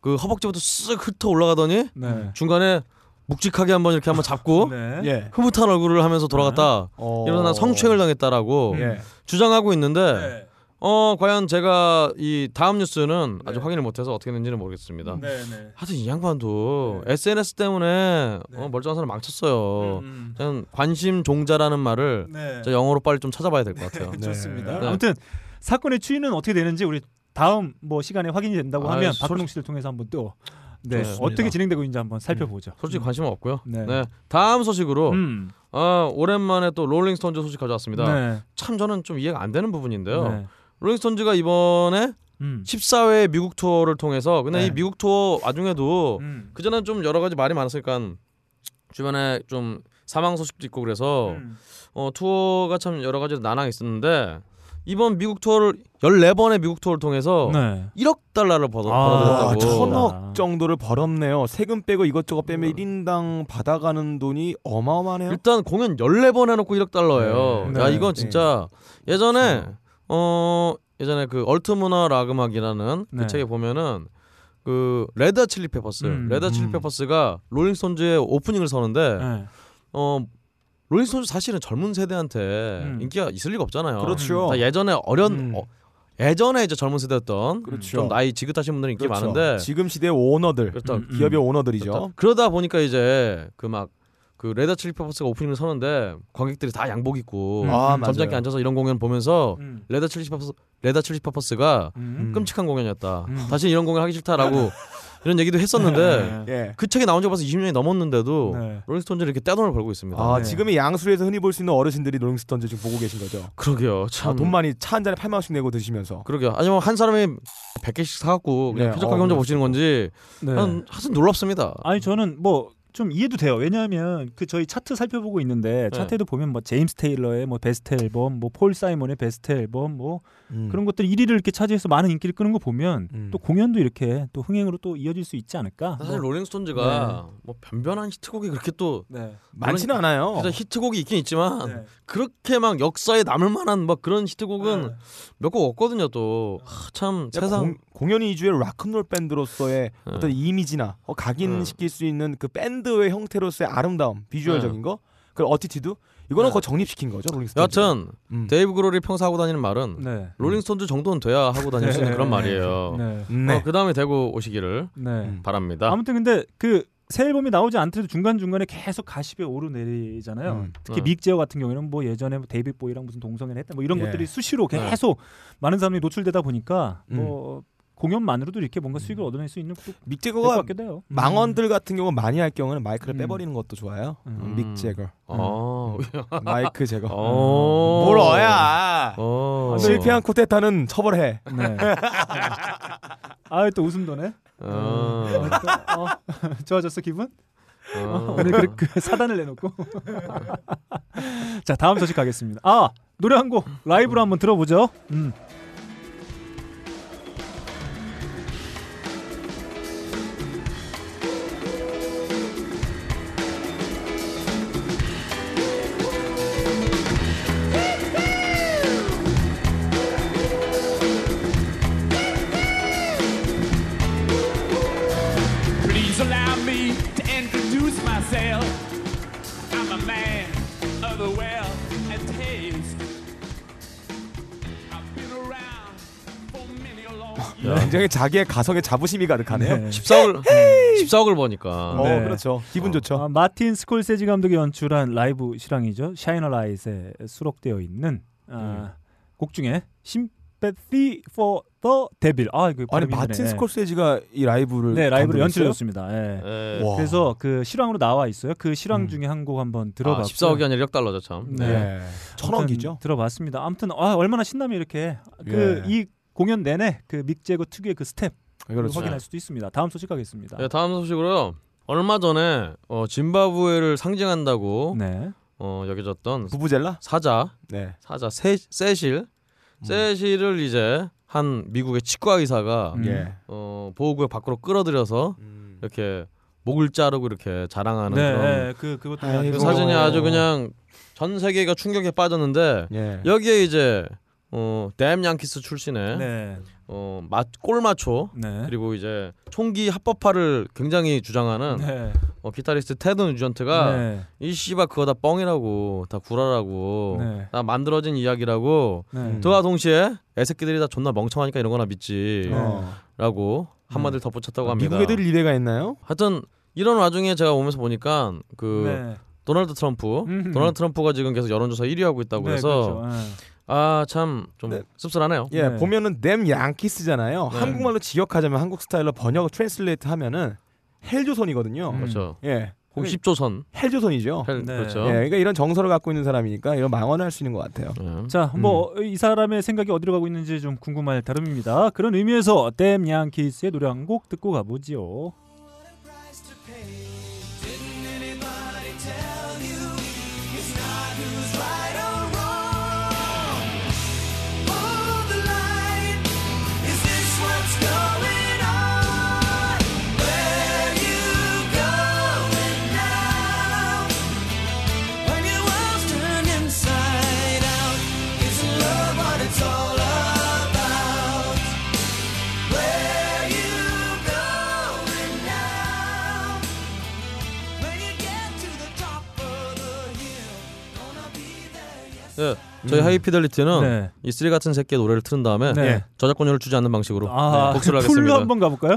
S3: 그 허벅지부터 쓱 흩어 올라가더니
S1: 네.
S3: 중간에 묵직하게 한번 이렇게 한번 잡고
S1: 네.
S2: 예.
S3: 흐뭇한 얼굴을 하면서 돌아갔다.
S2: 어.
S3: 이러면서 난 성추행을 당했다라고
S2: 예.
S3: 주장하고 있는데
S1: 네.
S3: 어 과연 제가 이 다음 뉴스는 아직 확인을 못해서 어떻게 됐는지는 모르겠습니다.
S1: 네. 네.
S3: 하여튼 이 양반도 SNS 때문에 어, 멀쩡한 사람 망쳤어요.
S1: 음.
S3: 저는 관심 종자라는 말을
S1: 네.
S3: 저 영어로 빨리 좀 찾아봐야 될 것 같아요.
S1: 좋습니다.
S3: 네.
S1: 아무튼 사건의 추이는 어떻게 되는지 우리 다음 뭐 시간에 확인이 된다고
S3: 아,
S1: 하면
S3: 솔직-
S1: 박근홍 씨를 통해서 한번 또 네,
S3: 좋습니다. 음,
S1: 어떻게 진행되고 있는지 한번 살펴보죠.
S3: 솔직히 관심은 없고요.
S1: 네.
S3: 네. 다음 소식으로
S1: 음.
S3: 아, 오랜만에 또 롤링스톤즈 소식 가져왔습니다.
S1: 네.
S3: 참 저는 좀 이해가 안 되는 부분인데요.
S1: 네.
S3: 롤링스톤즈가 이번에
S1: 음.
S3: 14회 미국 투어를 통해서 근데
S1: 네.
S3: 이 미국 투어 와중에도
S1: 음.
S3: 그전엔 좀 여러 가지 말이 많았으니까 주변에 좀 사망 소식도 있고 그래서
S1: 음.
S3: 어, 투어가 참 여러 가지 난항이 있었는데 이번 미국 투어를 14번의 미국 투어를 통해서
S1: 네.
S3: 1억 달러를 벌어-
S1: 아,
S2: 와,
S3: 벌어들였다고. 아.
S2: 천억 정도를 벌었네요. 세금 빼고 이것저것 빼면 1인당 받아가는 돈이 어마어마하네요.
S3: 음. 일단 공연 14번 해놓고 1억 달러예요.
S1: 네.
S3: 야
S1: 네.
S3: 이건 진짜
S2: 네.
S3: 예전에
S2: 그렇죠.
S3: 어 예전에 그 얼트문화 라그막이라는
S1: 네.
S3: 그 책에 보면은 그 레드 칠리 페퍼스
S1: 음.
S3: 레드 칠리
S2: 음.
S3: 페퍼스가 롤링스톤즈의 오프닝을 서는데
S1: 네.
S3: 어 롤링스톤즈 사실은 젊은 세대한테
S1: 음.
S3: 인기가 있을 리가 없잖아요.
S2: 그렇죠.
S3: 다 예전에 어련
S2: 음.
S3: 어, 예전에 이제 젊은 세대였던
S2: 그렇죠.
S3: 좀 나이 지긋하신 분들이 인기
S2: 그렇죠.
S3: 많은데
S2: 지금 시대의 오너들,
S3: 그렇다
S1: 음.
S2: 기업의
S3: 그렇다.
S2: 오너들이죠.
S3: 그러다 보니까 이제 그 막 그 레다 칠리 페퍼스가 오프닝을 서는데 관객들이 다 양복 입고
S1: 음.
S2: 아, 맞아요.
S3: 점잖게 앉아서 이런 공연 보면서
S1: 음.
S3: 레다 칠리 페퍼스 레다 칠리 페퍼스가
S1: 음.
S3: 끔찍한 공연이었다.
S1: 음.
S3: 다시 이런 공연 하기 싫다라고 이런 얘기도 했었는데
S1: 네.
S2: 예.
S3: 그 책이 나온 지가 벌써 20년이 넘었는데도
S1: 네.
S3: 롤링스톤즈 이렇게 떼돈을 벌고 있습니다.
S2: 아,
S1: 네.
S2: 지금의 양수리에서 흔히 볼 수 있는 어르신들이 롤링스턴즈 지금 보고 계신 거죠.
S3: 그러게요. 참
S2: 아, 돈 많이 차 한 잔에 8만 원씩 내고 드시면서.
S3: 그러게요. 아니면 뭐 한 사람이 100개씩 사갖고 그냥
S2: 네,
S3: 쾌적하게
S2: 어, 아,
S3: 혼자 보시는 건지
S1: 네.
S3: 한 하여튼 놀랍습니다.
S1: 아니 저는 뭐 좀 이해도 돼요. 왜냐하면 그 저희 차트 살펴보고
S3: 네.
S1: 있는데 차트에도 보면 뭐 제임스 테일러의 뭐 베스트 앨범, 뭐 폴 사이먼의 베스트 앨범, 뭐
S3: 음.
S1: 그런 것들 1위를 이렇게 차지해서 많은 인기를 끄는 거 보면
S2: 음.
S1: 또 공연도 이렇게 또 흥행으로 또 이어질 수 있지 않을까.
S3: 사실
S1: 뭐,
S3: 롤링스톤즈가
S2: 네.
S3: 뭐 변변한 히트곡이 그렇게 또
S1: 네.
S2: 많지는 않아요.
S3: 진짜 히트곡이 있긴 있지만
S1: 네.
S3: 그렇게 막 역사에 남을 만한 막 그런 히트곡은
S1: 네.
S3: 몇 곡 없거든요 또 참
S2: 그러니까
S3: 세상
S2: 공, 연이 위주의 락큰롤 밴드로서의
S3: 네.
S2: 어떤 이미지나 어, 각인시킬 수 있는 그 밴드의 형태로서의 아름다움,
S1: 네.
S2: 비주얼적인 거, 그 어티튜드 이거는
S3: 네.
S2: 거의 정립시킨 거죠. 롤링스톤.
S3: 여하튼
S2: 음.
S3: 데이브 그롤이 평소 하고 다니는 말은
S1: 네.
S3: 롤링스톤즈 정도는 돼야 하고 다닐 수 있는 그런 말이에요
S1: 네.
S2: 네.
S3: 그 다음에 되고 오시기를
S1: 네.
S2: 음.
S3: 바랍니다
S1: 아무튼 근데 그 새 앨범이 나오지 않더라도 중간 중간에 계속 가십에 오르내리잖아요.
S2: 음.
S1: 특히
S3: 어.
S1: 믹제어 같은 경우에는 뭐 예전에 뭐 데이빗 보이랑 무슨 동성애를 했다 뭐 이런
S2: 예.
S1: 것들이 수시로 계속 많은 사람들이 노출되다 보니까
S2: 음.
S1: 뭐 공연만으로도 이렇게 뭔가 수익을 얻어낼 수 있는 것도 될것
S2: 믹제거가
S1: 같게 돼요.
S2: 망언들 같은 경우 많이 할 경우는 마이크를
S1: 음.
S2: 빼버리는 것도 좋아요.
S1: 음.
S2: 믹제거,
S3: 어.
S2: 마이크 제거.
S3: 어.
S2: 물어야 아,
S3: 어.
S2: 실패한 쿠데타는 처벌해.
S1: 네. 아또 웃음 도네.
S3: 어.
S1: 어, 좋아졌어 기분?
S3: 어.
S1: 오늘 그, 그 사단을 내놓고. 자 다음 소식 가겠습니다. 아 노래 한 곡 라이브로 한번 들어보죠. 음.
S7: Please allow me to introduce myself. I'm a man of the world and taste. I've been around for many a long year.
S2: 굉장히 자기의 가성에 자부심이 아, 가득하네요.
S3: 14억을 14억을 버니까
S2: 어,
S1: 네.
S2: 그렇죠. 기분 좋죠.
S1: 아, 마틴 스콜세지 감독이 연출한 라이브 실황이죠. 샤이너 라이트에 수록되어 있는 아,
S2: 네.
S1: 곡 중에 Sympathy for the Devil. 아, 이거
S2: 아니
S1: 발음이
S2: 마틴
S1: 힘드네.
S2: 스콜세지가 이 라이브를
S1: 네, 라이브를
S2: 감독했어요?
S1: 연출해줬습니다. 예.
S3: 예.
S2: 와.
S1: 그래서 그 실황으로 나와 있어요. 그 실황
S2: 음.
S1: 중에 한 곡 한번
S3: 아,
S1: 들어봤고요.
S3: 14억이 아니라 1억 달러죠 참
S1: 네.
S2: 네. 천원기죠.
S1: 아무튼 들어봤습니다. 아무튼 아, 얼마나 신나면 이렇게 그
S2: 예.
S1: 이 공연 내내 그 믹재고 특유의 그 스텝
S2: 그렇죠.
S1: 확인할 수도 있습니다. 다음 소식 가겠습니다.
S3: 네, 다음 소식으로요. 얼마 전에 어, 짐바브웨를 상징한다고
S1: 네.
S3: 어, 여겨졌던
S2: 부부젤라?
S3: 사자,
S2: 네.
S3: 사자 세, 세실,
S1: 음.
S3: 세실을 이제 한 미국의 치과 의사가
S1: 음.
S2: 예.
S3: 어, 보호구역 밖으로 끌어들여서 이렇게 목을 자르고 이렇게 자랑하는 그런
S1: 네, 그 그것도
S2: 아이고.
S1: 아주
S3: 그
S2: 이거-
S3: 사진이 아주 그냥 전 세계가 충격에 빠졌는데
S2: 예.
S3: 여기에 이제 어, 댐 양키스 출신의
S1: 네.
S3: 어, 마, 꼴마초
S1: 네.
S3: 그리고 이제 총기 합법화를 굉장히 주장하는
S1: 네.
S3: 어, 기타리스트 테드 뉴전트가
S1: 네.
S3: 이 씨발 그거 다 뻥이라고 다 구라라고
S1: 네.
S3: 다 만들어진 이야기라고
S2: 음.
S1: 네.
S3: 그와 동시에 애새끼들이 다 존나 멍청하니까 이런 거나 믿지
S1: 네.
S2: 어.
S3: 라고 한마디를 덧붙였다고
S1: 음.
S3: 합니다
S2: 미국 애들 이래가 있나요?
S3: 하여튼 이런 와중에 제가 오면서 보니까 그
S1: 네.
S3: 도널드 트럼프
S1: 음흠.
S3: 도널드 트럼프가 지금 계속 여론조사 1위 하고 있다고
S1: 네,
S3: 해서
S1: 그렇죠. 예.
S3: 아 참 좀
S2: 네.
S3: 씁쓸하네요
S2: 예,
S1: 네.
S2: 보면은 댐 양키스잖아요.
S3: 네.
S2: 한국말로 지역하자면 한국 스타일로 번역 트랜슬레이트 하면은 헬조선이거든요.
S1: 음.
S3: 그렇죠
S2: 예.
S3: 혹 10조선
S2: 헬조선이죠.
S3: 헬,
S1: 네.
S3: 그렇죠
S2: 예. 그러니까 이런 정서를 갖고 있는 사람이니까 이런 망언을 할 수 있는 것 같아요.
S3: 예.
S1: 자,
S2: 음.
S1: 뭐 이 사람의 생각이 어디로 가고 있는지 좀 궁금할 따름입니다. 그런 의미에서 댐 양키스의 노래 한 곡 듣고 가보지요.
S7: price to pay. Didn't anybody tell you it's not who's right or wrong? Hold the light. Is this what's going on? Where you going now? When your world's turned inside out, is love what it's all about? Where you going now? When you get to the top of the hill, gonna be there. Yes.
S3: 예, 저희 하이피델리티는
S1: 음. 네.
S3: 이 쓰레기 같은 새끼의 노래를 틀은 다음에
S1: 네.
S3: 저작권료를 주지 않는 방식으로 네, 복수를
S1: 아, 풀로
S3: 하겠습니다.
S1: 한번 가볼까요?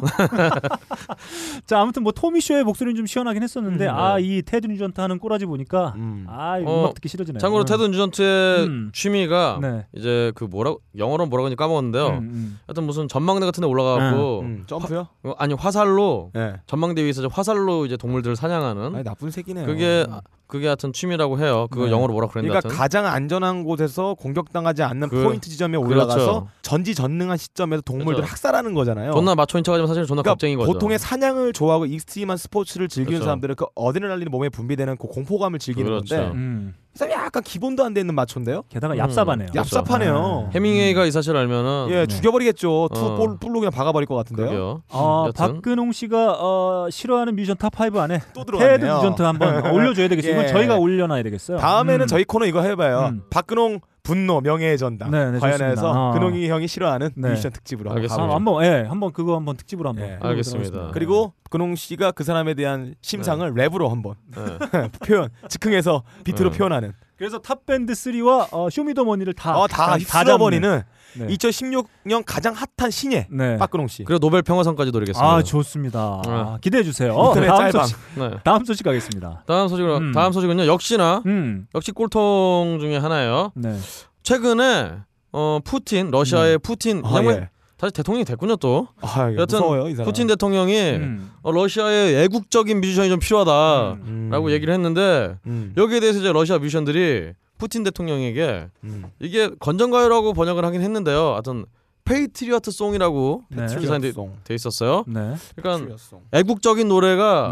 S1: 자, 아무튼 뭐 토미 쇼의 목소리는 좀 시원하긴 했었는데 아 이 테드 뉴전트 하는 꼬라지 보니까
S2: 음.
S1: 아 이거
S3: 음, 네. 어,
S1: 음악 듣기 싫어지네요.
S3: 참고로
S1: 음.
S3: 테드 뉴전트의
S1: 음.
S3: 취미가
S1: 네.
S3: 이제 그 뭐라 영어로 뭐라고 하는지 까먹었는데요.
S1: 음, 음.
S3: 하여튼 무슨 전망대 같은 데 올라가고 어,
S2: 음, 점프요?
S3: 아니 화살로
S2: 예.
S3: 전망대 위에서 이제 화살로 이제 동물들을 사냥하는
S2: 아니 나쁜 새끼네요.
S3: 그게 그게 하여튼 취미라고 해요. 그거
S1: 네.
S3: 영어로 뭐라 그랬는데
S2: 그러니까 가장 안전한 곳에서 공격당하지 않는
S3: 그-
S2: 포인트 지점에
S3: 그렇죠.
S2: 올라가서 전지전능한 시점에서 동물들을
S3: 그렇죠.
S2: 학살하는 거잖아요.
S3: 존나 마초인 척하지만 사실 존나
S2: 그러니까
S3: 겁쟁인 거죠.
S2: 보통의 사냥을 좋아하고 익스트림한 스포츠를 즐기는
S3: 아, 그렇죠.
S2: 사람들은 그 어드레날린이 몸에 분비되는 그 공포감을 즐기는
S3: 그렇죠.
S2: 건데
S1: 음.
S2: 이 사람이 약간 기본도 안 되는 마초인데요.
S1: 게다가
S3: 음.
S1: 얍삽하네요. 음.
S3: 그렇죠.
S2: 얍삽하네요.
S3: 해밍웨이가 이 사실을 알면은
S2: 예, 죽여버리겠죠. 투
S3: 네. 어.
S2: 볼, 뿔로 그냥 박아버릴 것 같은데요.
S3: 그러게요.
S1: 아,
S3: 여튼.
S1: 박근홍 씨가 어, 싫어하는 뮤전 탑 5 안에
S2: 또
S1: 테드
S2: 들어왔네요.
S1: 뮤전트 한번 올려줘야 되겠어요. 이건
S2: 예.
S1: 저희가 올려놔야 되겠어요.
S2: 다음에는
S1: 음.
S2: 저희 코너 이거 해봐요.
S1: 음.
S2: 박근홍 분노 명예의 전당
S1: 네, 네, 좋습니다.
S2: 관련해서
S1: 아.
S2: 근홍이 형이 싫어하는
S1: 네.
S2: 뮤지션 특집으로 한번
S3: 알겠습니다.
S1: 아,
S2: 가보죠.
S1: 한번 예, 한번 그거 한번 특집으로 한번.
S2: 예.
S1: 해보도록
S3: 알겠습니다.
S1: 하겠습니다.
S2: 그리고 근홍 씨가 그 사람에 대한 심상을 랩으로 한번
S3: 네.
S2: 표현 즉흥해서 비트로
S3: 네.
S2: 표현하는
S1: 그래서 탑밴드 3와 어, 쇼미더머니를 다
S2: 어, 다
S1: 잡는.
S2: 휩쓸어버리는
S1: 네.
S2: 2016년 가장 핫한 신예
S1: 네.
S2: 박근홍 씨
S3: 그리고 노벨 평화상까지 노리겠습니다.
S1: 아 좋습니다. 아, 기대해 주세요.
S2: 인터넷
S1: 다음
S2: 짤방.
S1: 소식
S3: 네.
S1: 다음 소식 가겠습니다.
S3: 다음 소식으로
S1: 음.
S3: 다음 소식은요. 역시나
S1: 음,
S3: 역시 꼴통 중에 하나예요.
S1: 네.
S3: 최근에 어 푸틴 러시아의 푸틴
S2: 아,
S3: 양반
S2: 예.
S3: 다시 대통령이 됐군요 또
S2: 아, 예.
S3: 여튼
S2: 무서워요 이 사람
S3: 푸틴 대통령이
S1: 네. 음.
S3: 어, 러시아의 애국적인 뮤지션이 좀 필요하다라고
S2: 음.
S3: 얘기를 했는데
S2: 음.
S3: 여기에 대해서 이제 러시아 뮤지션들이 푸틴 대통령에게
S2: 음.
S3: 이게 건전가요라고 번역을 하긴 했는데요. 하여튼 페이트리어트 송이라고
S1: 네.
S3: 기사에 돼,
S2: 송.
S3: 돼 있었어요.
S1: 네.
S3: 그러니까
S2: 송.
S3: 애국적인 노래가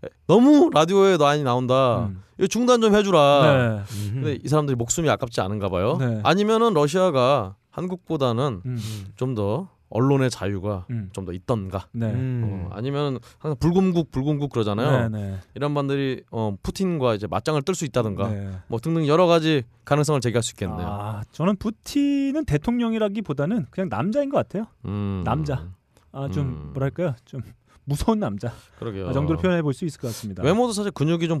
S1: 네.
S3: 너무 라디오에 많이 나온다.
S1: 음.
S3: 이거 중단 좀 해주라.
S1: 네.
S2: 음.
S3: 근데 이 사람들이 목숨이 아깝지 않은가 봐요.
S1: 네.
S3: 아니면은 러시아가 한국보다는
S1: 음.
S3: 좀 더 언론의 자유가
S1: 음.
S3: 좀 더 있던가.
S1: 네.
S2: 음.
S3: 어, 아니면 항상 불금국
S1: 네.
S3: 불금국 그러잖아요.
S1: 네.
S3: 이런 반들이 어, 푸틴과 이제 맞짱을 뜰 수 있다든가
S1: 네.
S3: 뭐 등등 여러 가지 가능성을 제기할 수 있겠네요.
S1: 아, 저는 부티는 대통령이라기보다는 그냥 남자인 것 같아요.
S3: 음.
S1: 남자. 아, 좀
S3: 음.
S1: 뭐랄까요? 좀 무서운 남자
S3: 그러게요.
S1: 아, 정도로 표현해 볼 수 있을 것 같습니다.
S3: 외모도 사실 근육이 좀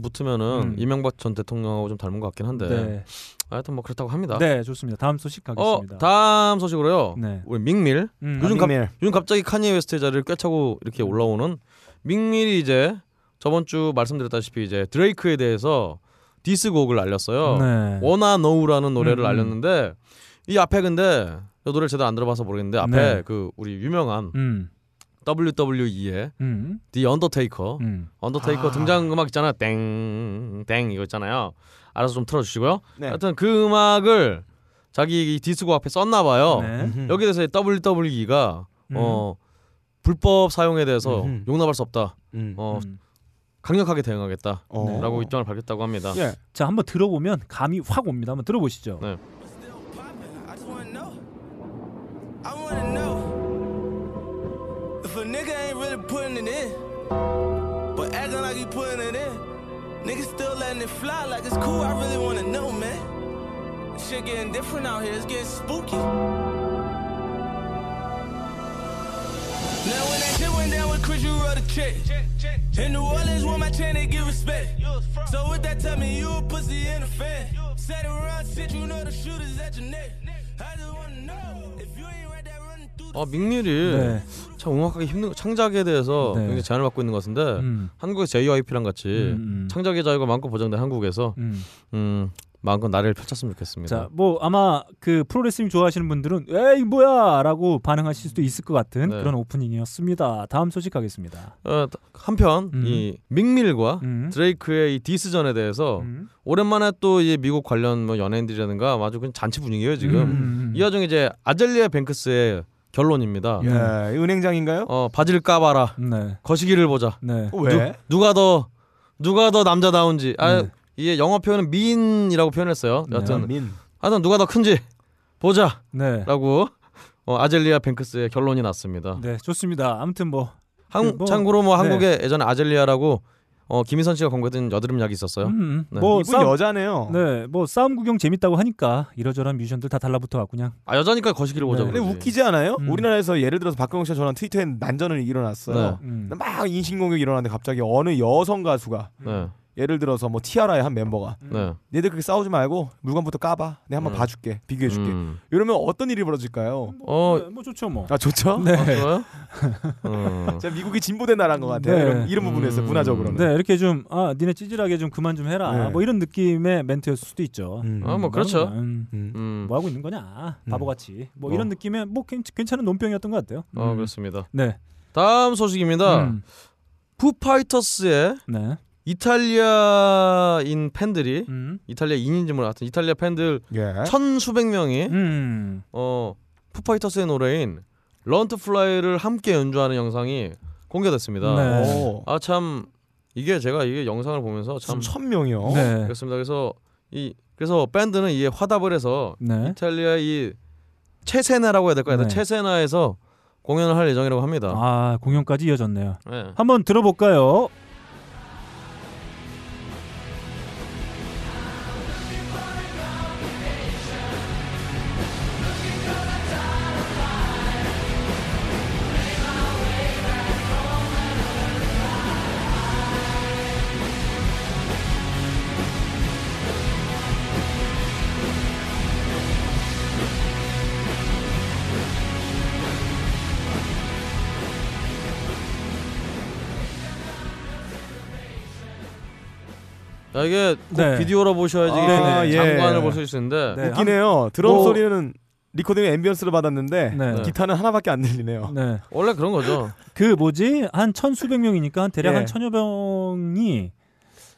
S1: 음.
S3: 붙으면은 이명박 전 대통령하고 좀 닮은 것 같긴 한데
S1: 네.
S3: 하여튼 뭐 그렇다고 합니다.
S1: 네, 좋습니다. 다음 소식
S3: 어
S1: 가겠습니다.
S3: 다음 소식으로요.
S1: 네.
S3: 우리 밍밀
S1: 음.
S3: 요즘 갑-
S2: 아니면-
S3: 요즘 갑자기 카니에 웨스트의 자리를 꿰차고
S1: 네.
S3: 이렇게 올라오는 밍밀이 이제 저번 주 말씀드렸다시피 이제 드레이크에 대해서 디스곡을 알렸어요.
S1: 네.
S3: 워나 노우라는 노래를
S1: 음, 음.
S3: 알렸는데 이 앞에 근데 이 노래를 제대로 안 들어봐서 모르겠는데 앞에
S1: 네.
S3: 그 우리 유명한
S1: 음.
S3: WWE의
S1: 음.
S3: The Undertaker
S1: 음.
S3: 언더테이커 등장 음악 있잖아요. 땡, 땡 이거 있잖아요. 알아서 좀 틀어주시고요.
S2: 네.
S3: 하여튼 그 음악을 자기 이 디스고 앞에 썼나 봐요.
S1: 네.
S2: 음.
S3: 여기에 대해서 WWE가
S1: 음.
S3: 어, 불법 사용에 대해서
S2: 음흠.
S3: 용납할 수 없다.
S2: 음.
S3: 어,
S1: 음. 네.
S3: 강력하게 대응하겠다라고
S2: 어.
S3: 입장을 밝혔다고 합니다.
S2: 예.
S1: 자, 한번 들어보면 감이 확 옵니다. 한번 들어보시죠.
S3: 네.
S7: I just wanna know. I wanna know if a nigga ain't really putting it in, but acting like he putting it in. Niggas still letting it fly like it's cool. I really wanna know, man. Shit getting different out here. It's getting spooky. Now when that shit went down with Chris, you wrote a check. In New Orleans, with my chain, they give respect. So with that, tell me you a pussy and a fan. Sat around, shit, you know the shooters at your neck. I just wanna know if you ain't right there running through.
S3: 아, 밍밀이
S1: 네.
S3: 참 음악하기 힘든 창작에 대해서
S1: 네.
S3: 굉장히 제한을 받고 있는 것 같은데
S1: 음.
S3: 한국의 JYP랑 같이
S1: 음, 음.
S3: 창작의 자유가 마음껏 보장된 한국에서
S1: 음.
S3: 음, 마음껏 나를 펼쳤으면 좋겠습니다.
S1: 자, 뭐 아마 그 프로레슬링 좋아하시는 분들은 에이 뭐야라고 반응하실 수도 있을 것 같은
S3: 네.
S1: 그런 오프닝이었습니다. 다음 소식 가겠습니다.
S3: 어, 한편
S1: 음.
S3: 이 밍밀과
S1: 음.
S3: 드레이크의 이 디스전에 대해서
S1: 음.
S3: 오랜만에 또 이 미국 관련 뭐 연예인들이라든가 아주 그냥 잔치 분위기예요 지금.
S1: 음.
S3: 이 와중에 이제 아젤리아 뱅크스의 결론입니다.
S2: 예. 은행장인가요?
S3: 어 바지를 까봐라
S1: 네.
S3: 거시기를 보자
S1: 네.
S2: 어, 왜?
S3: 누가 더 누가 더 남자다운지 아
S1: 네.
S3: 이게 영어 표현은 미인이라고 표현했어요.
S1: 네.
S3: 여하튼
S2: 민.
S3: 하여튼 아, 누가 더 큰지 보자라고
S1: 네.
S3: 어, 아젤리아 뱅크스의 결론이 났습니다.
S1: 네, 좋습니다. 아무튼 뭐
S3: 한,
S1: 그 뭐-
S3: 참고로 뭐
S1: 네.
S3: 한국에 예전에 아젤리아라고 어, 김희선 씨가 광고했던 여드름 약이 있었어요.
S1: 음,
S3: 네.
S1: 뭐
S2: 이분
S1: 싸움
S2: 여자네요.
S1: 네, 뭐 싸움 구경 재밌다고 하니까 이러저런 뮤지션들 다 달라붙어 갖고 그냥
S3: 아 여자니까 거시기를
S1: 네.
S3: 보자.
S2: 근데
S3: 그러지.
S2: 웃기지 않아요?
S1: 음.
S2: 우리나라에서 예를 들어서 박근홍 씨가 저랑 트위터에 난전을 일어났어요.
S1: 음.
S2: 근데 막 인신공격이 일어났는데 갑자기 어느 여성 가수가
S3: 네.
S2: 예를 들어서 뭐 티아라의 한 멤버가
S3: 네.
S2: 얘들 그렇게 싸우지 말고 물건부터 까봐. 내가 한번
S3: 음.
S2: 봐줄게. 비교해줄게.
S3: 음.
S2: 이러면 어떤 일이 벌어질까요?
S3: 어.
S1: 네, 뭐 좋죠 뭐.
S2: 아 좋죠.
S1: 네.
S3: 좋아요? 음.
S2: 자 미국이 진보된 나라인 것 같아요.
S1: 네.
S2: 이런, 이런 부분에서
S3: 음.
S2: 문화적으로는.
S1: 네, 이렇게 좀 아, 니네 찌질하게 좀 그만 좀 해라.
S2: 네.
S1: 뭐 이런 느낌의 멘트였을 수도 있죠.
S2: 음.
S3: 아, 뭐 그렇죠.
S1: 음.
S2: 음.
S3: 음.
S1: 뭐 하고 있는 거냐 바보같이 뭐
S3: 어.
S1: 이런 느낌의 뭐 괜- 괜찮은 논평이었던 것 같아요.
S3: 어
S1: 음.
S3: 그렇습니다.
S1: 네.
S3: 다음 소식입니다.
S1: 음.
S3: 푸파이터스의
S1: 네.
S3: 이탈리아인 팬들이
S1: 음.
S3: 이탈리아인인지 몰라 하여튼 이탈리아 팬들
S8: 예.
S2: 네?
S3: 천수백 명이
S1: 음.
S3: 어 푸파이터스의 노래인 런트 플라이를 함께 연주하는 영상이 공개됐습니다.
S2: 어,
S1: 네.
S2: 오.
S3: 아 참 이게 제가 이게 영상을 보면서 참
S2: 천 명이요.
S1: 네.
S3: 어, 그렇습니다. 그래서 이 그래서 밴드는 이에 화답을 해서
S1: 네.
S3: 이탈리아 이 체세나라고 해야 될까요?
S1: 네.
S3: 체세나에서 공연을 할 예정이라고 합니다.
S1: 아, 공연까지 이어졌네요.
S3: 네.
S1: 한번 들어볼까요?
S3: 아, 이게 꼭
S1: 네.
S3: 비디오로 보셔야지
S1: 아,
S3: 그
S2: 예.
S3: 장관을 볼 수 있는데
S1: 네,
S2: 웃기네요. 드럼
S1: 뭐-
S2: 소리는 리코딩 앰비언스를 받았는데
S1: 네.
S2: 기타는 하나밖에 안 들리네요.
S1: 네.
S3: 원래 그런 거죠.
S1: 그 뭐지? 한 천수백 명이니까 한 대략
S2: 예.
S1: 한 천여 명이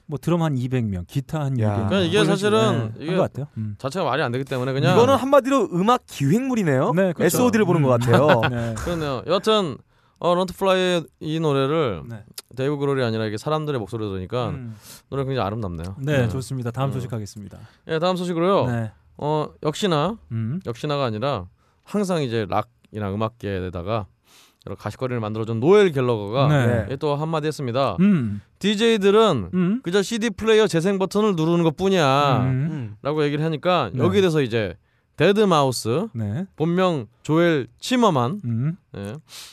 S1: 뭐 드럼 한 200명, 기타 한뭐
S2: 야.
S1: 600명.
S3: 그러니까 이게 사실은 이게-
S1: 한것 같아요. 음.
S3: 자체가 말이 안 되기 때문에 그냥
S2: 이거는 한마디로 음악 기획물이네요.
S1: 네, 그렇죠.
S2: SOD를 보는
S1: 음.
S2: 것 같아요.
S1: 네.
S3: 그렇네요. 여하튼 어, 런트플라이의 이 노래를
S1: 네.
S3: 데이브 그롤이 아니라 이게 사람들의 목소리로 들으니까
S1: 음.
S3: 노래 굉장히 아름답네요.
S1: 네, 좋습니다. 다음 소식 하겠습니다.
S3: 예, 다음 소식으로요.
S1: 네.
S3: 어, 역시나
S1: 음.
S3: 역시나가 아니라 항상 이제 락이나 음악계에다가 여러 가시거리를 만들어준 노엘 갤러거가
S1: 네.
S3: 예, 또 한마디 했습니다.
S1: 음.
S3: DJ들은
S1: 음.
S3: 그저 CD 플레이어 재생 버튼을 누르는 것뿐이야라고
S1: 음.
S2: 음.
S3: 얘기를 하니까
S1: 네.
S3: 여기에 대해서 이제 데드 마우스
S1: 네.
S3: 본명 조엘 치머만
S1: 음.
S3: 예.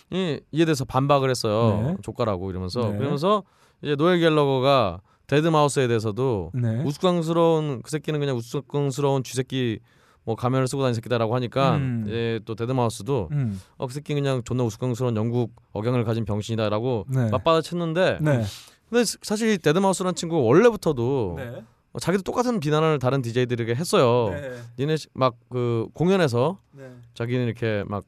S3: 이, 이에 대해서 반박을 했어요.
S1: 네.
S3: 조카라고 이러면서
S1: 네.
S3: 그러면서 이제 노엘 갤러거가 데드 마우스에 대해서도
S1: 네.
S3: 우스꽝스러운 그 새끼는 그냥 우스꽝스러운 쥐새끼 뭐 가면을 쓰고 다니는 새끼다라고 하니까
S1: 음.
S3: 이제 또 데드 마우스도
S1: 음.
S3: 어, 그 새끼 그냥 존나 우스꽝스러운 영국 억양을 가진 병신이다라고
S1: 네.
S3: 맞받아쳤는데
S1: 네.
S3: 근데 스- 사실 이 데드 마우스라는 친구 원래부터도
S1: 네.
S3: 어, 자기도 똑같은 비난을 다른 DJ들에게 했어요.
S1: 네.
S3: 니네 막 그 공연에서
S1: 네.
S3: 자기는 이렇게 막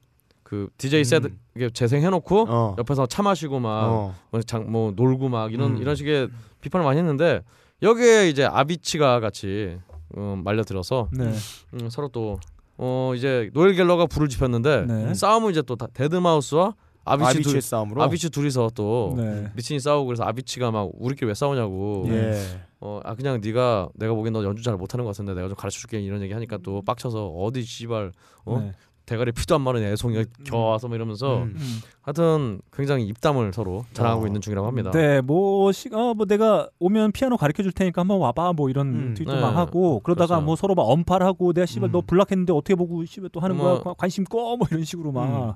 S3: 그 DJ 셋 이렇게 재생해놓고
S8: 어.
S3: 옆에서 차 마시고 막
S8: 어.
S3: 뭐 장- 뭐 놀고 막 이런
S8: 음.
S3: 이런 식의 비판을 많이 했는데 여기에 이제 아비치가 같이 음, 말려들어서
S1: 네.
S3: 음, 서로 또 어, 이제 노엘 갤러가 불을 지폈는데 음,
S1: 네.
S3: 싸움을 이제 또 다- 데드마우스와 아비치,
S2: 아비치의
S3: 둘,
S2: 싸움으로.
S3: 아비치 둘이서 또
S1: 네.
S3: 미친이 싸우고 그래서 아비치가 막 우리끼리 왜 싸우냐고
S2: 예.
S3: 어, 아 그냥 네가 내가 보기엔 너 연주 잘 못하는 것 같은데 내가 좀 가르쳐줄게 이런 얘기 하니까 또 빡쳐서 어디 씨발 어?
S1: 음. 네.
S3: 대가리 피도 안 마른 애송이 겨와서 막 이러면서
S2: 음.
S1: 음.
S3: 하여튼 굉장히 입담을 서로 자랑하고
S2: 어.
S3: 있는 중이라고 합니다.
S1: 네, 뭐 시가 뭐 내가 오면 피아노 가르쳐 줄 테니까 한번 와봐 뭐 이런
S2: 음,
S1: 트윗도
S3: 네.
S1: 막 하고 그러다가
S3: 그렇죠.
S1: 뭐 서로 막 언팔하고 내가 씨발
S2: 음.
S1: 너 블락했는데 어떻게 보고 씨발 또 하는 거야
S3: 뭐-
S1: 관- 관심 꺼 뭐 이런 식으로 막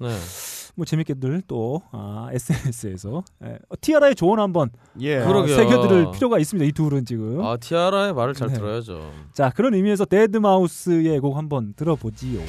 S1: 뭐
S3: 네.
S1: 재밌게들 또 아, SNS에서 예. 어, 티아라의 조언 한번
S2: 예.
S1: 어,
S3: 그러게요.
S1: 새겨들을 필요가 있습니다. 이 둘은 지금
S3: 아 티아라의 말을 잘
S1: 네.
S3: 들어야죠.
S1: 자 그런 의미에서 데드 마우스의 곡 한번 들어보지요.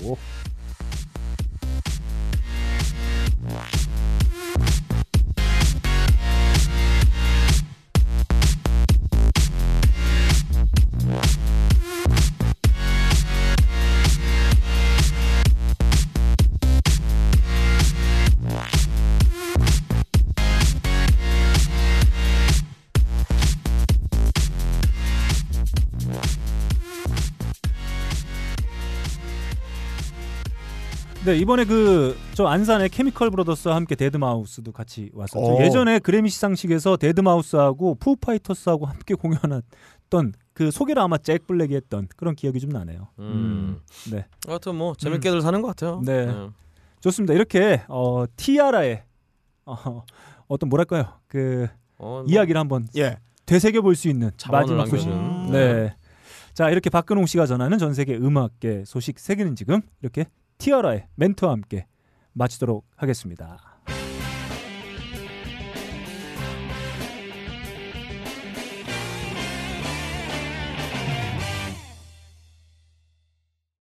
S1: 네 이번에 그 저 안산의 케미컬 브로더스와 함께 데드 마우스도 같이 왔었죠.
S8: 오.
S1: 예전에 그래미 시상식에서 데드 마우스하고 푸파이터스하고 함께 공연했던 그 소개를 아마 잭 블랙이 했던 그런 기억이 좀 나네요.
S3: 음.
S1: 음, 네.
S3: 하여튼 뭐 재밌게들 사는 것 같아요. 어,
S1: 네. 좋습니다. 이렇게 어, 티아라의 어, 어떤 뭐랄까요 그
S3: 어, 뭐
S1: 이야기를 한번
S2: 예.
S1: 되새겨 볼 수 있는
S3: 자원을 음.
S1: 마지막 소식.
S3: 남겨준.
S1: 네. 자 이렇게 박근홍 씨가 전하는 전 세계 음악계 소식 세계는 지금 이렇게 티아라의 멘트와 함께 마치도록 하겠습니다.